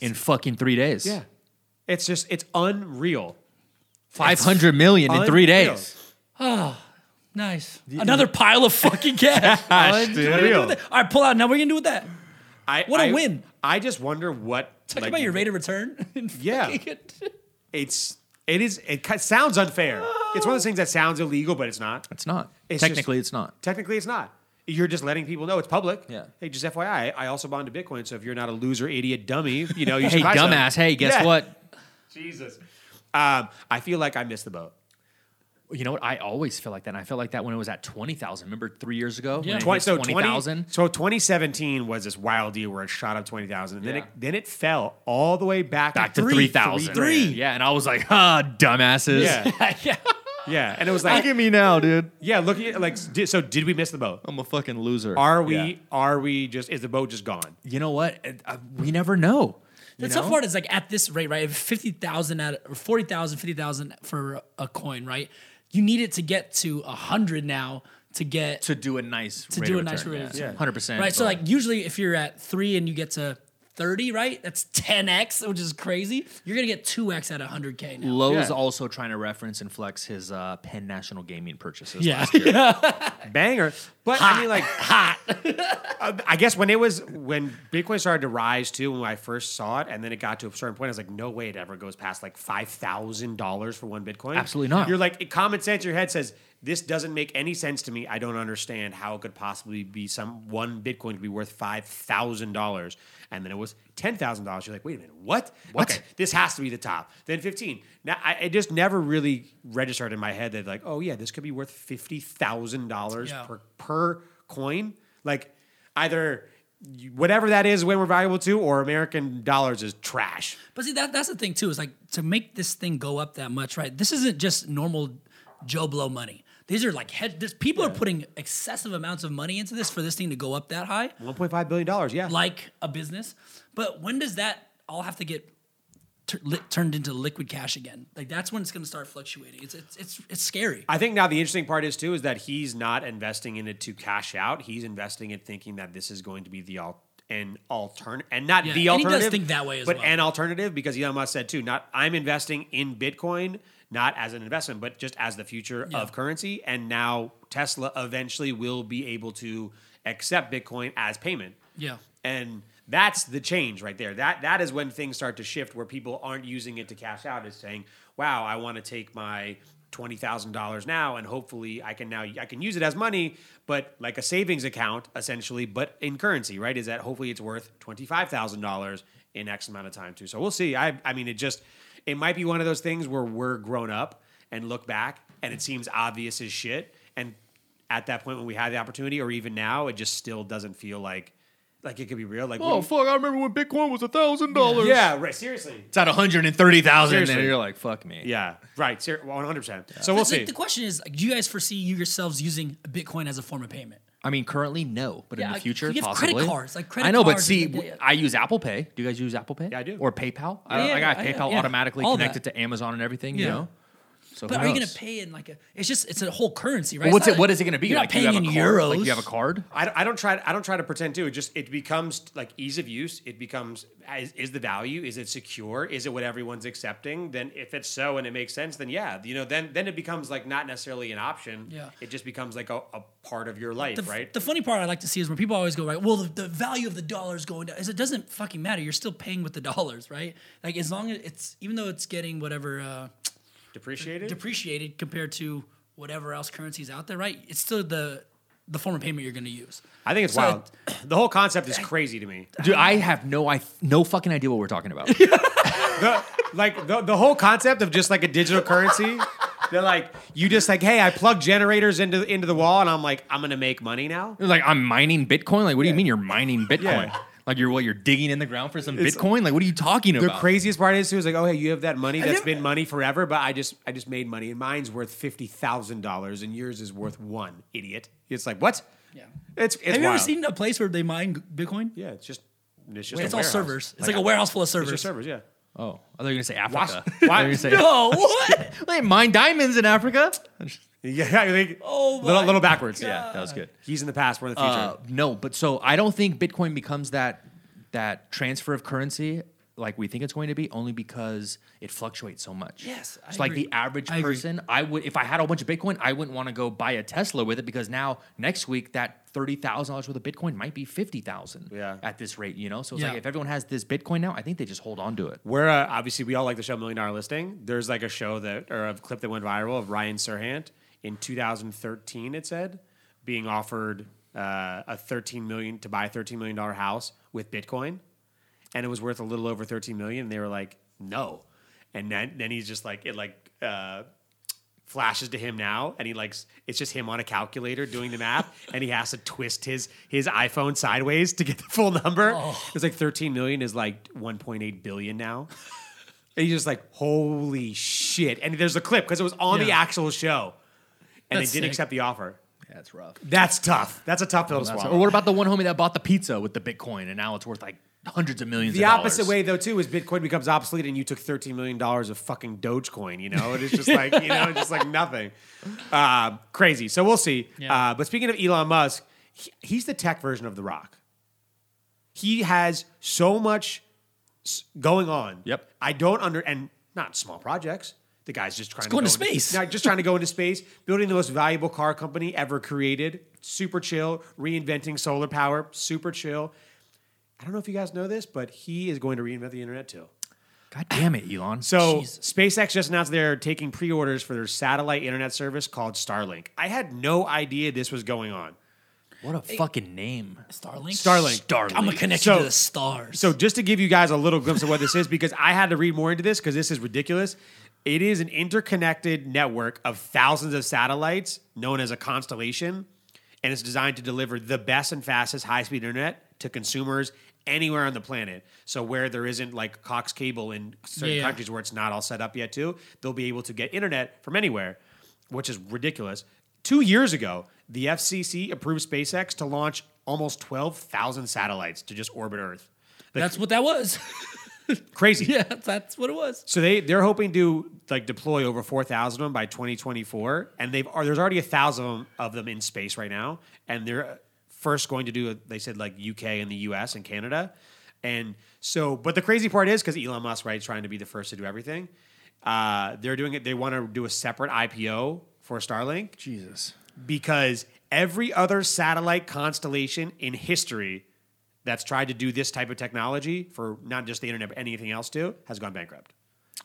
[SPEAKER 2] in fucking three days.
[SPEAKER 1] Yeah, it's just it's unreal.
[SPEAKER 2] 500 million in three
[SPEAKER 1] Unreal.
[SPEAKER 2] days.
[SPEAKER 3] nice. Another pile of fucking cash.
[SPEAKER 1] Unreal.
[SPEAKER 3] All right, pull out. Now we're gonna do with that.
[SPEAKER 1] I,
[SPEAKER 3] What a
[SPEAKER 1] I-
[SPEAKER 3] win.
[SPEAKER 1] I just wonder what
[SPEAKER 3] Talk
[SPEAKER 1] like,
[SPEAKER 3] about your rate of return.
[SPEAKER 1] Yeah. it's it is it ki- sounds unfair. It's one of those things that sounds illegal, but it's not.
[SPEAKER 2] It's not.
[SPEAKER 1] It's
[SPEAKER 2] Technically,
[SPEAKER 1] just-
[SPEAKER 2] it's not.
[SPEAKER 1] Technically, it's not. You're just letting people know it's public.
[SPEAKER 2] Yeah.
[SPEAKER 1] Hey, just FYI, I also bought into Bitcoin, so if you're not a loser, idiot, dummy, you know, you
[SPEAKER 2] Hey,
[SPEAKER 1] should buy some.
[SPEAKER 2] dumbass. Hey, guess
[SPEAKER 1] Yeah.
[SPEAKER 2] what?
[SPEAKER 1] Jesus. Um, I feel like I missed the boat.
[SPEAKER 2] You know what? I always feel like that. And I felt like that when it was at 20,000. Remember three years ago?
[SPEAKER 3] Yeah.
[SPEAKER 2] When it
[SPEAKER 1] Twen-
[SPEAKER 2] hit
[SPEAKER 1] so 20
[SPEAKER 2] 20,000?
[SPEAKER 1] so 2017 was this wild year where it shot up 20,000, and then
[SPEAKER 2] Yeah.
[SPEAKER 1] it then it fell all the way back,
[SPEAKER 2] Back to
[SPEAKER 1] three,
[SPEAKER 2] 3,000.
[SPEAKER 1] three grand.
[SPEAKER 2] Yeah. And I was like, ah, dumbasses.
[SPEAKER 1] Yeah.
[SPEAKER 3] yeah.
[SPEAKER 1] Yeah, and it was like,
[SPEAKER 2] at me now, dude.
[SPEAKER 1] yeah, look at like, di- so did we miss the boat?
[SPEAKER 2] I'm a fucking loser.
[SPEAKER 1] Are we?
[SPEAKER 2] Yeah.
[SPEAKER 1] Are we just? Is the boat just gone?
[SPEAKER 2] You know what? Uh, uh, we never know.
[SPEAKER 3] The
[SPEAKER 2] you
[SPEAKER 3] tough
[SPEAKER 2] know?
[SPEAKER 3] part is like at this rate, right? If 50,000 at or 40,000, 50,000 for a coin, right? You need it to get to 100 now to get
[SPEAKER 2] to do a nice
[SPEAKER 3] to do a nice rate of return.
[SPEAKER 2] 100%.
[SPEAKER 3] Right. So like usually if you're at 3 and you get to 30, right? That's 10x, which is crazy. You're going to get 2x at 100k now.
[SPEAKER 2] Lowe's
[SPEAKER 1] Yeah.
[SPEAKER 2] also trying to reference and flex his uh, Penn National Gaming purchases.
[SPEAKER 3] Yeah.
[SPEAKER 2] last year.
[SPEAKER 1] Banger. But I mean, like hot. I guess when it was when Bitcoin started to rise too, when I first saw it, and then it got to a certain point, I was like, no way it ever goes past like five thousand dollars for one Bitcoin.
[SPEAKER 2] Absolutely not.
[SPEAKER 1] You're like common sense. in Your head says this doesn't make any sense to me. I don't understand how it could possibly be some one Bitcoin could be worth five thousand dollars, and then it was ten thousand dollars. You're like, wait a minute, what?
[SPEAKER 2] What?
[SPEAKER 1] Okay, this has to be the top. Then 15. Now, I, it just never really registered in my head that, like, oh, yeah, this could be worth $50,000
[SPEAKER 3] Yeah.
[SPEAKER 1] per, per coin. Like either you- whatever that is, when we're valuable to, or American dollars is trash.
[SPEAKER 3] But see, that that's the thing too. Is like to make this thing go up that much, right? This isn't just normal Joe blow money. These are like head. This, people are putting excessive amounts of money into this for this thing to go up that high,
[SPEAKER 1] One point five billion dollars. Yeah.
[SPEAKER 3] like a business. But when does that all have to get tur li- turned into liquid cash again? Like that's when it's going to start fluctuating. It's it's it's it's scary.
[SPEAKER 1] I think now the interesting part is too is that he's not investing in it to cash out. He's investing in thinking that this is going to be the al- an altern and not
[SPEAKER 3] Yeah,
[SPEAKER 1] the
[SPEAKER 3] and he does
[SPEAKER 1] alternative.
[SPEAKER 3] think that way as
[SPEAKER 1] but
[SPEAKER 3] well.
[SPEAKER 1] an alternative because Elon Musk said too. Not I'm investing in Bitcoin not as an investment, but just as the future of currency. And now Tesla eventually will be able to accept Bitcoin as payment.
[SPEAKER 3] Yeah.
[SPEAKER 1] And that's the change right there. That that is when things start to shift where people aren't using it to cash out is saying, "Wow, I want to take my $20,000 now and hopefully I can now I can use it as money, but like a savings account essentially, but in currency, right? Is that hopefully it's worth $25,000 in X amount of time too. So we'll see. I I mean it just it might be one of those things where we're grown up and look back and it seems obvious as shit and at that point when we had the opportunity or even now it just still doesn't feel like like it could be real like what do
[SPEAKER 2] Oh
[SPEAKER 1] you-
[SPEAKER 2] fuck! I remember when Bitcoin was a thousand dollars.
[SPEAKER 1] yeah right seriously
[SPEAKER 2] it's at one hundred and thirty thousand, and
[SPEAKER 1] Seriously.
[SPEAKER 2] you're like, fuck me.
[SPEAKER 1] yeah right ser- 100% so we'll
[SPEAKER 3] Like,
[SPEAKER 1] see
[SPEAKER 3] The question is, like, do you guys foresee you yourselves using Bitcoin as a form of payment?
[SPEAKER 2] I mean, currently no, but
[SPEAKER 3] Yeah,
[SPEAKER 2] in the
[SPEAKER 3] like,
[SPEAKER 2] future,
[SPEAKER 3] you have credit
[SPEAKER 2] possibly.
[SPEAKER 3] cards, like credit
[SPEAKER 2] I know, but
[SPEAKER 3] cards
[SPEAKER 2] see,
[SPEAKER 3] and- yeah,
[SPEAKER 2] w-
[SPEAKER 3] yeah.
[SPEAKER 2] I use Apple Pay. Do you guys use Apple Pay?
[SPEAKER 1] Yeah, I do.
[SPEAKER 2] Or PayPal? I,
[SPEAKER 3] Yeah,
[SPEAKER 2] I got
[SPEAKER 3] yeah, yeah,
[SPEAKER 2] PayPal
[SPEAKER 3] yeah.
[SPEAKER 2] automatically
[SPEAKER 3] All
[SPEAKER 2] connected
[SPEAKER 3] that.
[SPEAKER 2] to Amazon and everything. You
[SPEAKER 3] Yeah.
[SPEAKER 2] know. So
[SPEAKER 3] But
[SPEAKER 2] who
[SPEAKER 3] are you going
[SPEAKER 2] knows?
[SPEAKER 3] to pay in like a? It's just it's a whole currency, right?
[SPEAKER 2] Well,
[SPEAKER 3] It's
[SPEAKER 2] what's
[SPEAKER 3] not
[SPEAKER 2] it? What
[SPEAKER 3] like-
[SPEAKER 2] is it going to be?
[SPEAKER 3] You're
[SPEAKER 2] like
[SPEAKER 3] not paying
[SPEAKER 2] you have
[SPEAKER 3] in
[SPEAKER 2] a card?
[SPEAKER 3] euros.
[SPEAKER 2] Like you have a card?
[SPEAKER 1] I don't, I don't try I don't try to pretend too. It just it becomes like ease of use. It becomes is, is the value? Is it secure? Is it what everyone's accepting? Then if it's so and it makes sense, then yeah, you know, then then it becomes like not necessarily an option.
[SPEAKER 3] Yeah.
[SPEAKER 1] it just becomes like a, a part of your life,
[SPEAKER 3] the,
[SPEAKER 1] right?
[SPEAKER 3] The funny part I like to see is when people always go right. Well, the, the value of the dollar is going down. Is it doesn't fucking matter. You're still paying with the dollars, right? Like as long as it's even though it's getting whatever uh,
[SPEAKER 1] Depreciated.
[SPEAKER 3] depreciated compared to whatever else currencies out there, right? It's still the the form of payment you're going to use.
[SPEAKER 1] I think it's
[SPEAKER 3] So-
[SPEAKER 1] wild. the whole concept is crazy to me.
[SPEAKER 2] Dude, I have no, I no fucking idea what we're talking about.
[SPEAKER 1] the, like the, the whole concept of just like a digital currency. They're like, you just like, hey, I plug generators into into the wall, and I'm like, I'm gonna make money now.
[SPEAKER 2] They're like I'm mining Bitcoin. Like, what do you mean you're mining Bitcoin?
[SPEAKER 1] Yeah.
[SPEAKER 2] Like you're what you're digging in the ground for some Bitcoin? Like, what are you talking
[SPEAKER 1] The
[SPEAKER 2] about?
[SPEAKER 1] craziest part is too is like, oh hey, you have that money that's
[SPEAKER 3] never-
[SPEAKER 1] been money forever, but I just I just made money, and mine's worth fifty thousand dollars, and yours is worth one, idiot. It's like what?
[SPEAKER 3] Yeah.
[SPEAKER 1] It's it's
[SPEAKER 3] Have you ever
[SPEAKER 1] wild.
[SPEAKER 3] seen a place where they mine g- Bitcoin?
[SPEAKER 1] Yeah, it's just it's just
[SPEAKER 3] it's
[SPEAKER 1] a
[SPEAKER 3] all
[SPEAKER 1] warehouse.
[SPEAKER 3] servers. It's like, a warehouse full of
[SPEAKER 1] It's
[SPEAKER 3] servers.
[SPEAKER 1] just servers, yeah.
[SPEAKER 2] oh, I thought you were gonna say Africa.
[SPEAKER 1] Why-
[SPEAKER 2] I thought
[SPEAKER 1] why-
[SPEAKER 2] you were gonna say-
[SPEAKER 3] No, what?
[SPEAKER 2] They mine diamonds in Africa.
[SPEAKER 1] Yeah, I think
[SPEAKER 3] Oh
[SPEAKER 1] little
[SPEAKER 3] my
[SPEAKER 1] little backwards.
[SPEAKER 2] Yeah, that was good.
[SPEAKER 1] He's in the past, we're in the future.
[SPEAKER 2] Uh, no, but so I don't think Bitcoin becomes that that transfer of currency like we think it's going to be only because it fluctuates so much.
[SPEAKER 3] Yes, I
[SPEAKER 2] it's like
[SPEAKER 3] agree.
[SPEAKER 2] the average
[SPEAKER 3] I agree.
[SPEAKER 2] person. I would if I had a bunch of Bitcoin, I wouldn't want to go buy a Tesla with it because now next week that thirty thousand dollars worth of Bitcoin might be fifty thousand.
[SPEAKER 1] Yeah.
[SPEAKER 2] at this rate, you know. So it's
[SPEAKER 3] Yeah.
[SPEAKER 2] like if everyone has this Bitcoin now, I think they just hold on to it.
[SPEAKER 1] We're uh, obviously we all like the show Million Dollar Listing. There's like a show that or a clip that went viral of Ryan Serhant in 2013. It said being offered uh, a 13 million to buy a 13 million dollar house with Bitcoin, and it was worth a little over 13 million. And they were like, no, and then then he's just like it like. Uh, flashes to him now and he likes it's just him on a calculator doing the math and he has to twist his his iphone sideways to get the full number it's like 13 million is like 1.8 billion now and he's just like holy shit and there's a clip because it was on the
[SPEAKER 3] Yeah.
[SPEAKER 1] actual show and
[SPEAKER 3] That's
[SPEAKER 1] they didn't
[SPEAKER 3] sick.
[SPEAKER 1] accept the offer
[SPEAKER 2] That's rough.
[SPEAKER 1] that's tough that's a tough pill to swallow
[SPEAKER 2] or what about the one homie that bought the pizza with the Bitcoin and now it's worth like hundreds of millions?
[SPEAKER 1] the
[SPEAKER 2] of
[SPEAKER 1] opposite
[SPEAKER 2] dollars?
[SPEAKER 1] way though too is bitcoin becomes obsolete and you took $13 million of fucking dogecoin you know it's just like you know just like nothing uh, crazy so we'll see uh, but speaking of elon musk he, he's the tech version of the rock he has so much s- going on
[SPEAKER 2] Yep.
[SPEAKER 1] i don't under and not small projects the guy's just trying to
[SPEAKER 3] going
[SPEAKER 1] go
[SPEAKER 3] to
[SPEAKER 1] into-
[SPEAKER 3] space.
[SPEAKER 1] yeah, just trying to go into space, building the most valuable car company ever created. Super chill, reinventing solar power. Super chill. I don't know if you guys know this, but he is going to reinvent the internet too.
[SPEAKER 2] God damn it, Elon.
[SPEAKER 1] So
[SPEAKER 3] Jesus.
[SPEAKER 1] SpaceX just announced they're taking pre-orders for their satellite internet service called Starlink. I had no idea this was going on.
[SPEAKER 2] what a fucking name.
[SPEAKER 3] Starlink.
[SPEAKER 1] Starlink.
[SPEAKER 2] Starlink.
[SPEAKER 3] I'm gonna connect
[SPEAKER 1] So-
[SPEAKER 3] you to the stars.
[SPEAKER 1] So just to give you guys a little glimpse of what this is, because I had to read more into this because this is ridiculous. It is an interconnected network of thousands of satellites known as a constellation, and it's designed to deliver the best and fastest high speed internet to consumers anywhere on the planet. So where there isn't like Cox cable in certain
[SPEAKER 3] Yeah, yeah.
[SPEAKER 1] countries where it's not all set up yet too, they'll be able to get internet from anywhere, which is ridiculous. 2 years ago, the FCC approved SpaceX to launch almost 12,000 satellites to just orbit Earth. Like,
[SPEAKER 3] That's what that was.
[SPEAKER 1] crazy.
[SPEAKER 3] yeah, that's what it was.
[SPEAKER 1] So they they're hoping to like deploy over four thousand of them by twenty twenty four, and they've are, there's already a thousand of them, of them in space right now, and they're uh, first going to do they said like UK and the US and Canada, and so but the crazy part is because Elon Musk right is trying to be the first to do everything, uh, they're doing it. They want to do a separate IPO for Starlink
[SPEAKER 2] Jesus.
[SPEAKER 1] because every other satellite constellation in history that's tried to do this type of technology for not just the internet but anything else too has gone bankrupt.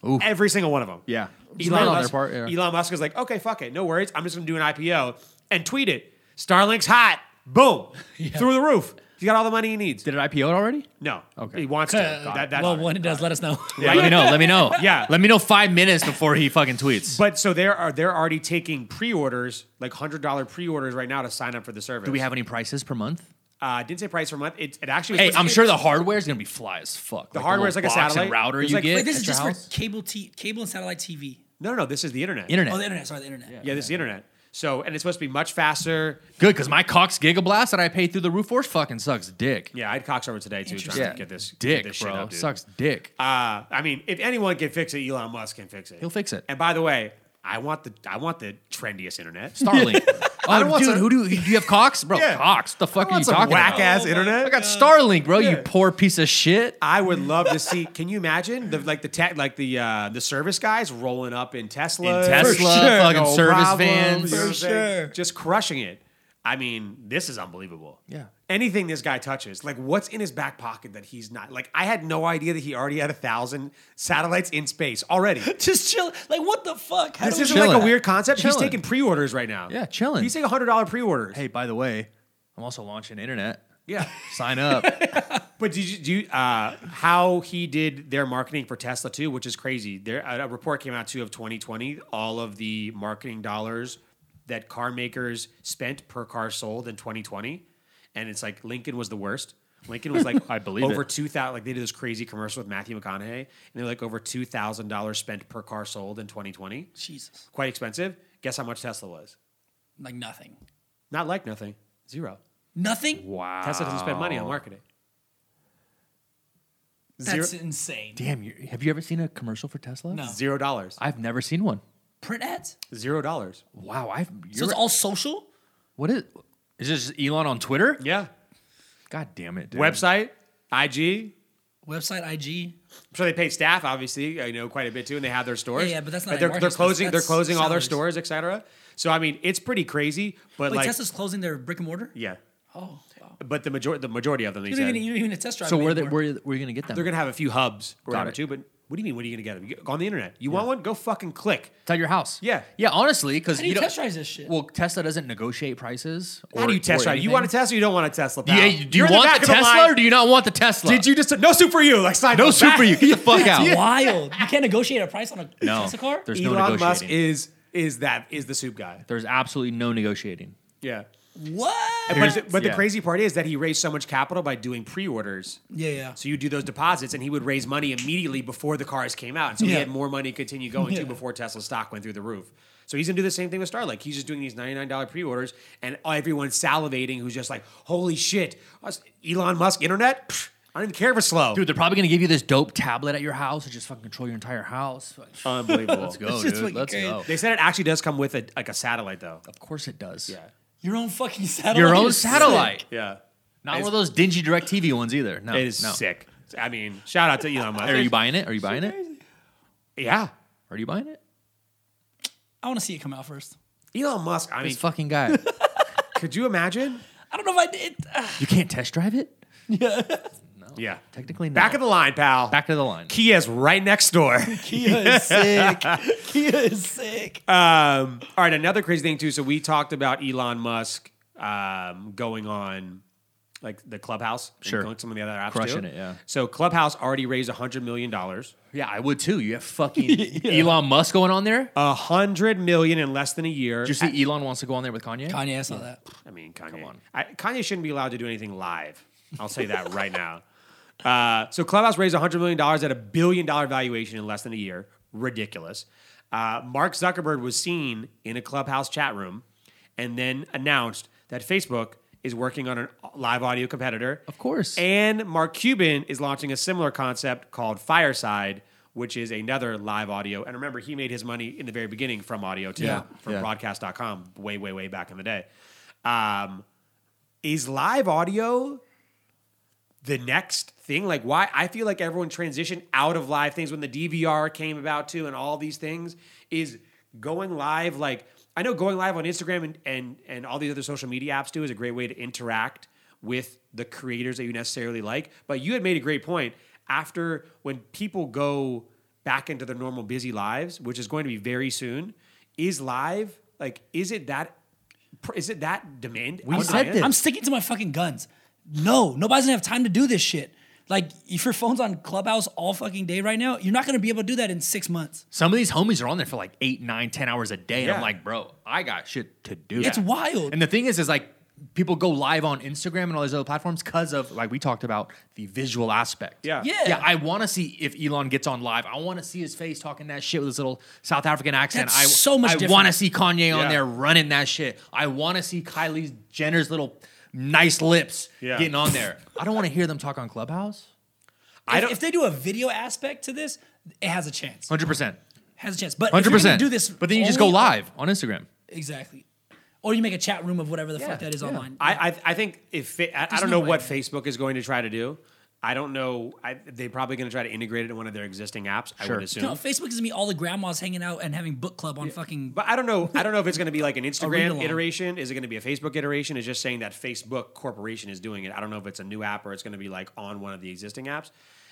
[SPEAKER 2] Ooh.
[SPEAKER 1] Every single one of them.
[SPEAKER 2] Yeah. It's
[SPEAKER 1] Elon
[SPEAKER 2] not on
[SPEAKER 1] Musk,
[SPEAKER 2] their part, yeah.
[SPEAKER 1] Elon Musk is like, okay, fuck it, no worries. I'm just gonna do an IPO and tweet it. Starlink's hot. Boom, through the roof. He's got all the money he needs.
[SPEAKER 2] Did it IPO already?
[SPEAKER 1] No,
[SPEAKER 2] Okay.
[SPEAKER 1] he wants to. That- that's
[SPEAKER 3] Uh, well, when it does, let us know.
[SPEAKER 1] Yeah.
[SPEAKER 2] Let me know. Let me know.
[SPEAKER 1] Yeah.
[SPEAKER 2] Let me know five minutes before he fucking tweets.
[SPEAKER 1] But so there are they're already taking pre-orders, like hundred dollar pre-orders right now to sign up for the service.
[SPEAKER 2] Do we have any prices per month?
[SPEAKER 1] Uh, didn't say price per month. It, it actually.
[SPEAKER 2] Hey,
[SPEAKER 1] was-
[SPEAKER 2] I'm sure the hardware is gonna be fly as fuck. The
[SPEAKER 1] hardware's
[SPEAKER 2] little
[SPEAKER 1] like a
[SPEAKER 2] box and
[SPEAKER 1] satellite.
[SPEAKER 2] router
[SPEAKER 1] It's
[SPEAKER 2] you
[SPEAKER 1] like-
[SPEAKER 2] get.
[SPEAKER 3] Wait, this is
[SPEAKER 2] at your
[SPEAKER 3] just
[SPEAKER 2] house?
[SPEAKER 3] for cable t- cable and satellite TV.
[SPEAKER 1] No, no, no. This is the internet.
[SPEAKER 2] internet.
[SPEAKER 3] Oh, the internet. Sorry, the internet.
[SPEAKER 1] Yeah, this is the internet. So, and it's supposed to be much faster.
[SPEAKER 2] Good, because my Cox Gigablast that I paid through the roof for fucking sucks dick.
[SPEAKER 1] Yeah, I had Cox over today too, trying
[SPEAKER 3] Interesting.
[SPEAKER 1] to get this get
[SPEAKER 2] dick,
[SPEAKER 1] this
[SPEAKER 2] bro.
[SPEAKER 1] Shit up, dude.
[SPEAKER 2] sucks dick.
[SPEAKER 1] Uh, I mean, if anyone can fix it, Elon Musk can fix it.
[SPEAKER 2] He'll fix it.
[SPEAKER 1] And by the way, I want the I want the trendiest internet.
[SPEAKER 2] Starlink.
[SPEAKER 1] I don't
[SPEAKER 2] oh,
[SPEAKER 1] want
[SPEAKER 2] dude,
[SPEAKER 1] some-
[SPEAKER 2] who do you, do you have Cox, bro?
[SPEAKER 1] Yeah.
[SPEAKER 2] Cox. The
[SPEAKER 1] I
[SPEAKER 2] fuck are you
[SPEAKER 1] want some
[SPEAKER 2] talking
[SPEAKER 1] whack
[SPEAKER 2] about?
[SPEAKER 1] ass
[SPEAKER 2] I
[SPEAKER 1] internet.
[SPEAKER 2] got Starlink, bro. You
[SPEAKER 1] Yeah.
[SPEAKER 2] poor piece of shit.
[SPEAKER 1] I would love to see. Can you imagine the like the tech like the uh, the service guys rolling up in Tesla,
[SPEAKER 2] In Tesla,
[SPEAKER 3] sure.
[SPEAKER 2] fucking
[SPEAKER 1] no
[SPEAKER 2] service
[SPEAKER 1] problems,
[SPEAKER 2] vans.
[SPEAKER 1] you know what I'm
[SPEAKER 3] For
[SPEAKER 1] saying?
[SPEAKER 3] sure.
[SPEAKER 1] just crushing it. I mean, this is unbelievable.
[SPEAKER 2] Yeah.
[SPEAKER 1] anything this guy touches, like what's in his back pocket that he's not like. I had no idea that he already had a thousand satellites in space already.
[SPEAKER 3] Just chill. Like what the fuck? How
[SPEAKER 1] This
[SPEAKER 3] do we
[SPEAKER 1] isn't
[SPEAKER 3] know?
[SPEAKER 1] like
[SPEAKER 2] Chilling.
[SPEAKER 1] a weird concept. He's
[SPEAKER 2] Chilling.
[SPEAKER 1] taking pre-orders right now.
[SPEAKER 2] Yeah, chilling.
[SPEAKER 1] He's taking hundred dollar pre-orders.
[SPEAKER 2] Hey, by the way, I'm also launching internet.
[SPEAKER 1] Yeah.
[SPEAKER 2] Sign up.
[SPEAKER 1] But did you do you, uh, how he did their marketing for Tesla too, which is crazy. There a a report came out too of 2020, all of the marketing dollars that car makers spent per car sold in 2020, and it's like Lincoln was the worst. Lincoln was like
[SPEAKER 2] I believe
[SPEAKER 1] over
[SPEAKER 2] it.
[SPEAKER 1] two thousand. Like they did this crazy commercial with Matthew McConaughey, and they're like over two thousand dollars spent per car sold in 2020.
[SPEAKER 3] Jesus.
[SPEAKER 1] Quite expensive. Guess how much Tesla was?
[SPEAKER 3] Like nothing.
[SPEAKER 1] Not like nothing. Zero.
[SPEAKER 3] Nothing.
[SPEAKER 2] wow.
[SPEAKER 1] Tesla doesn't spend money on marketing.
[SPEAKER 3] That's insane.
[SPEAKER 2] Damn, you, have you ever seen a commercial for Tesla?
[SPEAKER 3] No.
[SPEAKER 1] Zero dollars.
[SPEAKER 2] I've never seen one.
[SPEAKER 3] Print ads.
[SPEAKER 1] Zero dollars.
[SPEAKER 2] Wow. I've.
[SPEAKER 3] So
[SPEAKER 2] You're,
[SPEAKER 3] it's all social.
[SPEAKER 2] what is? Is this just Elon on Twitter?
[SPEAKER 1] Yeah.
[SPEAKER 2] God damn it, dude.
[SPEAKER 1] Website, IG.
[SPEAKER 3] Website, IG.
[SPEAKER 1] I'm sure they pay staff, obviously, uh, you know, quite a bit too, and they have their stores.
[SPEAKER 3] Yeah, yeah, but that's not
[SPEAKER 1] they're,
[SPEAKER 3] like
[SPEAKER 1] they're
[SPEAKER 3] marketing
[SPEAKER 1] closing.
[SPEAKER 3] stuff.
[SPEAKER 1] They're
[SPEAKER 3] That's
[SPEAKER 1] closing all their
[SPEAKER 3] salaries.
[SPEAKER 1] stores, etc. So I mean, it's pretty crazy. But
[SPEAKER 3] Wait,
[SPEAKER 1] like,
[SPEAKER 3] Tesla's closing their brick and mortar.
[SPEAKER 1] yeah,
[SPEAKER 3] Oh, wow.
[SPEAKER 1] but the majority, the majority of them, they
[SPEAKER 3] You
[SPEAKER 1] said,
[SPEAKER 3] don't even you don't even need a test drive.
[SPEAKER 2] So where they,
[SPEAKER 3] anymore.
[SPEAKER 2] where where you gonna get them?
[SPEAKER 1] they're gonna have a few hubs or
[SPEAKER 2] Got
[SPEAKER 1] whatever
[SPEAKER 2] it.
[SPEAKER 1] too. But what do you mean? What are you gonna get them? You go on the internet. You want one? Go fucking click.
[SPEAKER 2] It's at your house.
[SPEAKER 1] Yeah.
[SPEAKER 2] Yeah. Honestly, because
[SPEAKER 3] How do you test drive this shit?
[SPEAKER 2] Well, Tesla doesn't negotiate prices.
[SPEAKER 1] How do you test drive? You want a Tesla? Or you don't want a Tesla? Pal?
[SPEAKER 2] Yeah. you- Do you
[SPEAKER 1] You're in
[SPEAKER 2] want
[SPEAKER 1] back
[SPEAKER 2] the
[SPEAKER 1] of line.
[SPEAKER 2] Tesla or do you not want the Tesla?
[SPEAKER 1] Did you just no soup for you? Like sign
[SPEAKER 2] No
[SPEAKER 1] up.
[SPEAKER 2] super you. Get the fuck out.
[SPEAKER 3] That's wild. You can't negotiate a price on a
[SPEAKER 2] No.
[SPEAKER 3] Tesla car.
[SPEAKER 2] There's no
[SPEAKER 1] Elon
[SPEAKER 2] negotiating.
[SPEAKER 1] Musk is is that is the soup guy.
[SPEAKER 2] There's absolutely no negotiating.
[SPEAKER 1] Yeah.
[SPEAKER 3] what?
[SPEAKER 1] But,
[SPEAKER 2] Here's-
[SPEAKER 1] the, but
[SPEAKER 2] yeah.
[SPEAKER 1] the crazy part is that he raised so much capital by doing pre-orders.
[SPEAKER 3] Yeah, yeah.
[SPEAKER 1] So you do those deposits, and he would raise money immediately before the cars came out. And so he
[SPEAKER 3] Yeah.
[SPEAKER 1] had more money to continue going
[SPEAKER 3] Yeah.
[SPEAKER 1] to before Tesla's stock went through the roof. So he's gonna do the same thing with Starlink. He's just doing these ninety-nine dollar pre-orders, and everyone's salivating. Who's just like, "Holy shit, us- Elon Musk internet! Pfft, I don't even care if it's slow."
[SPEAKER 2] Dude, they're probably gonna give you this dope tablet at your house to just fucking control your entire house.
[SPEAKER 1] unbelievable.
[SPEAKER 2] Let's go,
[SPEAKER 3] just
[SPEAKER 2] dude.
[SPEAKER 3] fucking
[SPEAKER 2] Let's
[SPEAKER 3] crazy.
[SPEAKER 2] go.
[SPEAKER 1] They said it actually does come with a like a satellite, though.
[SPEAKER 2] Of course it does.
[SPEAKER 1] Yeah,
[SPEAKER 3] Your own fucking satellite.
[SPEAKER 2] Your own
[SPEAKER 3] is sick.
[SPEAKER 2] satellite.
[SPEAKER 1] yeah.
[SPEAKER 2] Not
[SPEAKER 1] It's-
[SPEAKER 2] one of those dingy direct TV ones either. No.
[SPEAKER 1] It is
[SPEAKER 2] no.
[SPEAKER 1] sick. I mean, shout out to Elon Musk.
[SPEAKER 2] Are you buying it? Are you buying it?
[SPEAKER 1] yeah,
[SPEAKER 2] Are you buying it?
[SPEAKER 3] I want to see it come out first.
[SPEAKER 1] Elon Musk. I mean,
[SPEAKER 2] This fucking guy.
[SPEAKER 1] could you imagine?
[SPEAKER 3] I don't know if I did. Uh,
[SPEAKER 2] you can't test drive it?
[SPEAKER 1] Yeah,
[SPEAKER 2] Technically no.
[SPEAKER 1] back of the line, pal.
[SPEAKER 2] Back of the line.
[SPEAKER 1] Kia's right next door.
[SPEAKER 3] Kia is sick. Kia is sick.
[SPEAKER 1] Um, all right, another crazy thing too. So we talked about Elon Musk um, going on like the Clubhouse, and
[SPEAKER 2] Sure.
[SPEAKER 1] going to some of the other apps
[SPEAKER 2] Crushing
[SPEAKER 1] do.
[SPEAKER 2] it, yeah.
[SPEAKER 1] So Clubhouse already raised hundred million dollars,
[SPEAKER 2] Yeah, I would too. You have fucking Elon Musk going on there.
[SPEAKER 1] a hundred million in less than a year.
[SPEAKER 2] Did you see Elon wants to go on there with Kanye?
[SPEAKER 3] Kanye, I saw that.
[SPEAKER 1] I mean, Kanye. Come
[SPEAKER 2] on.
[SPEAKER 1] I, Kanye shouldn't be allowed to do anything live. I'll say that right now. Uh, so Clubhouse raised $100 million at a billion dollar valuation in less than a year. Ridiculous. Uh, Mark Zuckerberg was seen in a Clubhouse chat room and then announced that Facebook is working on a live audio competitor.
[SPEAKER 2] Of course.
[SPEAKER 1] And Mark Cuban is launching a similar concept called Fireside, which is another live audio. And remember, he made his money in the very beginning from audio too,
[SPEAKER 2] Yeah,
[SPEAKER 1] from
[SPEAKER 2] yeah.
[SPEAKER 1] broadcast.com way, way, way back in the day. Um, is live audio the next thing? Like, why? I feel like everyone transitioned out of live things when the DVR came about too, and all these things is going live. Like, I know going live on Instagram and and and all these other social media apps too is a great way to interact with the creators that you necessarily like. But you had made a great point after when people go back into their normal busy lives, which is going to be very soon. Is live like? Is it that? Is it that demand?
[SPEAKER 2] We
[SPEAKER 1] out
[SPEAKER 2] said
[SPEAKER 1] demand?
[SPEAKER 2] this.
[SPEAKER 3] I'm sticking to my fucking guns. No, nobody's gonna have time to do this shit. Like, if your phone's on Clubhouse all fucking day right now, you're not gonna be able to do that in six months.
[SPEAKER 2] Some of these homies are on there for like eight, nine, ten hours a day. And I'm
[SPEAKER 1] Yeah.
[SPEAKER 2] like, bro, I got shit to do.
[SPEAKER 3] It's wild.
[SPEAKER 2] And the thing is, is like people go live on Instagram and all these other platforms because of like we talked about the visual aspect.
[SPEAKER 1] Yeah.
[SPEAKER 3] Yeah.
[SPEAKER 2] Yeah. I want to see if Elon gets on live. I want to see his face talking that shit with his little South African accent.
[SPEAKER 3] That's
[SPEAKER 2] I
[SPEAKER 3] so much
[SPEAKER 2] I
[SPEAKER 3] different.
[SPEAKER 2] want to see Kanye on
[SPEAKER 1] Yeah.
[SPEAKER 2] there running that shit. I want to see Kylie Jenner's little nice lips
[SPEAKER 1] Yeah.
[SPEAKER 2] getting on there. I don't want to hear them talk on Clubhouse.
[SPEAKER 1] I
[SPEAKER 3] If-
[SPEAKER 1] don't-
[SPEAKER 3] If they do a video aspect to this, it has a chance.
[SPEAKER 2] Hundred percent.
[SPEAKER 3] Has a chance. But if
[SPEAKER 2] Hundred
[SPEAKER 3] you're gonna
[SPEAKER 2] percent.
[SPEAKER 3] do this,
[SPEAKER 2] but then you just go
[SPEAKER 3] only-
[SPEAKER 2] live on Instagram.
[SPEAKER 3] Exactly. Or you make a chat room of whatever the
[SPEAKER 2] Yeah,
[SPEAKER 3] fuck that is
[SPEAKER 2] yeah.
[SPEAKER 3] online.
[SPEAKER 1] I, I I think if it, I, I don't
[SPEAKER 3] no
[SPEAKER 1] know
[SPEAKER 3] way.
[SPEAKER 1] what Facebook is going to try to do. I don't know. I, they're probably going to try to integrate it in one of their existing apps. I
[SPEAKER 2] Sure.
[SPEAKER 1] would assume.
[SPEAKER 3] no, Facebook is gonna be all the grandmas hanging out and having book club on fucking.
[SPEAKER 1] But I don't know. I don't know if it's going to be like an Instagram
[SPEAKER 3] read-along.
[SPEAKER 1] iteration. Is it going to be a Facebook iteration? It's just saying that Facebook Corporation is doing it. I don't know if it's a new app or it's going to be like on one of the existing apps.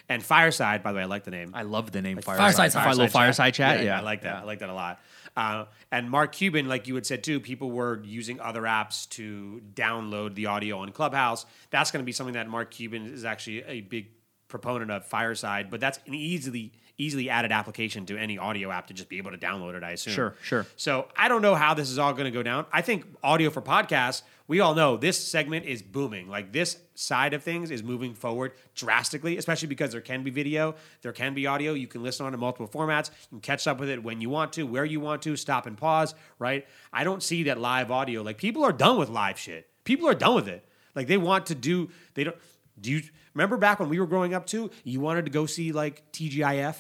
[SPEAKER 1] And Fireside, by the way, I like the name.
[SPEAKER 2] I love the name
[SPEAKER 3] Fireside
[SPEAKER 2] Fireside.
[SPEAKER 3] Chat.
[SPEAKER 2] Fi- little Fireside chat. Yeah,
[SPEAKER 1] I like that. I like that a lot. Uh, and Mark Cuban, like you had said too, people were using other apps to download the audio on Clubhouse. That's going to be something that Mark Cuban is actually a big proponent of Fireside, but that's an easily easily added application to any audio app to just be able to download it. I assume.
[SPEAKER 2] Sure, sure.
[SPEAKER 1] So I don't know how this is all going to go down. I think audio for podcasts, we all know this segment is booming. Like this side of things is moving forward drastically, especially because there can be video, there can be audio. You can listen on to multiple formats. You can catch up with it when you want to, where you want to, stop and pause, right? I don't see that live audio. Like people are done with live shit. People are done with it. Like they want to do, they don't, do you remember back when we were growing up too? You wanted to go see like TGIF?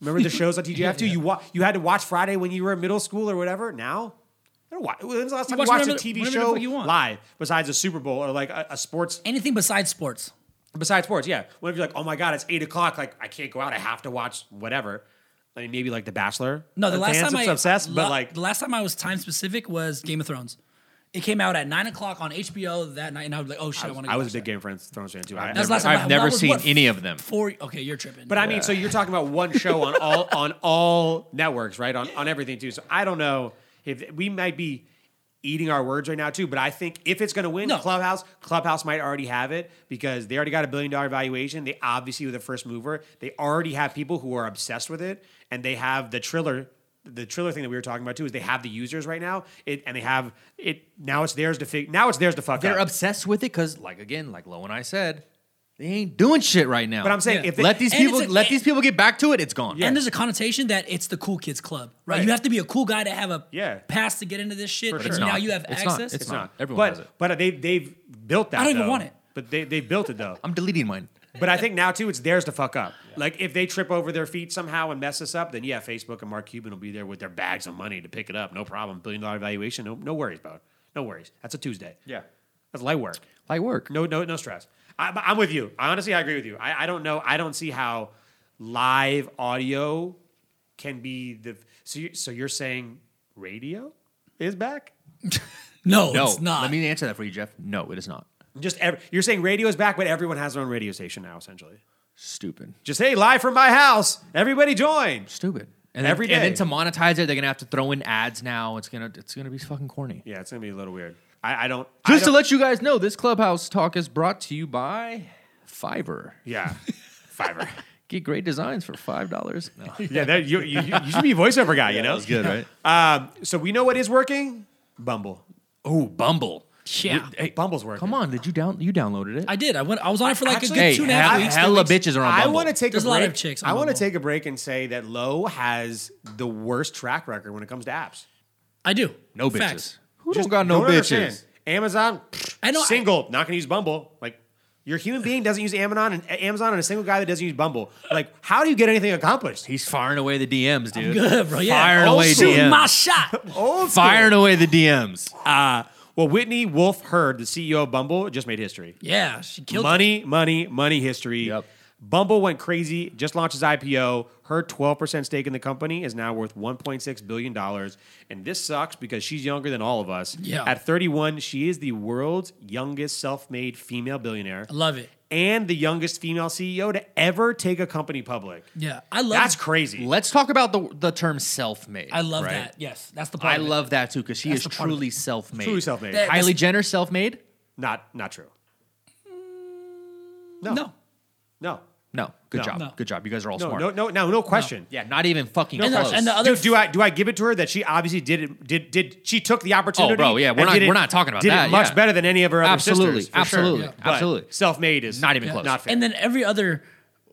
[SPEAKER 1] Remember the shows on TGF too? You wa- you had to watch Friday when you were in middle school or whatever. Now, I don't watch. When's the last time you
[SPEAKER 3] watch
[SPEAKER 1] watched a
[SPEAKER 3] whenever-
[SPEAKER 1] TV
[SPEAKER 3] whenever the
[SPEAKER 1] show
[SPEAKER 3] fuck you want.
[SPEAKER 1] live besides a Super Bowl or like a, a sports
[SPEAKER 3] Anything besides sports.
[SPEAKER 1] besides sports? Yeah, whenever you're like, oh my god, it's eight o'clock. Like I can't go out. I have to watch whatever. I mean, maybe like The Bachelor.
[SPEAKER 3] No, the
[SPEAKER 1] Uh,
[SPEAKER 3] last
[SPEAKER 1] fans
[SPEAKER 3] time I
[SPEAKER 1] are obsessed,
[SPEAKER 3] la-
[SPEAKER 1] but like
[SPEAKER 3] the last time I was time specific was Game of Thrones. It came out at nine o'clock on HBO that night, and I was like, "Oh shit, I, want to."
[SPEAKER 1] I was a big Game of Thrones Thrones fan too. I,
[SPEAKER 3] That's
[SPEAKER 1] I-
[SPEAKER 3] last time
[SPEAKER 2] I've
[SPEAKER 3] I-
[SPEAKER 2] never
[SPEAKER 3] I was,
[SPEAKER 2] seen
[SPEAKER 3] what,
[SPEAKER 2] any of them.
[SPEAKER 3] Four. Okay, you're tripping.
[SPEAKER 1] But I mean, so you're talking about one show on all on all networks, right? On on everything too. So I don't know if we might be eating our words right now too. But I think if it's going to win,
[SPEAKER 3] No.
[SPEAKER 1] Clubhouse Clubhouse might already have it because they already got a billion dollar valuation. They obviously were the first mover. They already have people who are obsessed with it, and they have the Triller. The Triller thing that we were talking about too is they have the users right now, it, and they have it now. It's theirs to fig. Now it's theirs to fuck
[SPEAKER 2] They're
[SPEAKER 1] up.
[SPEAKER 2] obsessed with it because, like again, like Lo and I said, they ain't doing shit right now.
[SPEAKER 1] But I'm saying
[SPEAKER 3] Yeah.
[SPEAKER 1] if they,
[SPEAKER 2] let these
[SPEAKER 3] And
[SPEAKER 2] people
[SPEAKER 3] it's a-
[SPEAKER 2] let these people get back to it. It's gone.
[SPEAKER 3] and there's a connotation that it's the cool kids club, right?
[SPEAKER 1] Right.
[SPEAKER 3] You have to be a cool guy to have a
[SPEAKER 1] Yeah.
[SPEAKER 3] pass to get into this shit.
[SPEAKER 1] For
[SPEAKER 3] but
[SPEAKER 1] sure. It's
[SPEAKER 3] now
[SPEAKER 2] not.
[SPEAKER 3] you have
[SPEAKER 2] It's not.
[SPEAKER 3] access.
[SPEAKER 2] It's
[SPEAKER 1] it's not.
[SPEAKER 2] Everyone
[SPEAKER 1] but,
[SPEAKER 2] has it.
[SPEAKER 1] But they they've built that.
[SPEAKER 3] I don't even
[SPEAKER 1] though.
[SPEAKER 3] want it.
[SPEAKER 1] But they they built it though.
[SPEAKER 2] I'm deleting mine.
[SPEAKER 1] But I think now too, it's theirs to fuck up. Like if they trip over their feet somehow and mess this up, then yeah, Facebook and Mark Cuban will be there with their bags of money to pick it up. No problem. Billion dollar valuation. No, no worries about. It. No worries. That's a Tuesday.
[SPEAKER 2] Yeah.
[SPEAKER 1] that's light work.
[SPEAKER 2] Like work.
[SPEAKER 1] No, no, no stress. I, but I'm with you. I honestly, I agree with you. I, I don't know. I don't see how live audio can be the. So, you, so you're saying radio is back?
[SPEAKER 3] No,
[SPEAKER 2] no.
[SPEAKER 3] it's not.
[SPEAKER 2] Let me answer that for you, Jeff. No, it is not.
[SPEAKER 1] Just ev you're saying radio is back, but everyone has their own radio station now, essentially.
[SPEAKER 2] Stupid.
[SPEAKER 1] Just hey, live from my house. Everybody join.
[SPEAKER 2] Stupid. And
[SPEAKER 1] Every
[SPEAKER 2] then,
[SPEAKER 1] day.
[SPEAKER 2] and then to monetize it, they're gonna have to throw in ads now. It's gonna it's gonna be fucking corny.
[SPEAKER 1] Yeah, it's gonna be a little weird. I, I don't. I
[SPEAKER 2] Just to
[SPEAKER 1] don't-
[SPEAKER 2] let you guys know, this clubhouse talk is brought to you by Fiverr.
[SPEAKER 1] yeah, Fiverr.
[SPEAKER 2] Get great designs for five dollars. No.
[SPEAKER 1] Yeah, that, you, you you should be a voiceover guy. you know,
[SPEAKER 2] good, right?
[SPEAKER 1] Um, so we know what is working. Bumble.
[SPEAKER 2] Oh, Bumble.
[SPEAKER 3] Yeah.
[SPEAKER 1] Hey, Bumble's working.
[SPEAKER 2] Come on, did you down you downloaded it?
[SPEAKER 3] I did. I went. I was on it for like
[SPEAKER 1] Actually-
[SPEAKER 3] a good
[SPEAKER 2] hey,
[SPEAKER 3] two and a half
[SPEAKER 2] hell-
[SPEAKER 3] weeks.
[SPEAKER 2] hella
[SPEAKER 3] three weeks.
[SPEAKER 2] bitches are on
[SPEAKER 1] I
[SPEAKER 2] Bumble.
[SPEAKER 1] want to take
[SPEAKER 3] There's
[SPEAKER 1] a
[SPEAKER 3] a lot
[SPEAKER 1] break.
[SPEAKER 3] of chicks on
[SPEAKER 1] I want to
[SPEAKER 3] Bumble.
[SPEAKER 1] take a break and say that Lowe has the worst track record when it comes to apps.
[SPEAKER 3] I do.
[SPEAKER 2] no bitches.
[SPEAKER 3] Facts.
[SPEAKER 2] Who don't got no bitches?
[SPEAKER 1] understand. Amazon,
[SPEAKER 3] I know-
[SPEAKER 1] single, not going to use Bumble. Like, your human being doesn't use Amazon and eh, Amazon and a single guy that doesn't use Bumble. Like, how do you get anything accomplished?
[SPEAKER 2] He's firing away the DMs, dude.
[SPEAKER 3] Good, bro. Yeah.
[SPEAKER 2] Firing
[SPEAKER 3] Oh,
[SPEAKER 2] away
[SPEAKER 3] shoot
[SPEAKER 2] DMs.
[SPEAKER 3] my shot.
[SPEAKER 1] Old school.
[SPEAKER 2] Firing away the DMs.
[SPEAKER 1] Uh, well, Whitney Wolf Heard, the CEO of Bumble, just made history.
[SPEAKER 3] Yeah, she killed it.
[SPEAKER 1] money, money, money history.
[SPEAKER 2] Yep.
[SPEAKER 1] Bumble went crazy, just launched its IPO. Her 12% stake in the company is now worth $1.6 billion. And this sucks because she's younger than all of us.
[SPEAKER 3] Yeah.
[SPEAKER 1] At 31, she is the world's youngest self made female billionaire
[SPEAKER 3] I love it.
[SPEAKER 1] and the youngest female CEO to ever take a company public.
[SPEAKER 3] Yeah, I love.
[SPEAKER 1] That's crazy.
[SPEAKER 2] Let's talk about the the term self-made.
[SPEAKER 3] I love
[SPEAKER 2] right?
[SPEAKER 3] that. Yes, that's the part.
[SPEAKER 2] I
[SPEAKER 3] of it.
[SPEAKER 2] love that too because she
[SPEAKER 3] That's
[SPEAKER 2] is
[SPEAKER 3] the part of
[SPEAKER 2] truly self-made.
[SPEAKER 1] Truly self made.
[SPEAKER 3] That-
[SPEAKER 2] Kylie Jenner self-made?
[SPEAKER 1] Not, not true. No.
[SPEAKER 3] No,
[SPEAKER 1] No.
[SPEAKER 2] No. Good
[SPEAKER 1] No.
[SPEAKER 2] job.
[SPEAKER 3] No.
[SPEAKER 2] Good job. You guys are all
[SPEAKER 1] No,
[SPEAKER 2] smart.
[SPEAKER 1] no, no, no, no question.
[SPEAKER 2] Yeah, not even fucking
[SPEAKER 3] And the-
[SPEAKER 2] close.
[SPEAKER 3] and the other
[SPEAKER 1] do, do I do I give it to her that she obviously did it, did did she took the opportunity?
[SPEAKER 2] Oh, bro, yeah, we're
[SPEAKER 1] and
[SPEAKER 2] not-
[SPEAKER 1] did it-
[SPEAKER 2] we're not talking about
[SPEAKER 1] did
[SPEAKER 2] that,
[SPEAKER 1] It much
[SPEAKER 2] yeah.
[SPEAKER 1] better than any of her other
[SPEAKER 2] Absolutely,
[SPEAKER 1] sisters, for sure.
[SPEAKER 2] absolutely,
[SPEAKER 1] But
[SPEAKER 2] absolutely.
[SPEAKER 1] Self-made is
[SPEAKER 2] Not even close.
[SPEAKER 1] Not fair.
[SPEAKER 3] and then every other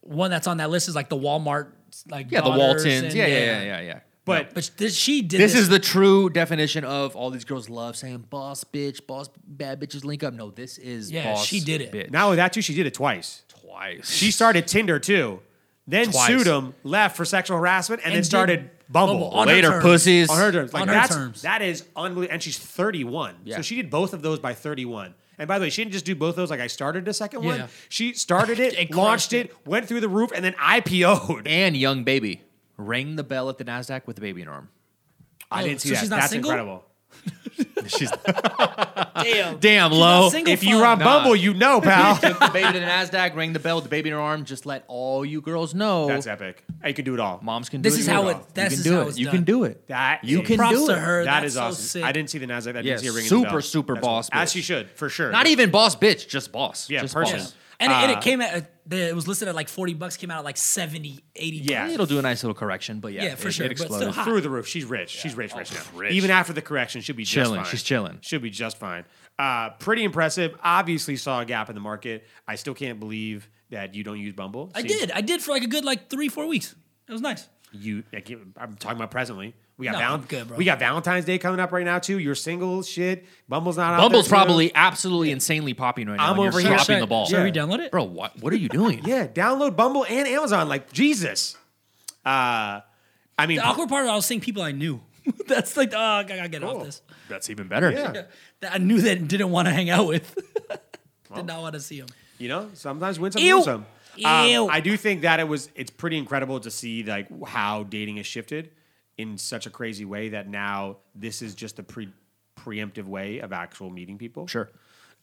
[SPEAKER 3] one that's on that list is like the Walmart, like
[SPEAKER 2] yeah, the
[SPEAKER 3] daughters
[SPEAKER 2] Waltons.
[SPEAKER 3] and-
[SPEAKER 2] Yeah, yeah, yeah, yeah, yeah.
[SPEAKER 1] but
[SPEAKER 3] But this, she did.
[SPEAKER 2] This is the true definition of all these girls love saying boss bitch, boss bad bitches link up. No, this is
[SPEAKER 3] Yeah,
[SPEAKER 2] boss
[SPEAKER 3] she did it.
[SPEAKER 2] bitch.
[SPEAKER 1] now with that too, she did it twice.
[SPEAKER 2] twice.
[SPEAKER 1] She started Tinder too, then
[SPEAKER 2] Twice.
[SPEAKER 1] sued him, left for sexual harassment, and, then
[SPEAKER 3] did
[SPEAKER 1] started Bumble,
[SPEAKER 3] Bumble on her
[SPEAKER 2] later
[SPEAKER 3] terms.
[SPEAKER 2] pussies
[SPEAKER 1] on her terms. Like
[SPEAKER 3] on her
[SPEAKER 1] that's
[SPEAKER 3] terms.
[SPEAKER 1] that is unbelievable. And she's 31,
[SPEAKER 2] Yeah.
[SPEAKER 1] so she did both of those by 31. And by the way, she didn't just do both those. Like I started a second
[SPEAKER 3] Yeah.
[SPEAKER 1] one. She started it,
[SPEAKER 3] And
[SPEAKER 1] launched
[SPEAKER 3] crushed it.
[SPEAKER 1] it, went through the roof, and then IPO'd.
[SPEAKER 2] and young baby rang the bell at the Nasdaq with a baby in her arm.
[SPEAKER 1] I
[SPEAKER 3] Oh,
[SPEAKER 1] didn't see
[SPEAKER 3] so
[SPEAKER 1] that.
[SPEAKER 3] she's not
[SPEAKER 1] That's
[SPEAKER 3] single?
[SPEAKER 1] incredible.
[SPEAKER 2] She's
[SPEAKER 3] damn.
[SPEAKER 2] damn
[SPEAKER 3] not
[SPEAKER 2] low.
[SPEAKER 3] single.
[SPEAKER 1] If you're on
[SPEAKER 2] Nah.
[SPEAKER 1] Bumble, you know, pal.
[SPEAKER 2] Took the baby to the Nasdaq, rang the bell with the baby in her arm. Just let all you girls know,
[SPEAKER 1] That's epic. You can do it all.
[SPEAKER 2] moms can.
[SPEAKER 3] This
[SPEAKER 2] do
[SPEAKER 3] is
[SPEAKER 2] it, you
[SPEAKER 3] how
[SPEAKER 2] can
[SPEAKER 3] it-
[SPEAKER 2] do
[SPEAKER 3] this
[SPEAKER 2] You
[SPEAKER 3] is
[SPEAKER 2] can do
[SPEAKER 3] how
[SPEAKER 2] it.
[SPEAKER 3] it's
[SPEAKER 2] You
[SPEAKER 3] done.
[SPEAKER 2] can do it.
[SPEAKER 1] That
[SPEAKER 2] You
[SPEAKER 1] is-
[SPEAKER 2] can
[SPEAKER 3] Props
[SPEAKER 2] do
[SPEAKER 3] to
[SPEAKER 2] it.
[SPEAKER 3] her.
[SPEAKER 1] that
[SPEAKER 3] That's
[SPEAKER 1] is
[SPEAKER 3] so
[SPEAKER 1] awesome.
[SPEAKER 3] sick.
[SPEAKER 1] I didn't see the Nasdaq. I didn't
[SPEAKER 2] Yeah,
[SPEAKER 1] see it ringing
[SPEAKER 2] super,
[SPEAKER 1] the bell.
[SPEAKER 2] super
[SPEAKER 1] That's
[SPEAKER 2] boss
[SPEAKER 1] cool. As
[SPEAKER 2] bitch.
[SPEAKER 1] she should, for sure.
[SPEAKER 2] Not even boss bitch, just boss.
[SPEAKER 1] Yeah,
[SPEAKER 2] just
[SPEAKER 1] person.
[SPEAKER 2] boss.
[SPEAKER 3] And, it, and
[SPEAKER 2] Uh,
[SPEAKER 3] it came at uh, it was listed at like 40 bucks came out at like 70 80 bucks.
[SPEAKER 1] Yeah.
[SPEAKER 2] It'll do a nice little correction, but yeah,
[SPEAKER 3] Yeah, for
[SPEAKER 2] it,
[SPEAKER 3] sure,
[SPEAKER 2] It
[SPEAKER 3] but still
[SPEAKER 2] exploded.
[SPEAKER 3] hot.
[SPEAKER 1] through the roof. She's rich. She's rich, rich now.
[SPEAKER 2] rich.
[SPEAKER 1] Even after the correction, she'll be
[SPEAKER 2] Chilling.
[SPEAKER 1] Just fine.
[SPEAKER 2] She's chilling.
[SPEAKER 1] She'll be just fine. Uh, pretty impressive. Obviously, saw a gap in the market. I still can't believe that you don't use Bumble.
[SPEAKER 3] I
[SPEAKER 1] See,
[SPEAKER 3] did. I did for like a good like 3 4 weeks. It was nice.
[SPEAKER 1] You, I can't- I'm talking about presently. We got
[SPEAKER 3] No,
[SPEAKER 1] Val-
[SPEAKER 3] I'm good, bro.
[SPEAKER 1] We got Valentine's Day coming up right now too. You're single, shit. Bumble's not. out there,
[SPEAKER 2] Bumble's
[SPEAKER 1] too.
[SPEAKER 2] probably absolutely insanely popping right now.
[SPEAKER 1] I'm
[SPEAKER 2] and you're
[SPEAKER 1] over here-
[SPEAKER 2] dropping
[SPEAKER 3] Should I-
[SPEAKER 2] the ball.
[SPEAKER 3] Should we download it?
[SPEAKER 2] Bro, what, what are you doing?
[SPEAKER 1] Yeah, download Bumble and Amazon. Like Jesus. Uh, I mean,
[SPEAKER 3] The awkward part, I was seeing people I knew. That's like, oh, I gotta get
[SPEAKER 1] Cool.
[SPEAKER 3] off this.
[SPEAKER 2] That's even better.
[SPEAKER 1] yeah.
[SPEAKER 3] That I knew that didn't want to hang out with. Did not want to see him.
[SPEAKER 1] You know, sometimes win some,
[SPEAKER 3] Ew.
[SPEAKER 1] lose some. Um,
[SPEAKER 3] Ew.
[SPEAKER 1] I do think that it was. It's pretty incredible to see like how dating has shifted in such a crazy way that now this is just the pre preemptive way of actual meeting people.
[SPEAKER 2] Sure.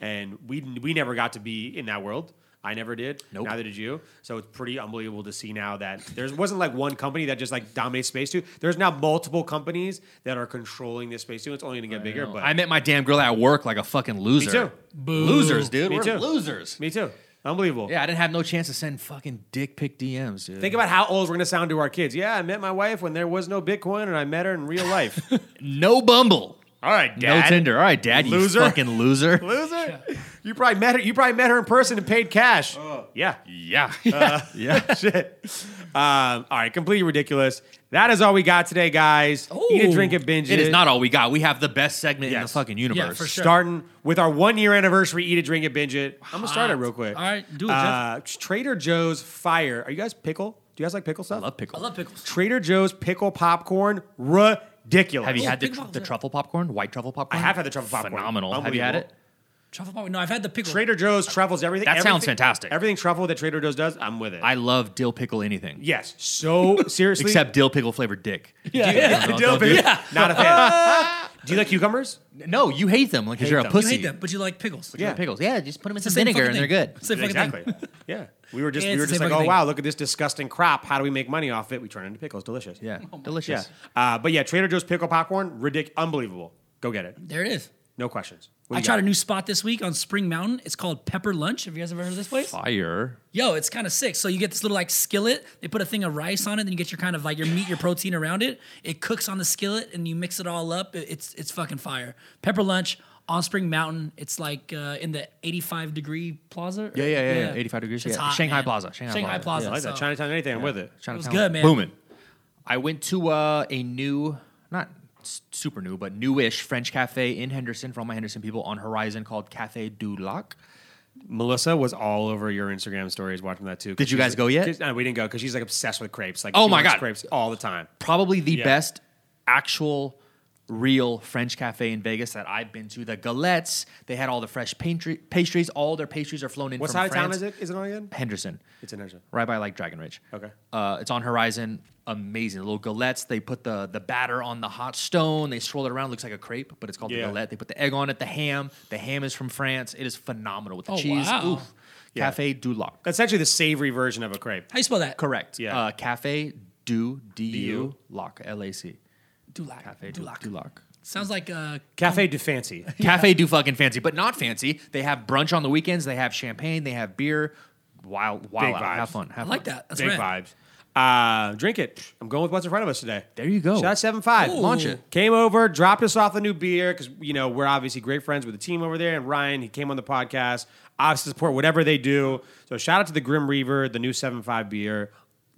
[SPEAKER 1] And we we never got to be in that world. I never did.
[SPEAKER 2] Nope.
[SPEAKER 1] Neither did you. So it's pretty unbelievable to see now that there wasn't like one company that just like dominates space too. There's now multiple companies that are controlling this space too. It's only going to get bigger. But
[SPEAKER 2] I met my damn girl at work like a fucking loser.
[SPEAKER 1] too.
[SPEAKER 3] Boo.
[SPEAKER 2] Losers, dude.
[SPEAKER 1] Me
[SPEAKER 2] We're
[SPEAKER 1] too.
[SPEAKER 2] losers.
[SPEAKER 1] me too. Unbelievable.
[SPEAKER 2] Yeah, I didn't have no chance to send fucking dick pic DMs, dude.
[SPEAKER 1] Think about how old we're going to sound to our kids. Yeah, I met my wife when there was no Bitcoin and I met her in real life.
[SPEAKER 2] no Bumble.
[SPEAKER 1] All right,
[SPEAKER 2] No Tinder. All right, dad,
[SPEAKER 1] Loser.
[SPEAKER 2] you fucking loser.
[SPEAKER 1] Loser. You probably met her you probably met her in person and paid cash. yeah.
[SPEAKER 2] Uh,
[SPEAKER 1] Uh,
[SPEAKER 2] yeah. yeah.
[SPEAKER 1] Shit. Um, all right, completely ridiculous. That is all we got today, guys. Eat it,
[SPEAKER 3] Ooh.
[SPEAKER 1] drink it, binge
[SPEAKER 2] It is not all we got. We have the best segment in the
[SPEAKER 1] Yes.
[SPEAKER 2] fucking universe.
[SPEAKER 3] for sure.
[SPEAKER 1] Starting with our one year anniversary, eat it, drink it, binge it. I'm gonna start it
[SPEAKER 3] Hot.
[SPEAKER 1] real quick.
[SPEAKER 3] All right, do it, Jeff.
[SPEAKER 1] Uh, Trader Joe's fire. Are you guys pickle? Do you guys like pickle
[SPEAKER 2] I
[SPEAKER 1] stuff?
[SPEAKER 2] love pickle.
[SPEAKER 3] I love pickles.
[SPEAKER 1] Trader Joe's pickle popcorn. Ridiculous.
[SPEAKER 2] Have you
[SPEAKER 3] Ooh,
[SPEAKER 2] had the,
[SPEAKER 3] pickle
[SPEAKER 2] tr-
[SPEAKER 3] popcorn.
[SPEAKER 2] the truffle popcorn? White truffle
[SPEAKER 1] I
[SPEAKER 2] popcorn?
[SPEAKER 1] have had the truffle popcorn.
[SPEAKER 2] Phenomenal. Have you had it?
[SPEAKER 1] Unbelievable.
[SPEAKER 3] Truffle popcorn. No, I've had the pickle.
[SPEAKER 1] Trader Joe's truffles everything.
[SPEAKER 2] That sounds
[SPEAKER 1] everything-
[SPEAKER 2] fantastic.
[SPEAKER 1] Everything truffle that Trader Joe's does, I'm with it.
[SPEAKER 2] I love dill pickle anything.
[SPEAKER 1] yes. So seriously,
[SPEAKER 2] Except dill pickle flavored dick.
[SPEAKER 3] Yeah. yeah.
[SPEAKER 2] No,
[SPEAKER 1] Dill
[SPEAKER 2] don't do
[SPEAKER 1] pickle. not a fan. do you like cucumbers?
[SPEAKER 2] No, you hate them like 'cause you're a
[SPEAKER 1] them. You
[SPEAKER 3] You
[SPEAKER 2] pussy.
[SPEAKER 3] hate them, but you like pickles.
[SPEAKER 1] Yeah.
[SPEAKER 2] pickles. Yeah, just put them in
[SPEAKER 3] It's the
[SPEAKER 2] some
[SPEAKER 3] same
[SPEAKER 2] vinegar
[SPEAKER 3] fucking
[SPEAKER 2] and they're
[SPEAKER 3] thing.
[SPEAKER 2] good.
[SPEAKER 3] Same fucking thing.
[SPEAKER 1] exactly. yeah. We were just
[SPEAKER 3] Yeah,
[SPEAKER 1] we
[SPEAKER 3] it's
[SPEAKER 1] were
[SPEAKER 3] the
[SPEAKER 1] just
[SPEAKER 3] same
[SPEAKER 1] like, oh
[SPEAKER 3] fucking thing.
[SPEAKER 1] wow, look at this disgusting crop. How do we make money off it? We turn it into pickles. Delicious.
[SPEAKER 2] Yeah,
[SPEAKER 1] Yeah.
[SPEAKER 2] delicious.
[SPEAKER 1] Uh, but yeah, Trader Joe's pickle popcorn, ridic- unbelievable. Go get it.
[SPEAKER 3] There it is.
[SPEAKER 1] No questions. What do
[SPEAKER 3] I
[SPEAKER 1] you
[SPEAKER 3] tried a
[SPEAKER 1] got?
[SPEAKER 3] new spot this week on Spring Mountain. It's called Pepper Lunch. Have you guys ever heard of this place?
[SPEAKER 2] Fire.
[SPEAKER 3] Yo, it's kind of sick. So you get this little like skillet. They put a thing of rice on it, then you get your kind of like your meat, your protein around it. It cooks on the skillet, and you mix it all up. It- It's it's fucking fire. Pepper lunch on Spring Mountain. It's like uh, in the 85 degree plaza.
[SPEAKER 2] Yeah, yeah, yeah, yeah. 85 degrees,
[SPEAKER 3] Shit's
[SPEAKER 2] yeah.
[SPEAKER 3] hot,
[SPEAKER 2] Shanghai
[SPEAKER 3] man.
[SPEAKER 2] Plaza, Shanghai Plaza.
[SPEAKER 3] Plaza.
[SPEAKER 1] I like that.
[SPEAKER 3] so-
[SPEAKER 1] Chinatown, anything, I'm with it.
[SPEAKER 3] was
[SPEAKER 2] Chinatown.
[SPEAKER 3] good, man.
[SPEAKER 2] Booming. I went to uh, a new, not s- super new, but newish French cafe in Henderson for all my Henderson people on Horizon called Cafe du Lac.
[SPEAKER 1] Melissa was all over your Instagram stories watching that too. 'cause
[SPEAKER 2] Did you
[SPEAKER 1] she's
[SPEAKER 2] guys
[SPEAKER 1] like-
[SPEAKER 2] go yet?
[SPEAKER 1] 'cause- No, we didn't go because she's like obsessed with crepes. Like,
[SPEAKER 2] Oh
[SPEAKER 1] she
[SPEAKER 2] my
[SPEAKER 1] wants
[SPEAKER 2] God.
[SPEAKER 1] crepes all the time.
[SPEAKER 2] Probably the
[SPEAKER 1] Yeah.
[SPEAKER 2] best actual real French cafe in Vegas that I've been to. The Galettes, they had all the fresh pastry- pastries. All their pastries are flown in
[SPEAKER 1] What
[SPEAKER 2] from
[SPEAKER 1] side of town
[SPEAKER 2] France.
[SPEAKER 1] is it? Is it on again?
[SPEAKER 2] Henderson.
[SPEAKER 1] It's in Henderson.
[SPEAKER 2] right by like Dragon Ridge.
[SPEAKER 1] Okay.
[SPEAKER 2] Uh, it's on Horizon. Amazing little galettes. They put the the batter on the hot stone. They swirl it around. Looks like a crepe, but it's called
[SPEAKER 1] Yeah.
[SPEAKER 2] the galette. They put the egg on it. The ham. The ham is from France. It is phenomenal with the
[SPEAKER 3] Oh,
[SPEAKER 2] cheese.
[SPEAKER 3] wow.
[SPEAKER 2] Oof. Cafe du Lac.
[SPEAKER 1] That's actually the savory version of a crepe.
[SPEAKER 3] How you spell that?
[SPEAKER 2] Correct.
[SPEAKER 1] Yeah.
[SPEAKER 2] Uh, Cafe du D U Lac L A C.
[SPEAKER 3] Dulac.
[SPEAKER 2] Cafe du
[SPEAKER 3] Dulac.
[SPEAKER 2] du Lac.
[SPEAKER 3] Sounds like uh,
[SPEAKER 2] Oh.
[SPEAKER 1] Cafe du Fancy.
[SPEAKER 2] Cafe du fucking fancy, but not fancy. They have brunch on the weekends. They have champagne. They have beer. Wild, wild.
[SPEAKER 1] vibes.
[SPEAKER 2] out. Have fun. Have
[SPEAKER 3] I like
[SPEAKER 2] fun.
[SPEAKER 3] that. That's
[SPEAKER 1] Big
[SPEAKER 3] rad.
[SPEAKER 1] vibes. Uh, drink it. I'm going with what's in front of us today.
[SPEAKER 2] There you go.
[SPEAKER 1] Shout out seven five.
[SPEAKER 3] Ooh.
[SPEAKER 2] Launch it.
[SPEAKER 1] Came over, dropped us off a new beer because you know we're obviously great friends with the team over there. And Ryan, he came on the podcast. Obviously support whatever they do. So shout out to the Grim Reaver, the new seven five beer,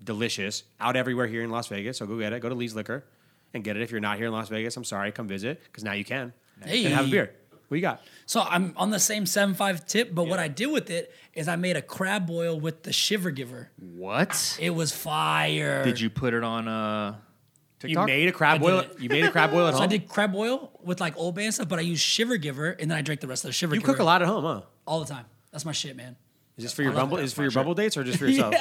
[SPEAKER 1] delicious. Out everywhere here in Las Vegas. So go get it. Go to Lee's Liquor and get it. If you're not here in Las Vegas, I'm sorry. Come visit because now you can. Now you can
[SPEAKER 3] Hey.
[SPEAKER 1] have a beer. What you got?
[SPEAKER 3] So I'm on the same seven five tip, but what I did with it is I made a crab boil with the shiver giver.
[SPEAKER 2] What?
[SPEAKER 3] It was fire.
[SPEAKER 2] Did you put it on uh,
[SPEAKER 1] You
[SPEAKER 2] TikTok?
[SPEAKER 1] made a crab
[SPEAKER 3] I did
[SPEAKER 1] boil.
[SPEAKER 3] it.
[SPEAKER 1] You made a crab boil at
[SPEAKER 3] So I
[SPEAKER 1] home.
[SPEAKER 3] did crab boil with like Old Bay and stuff, but I used Shiver Giver, and then I drank the rest of the Shiver
[SPEAKER 1] You
[SPEAKER 3] Giver.
[SPEAKER 1] cook a lot at home, huh?
[SPEAKER 3] all the time. That's my shit, man.
[SPEAKER 1] Is this for your
[SPEAKER 3] I love
[SPEAKER 1] bumble?
[SPEAKER 3] that.
[SPEAKER 1] Is this for your bubble dates or just for yourself?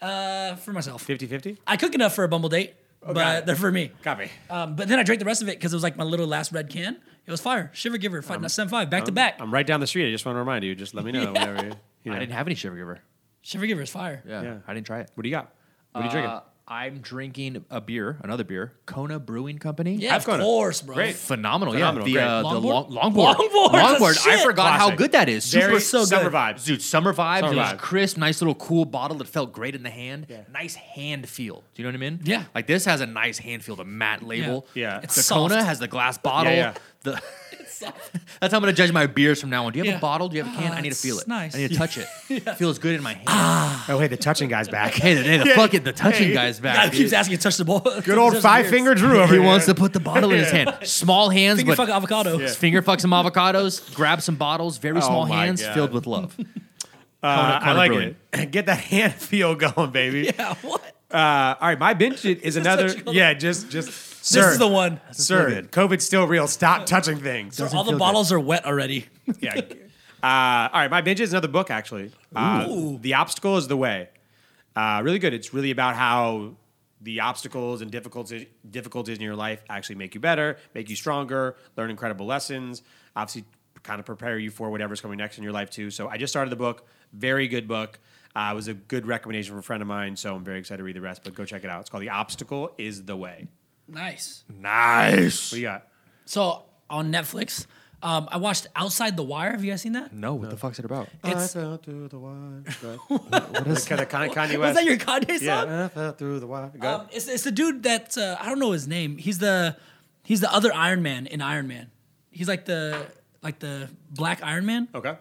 [SPEAKER 3] Uh, for myself,
[SPEAKER 1] 50-50?
[SPEAKER 3] I cook enough for a bumble date,
[SPEAKER 1] Oh, got it.
[SPEAKER 3] but they're for me.
[SPEAKER 1] Copy.
[SPEAKER 3] Um, but then I drank the rest of it because it was like my little last red can. It was fire. Shiver Giver,
[SPEAKER 1] Um,
[SPEAKER 3] five, seven five, back to back.
[SPEAKER 1] I'm right down the street. I just want to remind you. Just let me know whenever you. you know.
[SPEAKER 2] I didn't have any Shiver Giver.
[SPEAKER 3] Shiver Giver is fire.
[SPEAKER 2] Yeah,
[SPEAKER 1] Yeah.
[SPEAKER 2] I didn't try it.
[SPEAKER 1] What do you got? What are you drinking?
[SPEAKER 2] Uh, I'm drinking a beer, another beer, Kona Brewing Company.
[SPEAKER 3] Yeah,
[SPEAKER 1] I've
[SPEAKER 3] of
[SPEAKER 1] gone to-
[SPEAKER 3] course, bro.
[SPEAKER 1] Great.
[SPEAKER 2] Phenomenal,
[SPEAKER 1] Phenomenal,
[SPEAKER 2] yeah.
[SPEAKER 1] great.
[SPEAKER 2] The, uh, the
[SPEAKER 3] Longboard?
[SPEAKER 2] long, longboard,
[SPEAKER 3] Longboard, that's
[SPEAKER 2] Longboard. I
[SPEAKER 3] shit.
[SPEAKER 2] forgot how
[SPEAKER 1] Classic.
[SPEAKER 2] good that is. Super
[SPEAKER 1] Very
[SPEAKER 2] so
[SPEAKER 1] summer
[SPEAKER 2] good.
[SPEAKER 1] vibes.
[SPEAKER 2] dude. Summer vibes.
[SPEAKER 1] Summer
[SPEAKER 2] it was
[SPEAKER 1] vibe.
[SPEAKER 2] crisp, nice little cool bottle that felt great in the hand. Nice hand feel. Do you know what I mean?
[SPEAKER 3] Yeah.
[SPEAKER 2] Like this has a nice hand feel. The matte label.
[SPEAKER 1] Yeah.
[SPEAKER 2] The
[SPEAKER 1] It's
[SPEAKER 3] soft.
[SPEAKER 2] Kona has the glass bottle.
[SPEAKER 1] yeah.
[SPEAKER 2] The That's how I'm gonna judge my beers from now on. Do you have
[SPEAKER 3] Yeah.
[SPEAKER 2] a bottle? Do you have a can?
[SPEAKER 3] Ah,
[SPEAKER 2] I need to feel
[SPEAKER 3] it's
[SPEAKER 2] it.
[SPEAKER 3] nice.
[SPEAKER 2] I need to touch it. It Feels good in my hand.
[SPEAKER 1] Oh, hey, the touching guy's back.
[SPEAKER 2] Hey, the, Ah, hey, the fucking the touching
[SPEAKER 1] Hey.
[SPEAKER 2] guy's
[SPEAKER 3] God,
[SPEAKER 2] back.
[SPEAKER 3] he keeps
[SPEAKER 2] dude.
[SPEAKER 3] asking to touch the ball.
[SPEAKER 1] Good old five finger Drew over
[SPEAKER 2] He
[SPEAKER 1] here.
[SPEAKER 2] wants to put the bottle in his hand. Small hands,
[SPEAKER 3] Finger
[SPEAKER 2] but
[SPEAKER 3] fuck avocado.
[SPEAKER 2] finger fuck some avocados. Grab some bottles. Very small
[SPEAKER 1] Oh my
[SPEAKER 2] hands
[SPEAKER 1] God.
[SPEAKER 2] filled with love.
[SPEAKER 1] Uh, I
[SPEAKER 2] Kona
[SPEAKER 1] like
[SPEAKER 2] Brewing.
[SPEAKER 1] it. Get that hand feel going, baby.
[SPEAKER 3] Yeah, what?
[SPEAKER 1] Uh, all right, my binge it is
[SPEAKER 3] what
[SPEAKER 1] another.
[SPEAKER 3] you call
[SPEAKER 1] Yeah, just just.
[SPEAKER 3] This is the one.
[SPEAKER 1] Sir, COVID's still real. Stop touching things.
[SPEAKER 3] all the bottles are wet already.
[SPEAKER 1] yeah. Uh, all right, my binge is another book actually. Uh,
[SPEAKER 3] Ooh.
[SPEAKER 1] the obstacle is the way. Uh, really good. It's really about how the obstacles and difficulties difficulties in your life actually make you better, make you stronger, learn incredible lessons. Obviously, kind of prepare you for whatever's coming next in your life too. So I just started the book. Very good book. Uh, it was a good recommendation from a friend of mine, so I'm very excited to read the rest. But go check it out. It's called "The Obstacle Is the Way."
[SPEAKER 3] Nice.
[SPEAKER 1] What do you got?
[SPEAKER 3] So on Netflix, um, I watched Outside the Wire. Have you guys seen that?
[SPEAKER 2] No, what the fuck's it about?
[SPEAKER 1] Oh,
[SPEAKER 3] It's,
[SPEAKER 1] fell through the wire. what is that? Kanye West.
[SPEAKER 3] was that your Kanye song?
[SPEAKER 1] I fell through the wire. Go.
[SPEAKER 3] Um, it's, it's the dude that uh, I don't know his name. He's the he's the other Iron Man in Iron Man. He's like the like the black Iron Man.
[SPEAKER 1] okay.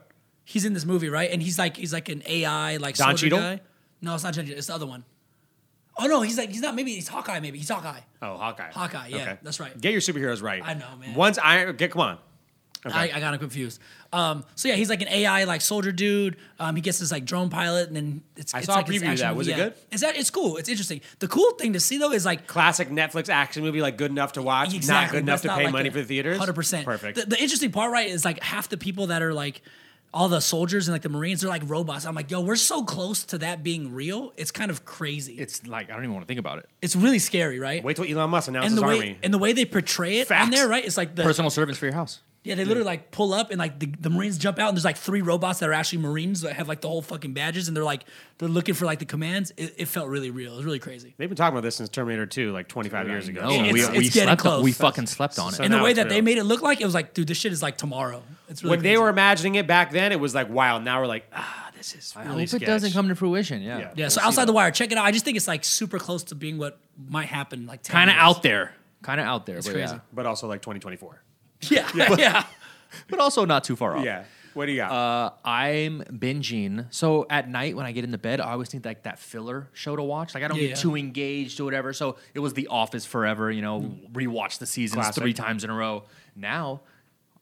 [SPEAKER 3] He's in this movie, right? And he's like he's like an AI like
[SPEAKER 1] Don
[SPEAKER 3] soldier
[SPEAKER 1] Cheadle?
[SPEAKER 3] guy. No, it's not Don Cheadle. It's the other one. Oh no, he's like he's not. Maybe he's Hawkeye. Maybe he's Hawkeye.
[SPEAKER 1] Oh, Hawkeye.
[SPEAKER 3] Hawkeye, yeah, that's right.
[SPEAKER 1] Get your superheroes right.
[SPEAKER 3] I know, man.
[SPEAKER 1] Once Iron, get come on. Okay.
[SPEAKER 3] I, I got him confused. Um, so yeah, he's like an AI like soldier dude. Um, he gets this like drone pilot, and then it's
[SPEAKER 1] I
[SPEAKER 3] it's
[SPEAKER 1] saw a
[SPEAKER 3] like his
[SPEAKER 1] preview of
[SPEAKER 3] action
[SPEAKER 1] that. Was
[SPEAKER 3] movie,
[SPEAKER 1] it
[SPEAKER 3] yeah.
[SPEAKER 1] good?
[SPEAKER 3] Is that it's cool? It's interesting. The cool thing to see though is like
[SPEAKER 1] Classic Netflix action movie, like good enough to watch, not good enough to pay money for the theaters.
[SPEAKER 3] Hundred percent.
[SPEAKER 1] Perfect.
[SPEAKER 3] The, the interesting part, right, is like half the people that are like all the soldiers and like the Marines, they're like robots. I'm like, yo, we're so close to that being real. It's kind of crazy. It's,
[SPEAKER 2] It's like I don't even want to think about it.
[SPEAKER 3] really scary, right?
[SPEAKER 1] Wait till Elon Musk announces
[SPEAKER 3] and the
[SPEAKER 1] his
[SPEAKER 3] way
[SPEAKER 1] army.
[SPEAKER 3] and the way they portray it on
[SPEAKER 1] Facts.
[SPEAKER 3] there, right? It's like the
[SPEAKER 2] Personal servants for your house.
[SPEAKER 3] Yeah, they literally like pull up and like the, the Marines jump out and there's like three robots that are actually Marines that have like the whole fucking badges and they're like they're looking for like the commands. It, it felt really real. It was really crazy.
[SPEAKER 1] They've been talking about this since Terminator 2, like 25 years ago.
[SPEAKER 2] No,
[SPEAKER 3] It's-
[SPEAKER 2] we,
[SPEAKER 3] it's
[SPEAKER 2] we
[SPEAKER 3] getting
[SPEAKER 2] slept on,
[SPEAKER 3] close.
[SPEAKER 2] we fucking slept on it.
[SPEAKER 1] So
[SPEAKER 3] and the
[SPEAKER 1] now
[SPEAKER 3] way
[SPEAKER 1] it's
[SPEAKER 3] that they
[SPEAKER 1] real.
[SPEAKER 3] made it look like it was like, dude, this shit is like tomorrow. It's really
[SPEAKER 1] when they
[SPEAKER 3] crazy.
[SPEAKER 1] were imagining it back then, it was like wild. Now we're like, ah, this is really
[SPEAKER 2] I hope
[SPEAKER 1] sketch.
[SPEAKER 2] it doesn't come to fruition. Yeah.
[SPEAKER 1] Yeah.
[SPEAKER 3] Yeah, so outside the wire, check it out. I just think it's like super close to being what might happen. Like ten
[SPEAKER 2] Kind of
[SPEAKER 3] years.
[SPEAKER 2] out there. Kind of out there. but
[SPEAKER 3] crazy.
[SPEAKER 2] Yeah.
[SPEAKER 1] But also like 2024.
[SPEAKER 3] Yeah, yeah.
[SPEAKER 2] But also not too
[SPEAKER 3] Oh.
[SPEAKER 2] far off.
[SPEAKER 1] Yeah. What do you got?
[SPEAKER 2] Uh, I'm binging. So at night when I get into bed, I always think like that filler show to watch. Like I don't
[SPEAKER 3] Yeah,
[SPEAKER 2] get
[SPEAKER 3] yeah.
[SPEAKER 2] too engaged or whatever. So it was The Office forever. You know, rewatch the seasons
[SPEAKER 1] Classic.
[SPEAKER 2] three times in a row. Now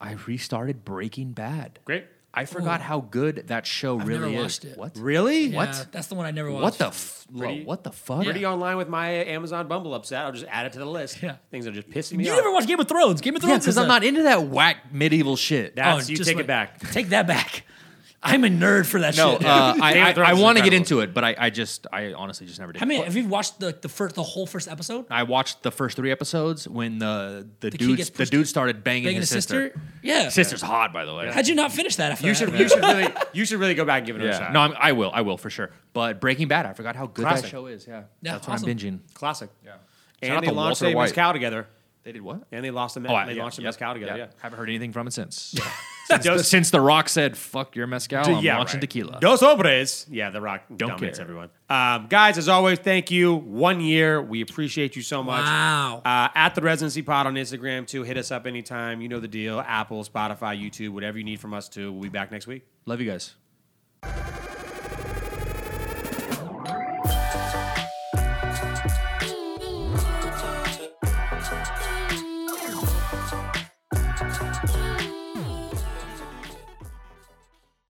[SPEAKER 2] I restarted Breaking Bad.
[SPEAKER 1] Great.
[SPEAKER 2] I forgot how good that show
[SPEAKER 3] I've never
[SPEAKER 2] really is.
[SPEAKER 3] watched it.
[SPEAKER 2] What?
[SPEAKER 1] Really?
[SPEAKER 3] Yeah,
[SPEAKER 2] What?
[SPEAKER 3] That's the one I never watched.
[SPEAKER 2] What the? F-
[SPEAKER 1] Pretty-
[SPEAKER 2] what the fuck?
[SPEAKER 1] Pretty online with my Amazon Bumble upset. I'll just add it to the list.
[SPEAKER 3] Yeah.
[SPEAKER 1] Things that are just pissing me
[SPEAKER 3] You
[SPEAKER 1] off.
[SPEAKER 3] never watched Game of Thrones? Game of
[SPEAKER 2] Yeah,
[SPEAKER 3] Thrones
[SPEAKER 2] because
[SPEAKER 3] is
[SPEAKER 2] I'm
[SPEAKER 3] a- Oh,
[SPEAKER 2] not into that whack medieval shit.
[SPEAKER 1] That's you
[SPEAKER 3] just
[SPEAKER 1] take
[SPEAKER 3] like-
[SPEAKER 1] it back.
[SPEAKER 3] Take that back. I'm a nerd for that
[SPEAKER 2] No,
[SPEAKER 3] shit.
[SPEAKER 2] uh,
[SPEAKER 1] Game
[SPEAKER 2] I, I,
[SPEAKER 1] of Thrones
[SPEAKER 2] I
[SPEAKER 1] is
[SPEAKER 2] want to get
[SPEAKER 1] incredible.
[SPEAKER 2] into it, but I, I just, I honestly just never did.
[SPEAKER 3] I mean, have you watched the the first the whole first episode?
[SPEAKER 2] I watched the first three episodes when the the,
[SPEAKER 3] kid
[SPEAKER 2] dude
[SPEAKER 3] gets
[SPEAKER 2] the
[SPEAKER 3] pushed-
[SPEAKER 2] dude started banging,
[SPEAKER 3] Banging
[SPEAKER 2] his sister.
[SPEAKER 3] Yeah.
[SPEAKER 2] Sister's hot, by the way.
[SPEAKER 3] How'd you not finish that? After
[SPEAKER 1] You
[SPEAKER 3] that?
[SPEAKER 1] should you should really you should really go back and give it a
[SPEAKER 2] yeah.
[SPEAKER 1] shot.
[SPEAKER 2] No, I'm, I will. I will for sure. But Breaking Bad, I forgot how good that
[SPEAKER 1] Classic.
[SPEAKER 2] show is. Yeah.
[SPEAKER 3] Yeah,
[SPEAKER 2] That's
[SPEAKER 3] awesome.
[SPEAKER 2] what I'm binging.
[SPEAKER 1] Classic. Yeah. And
[SPEAKER 2] Shout out
[SPEAKER 1] they
[SPEAKER 2] to
[SPEAKER 1] launched
[SPEAKER 2] Walter
[SPEAKER 1] a
[SPEAKER 2] White.
[SPEAKER 1] mezcal together.
[SPEAKER 2] They did what?
[SPEAKER 1] And they lost the me-
[SPEAKER 2] I-
[SPEAKER 1] they
[SPEAKER 2] yeah,
[SPEAKER 1] launched the
[SPEAKER 2] yep,
[SPEAKER 1] mezcal together.
[SPEAKER 2] yep.
[SPEAKER 1] Yeah.
[SPEAKER 2] Haven't heard anything from it since.
[SPEAKER 1] Dos-
[SPEAKER 2] since The Rock said, fuck your mezcal, I'm
[SPEAKER 1] yeah,
[SPEAKER 2] launching
[SPEAKER 1] right.
[SPEAKER 2] tequila.
[SPEAKER 1] Dos Hombres. Yeah, The Rock
[SPEAKER 2] Don't
[SPEAKER 1] dominates
[SPEAKER 2] care.
[SPEAKER 1] everyone. Um, guys, as always, thank you. One year. We appreciate you so much.
[SPEAKER 3] Wow.
[SPEAKER 1] Uh, at the Residency Pod on Instagram, too. Hit us up anytime. You know the deal. Apple, Spotify, YouTube, whatever you need from us, too. We'll be back next week.
[SPEAKER 2] Love you guys.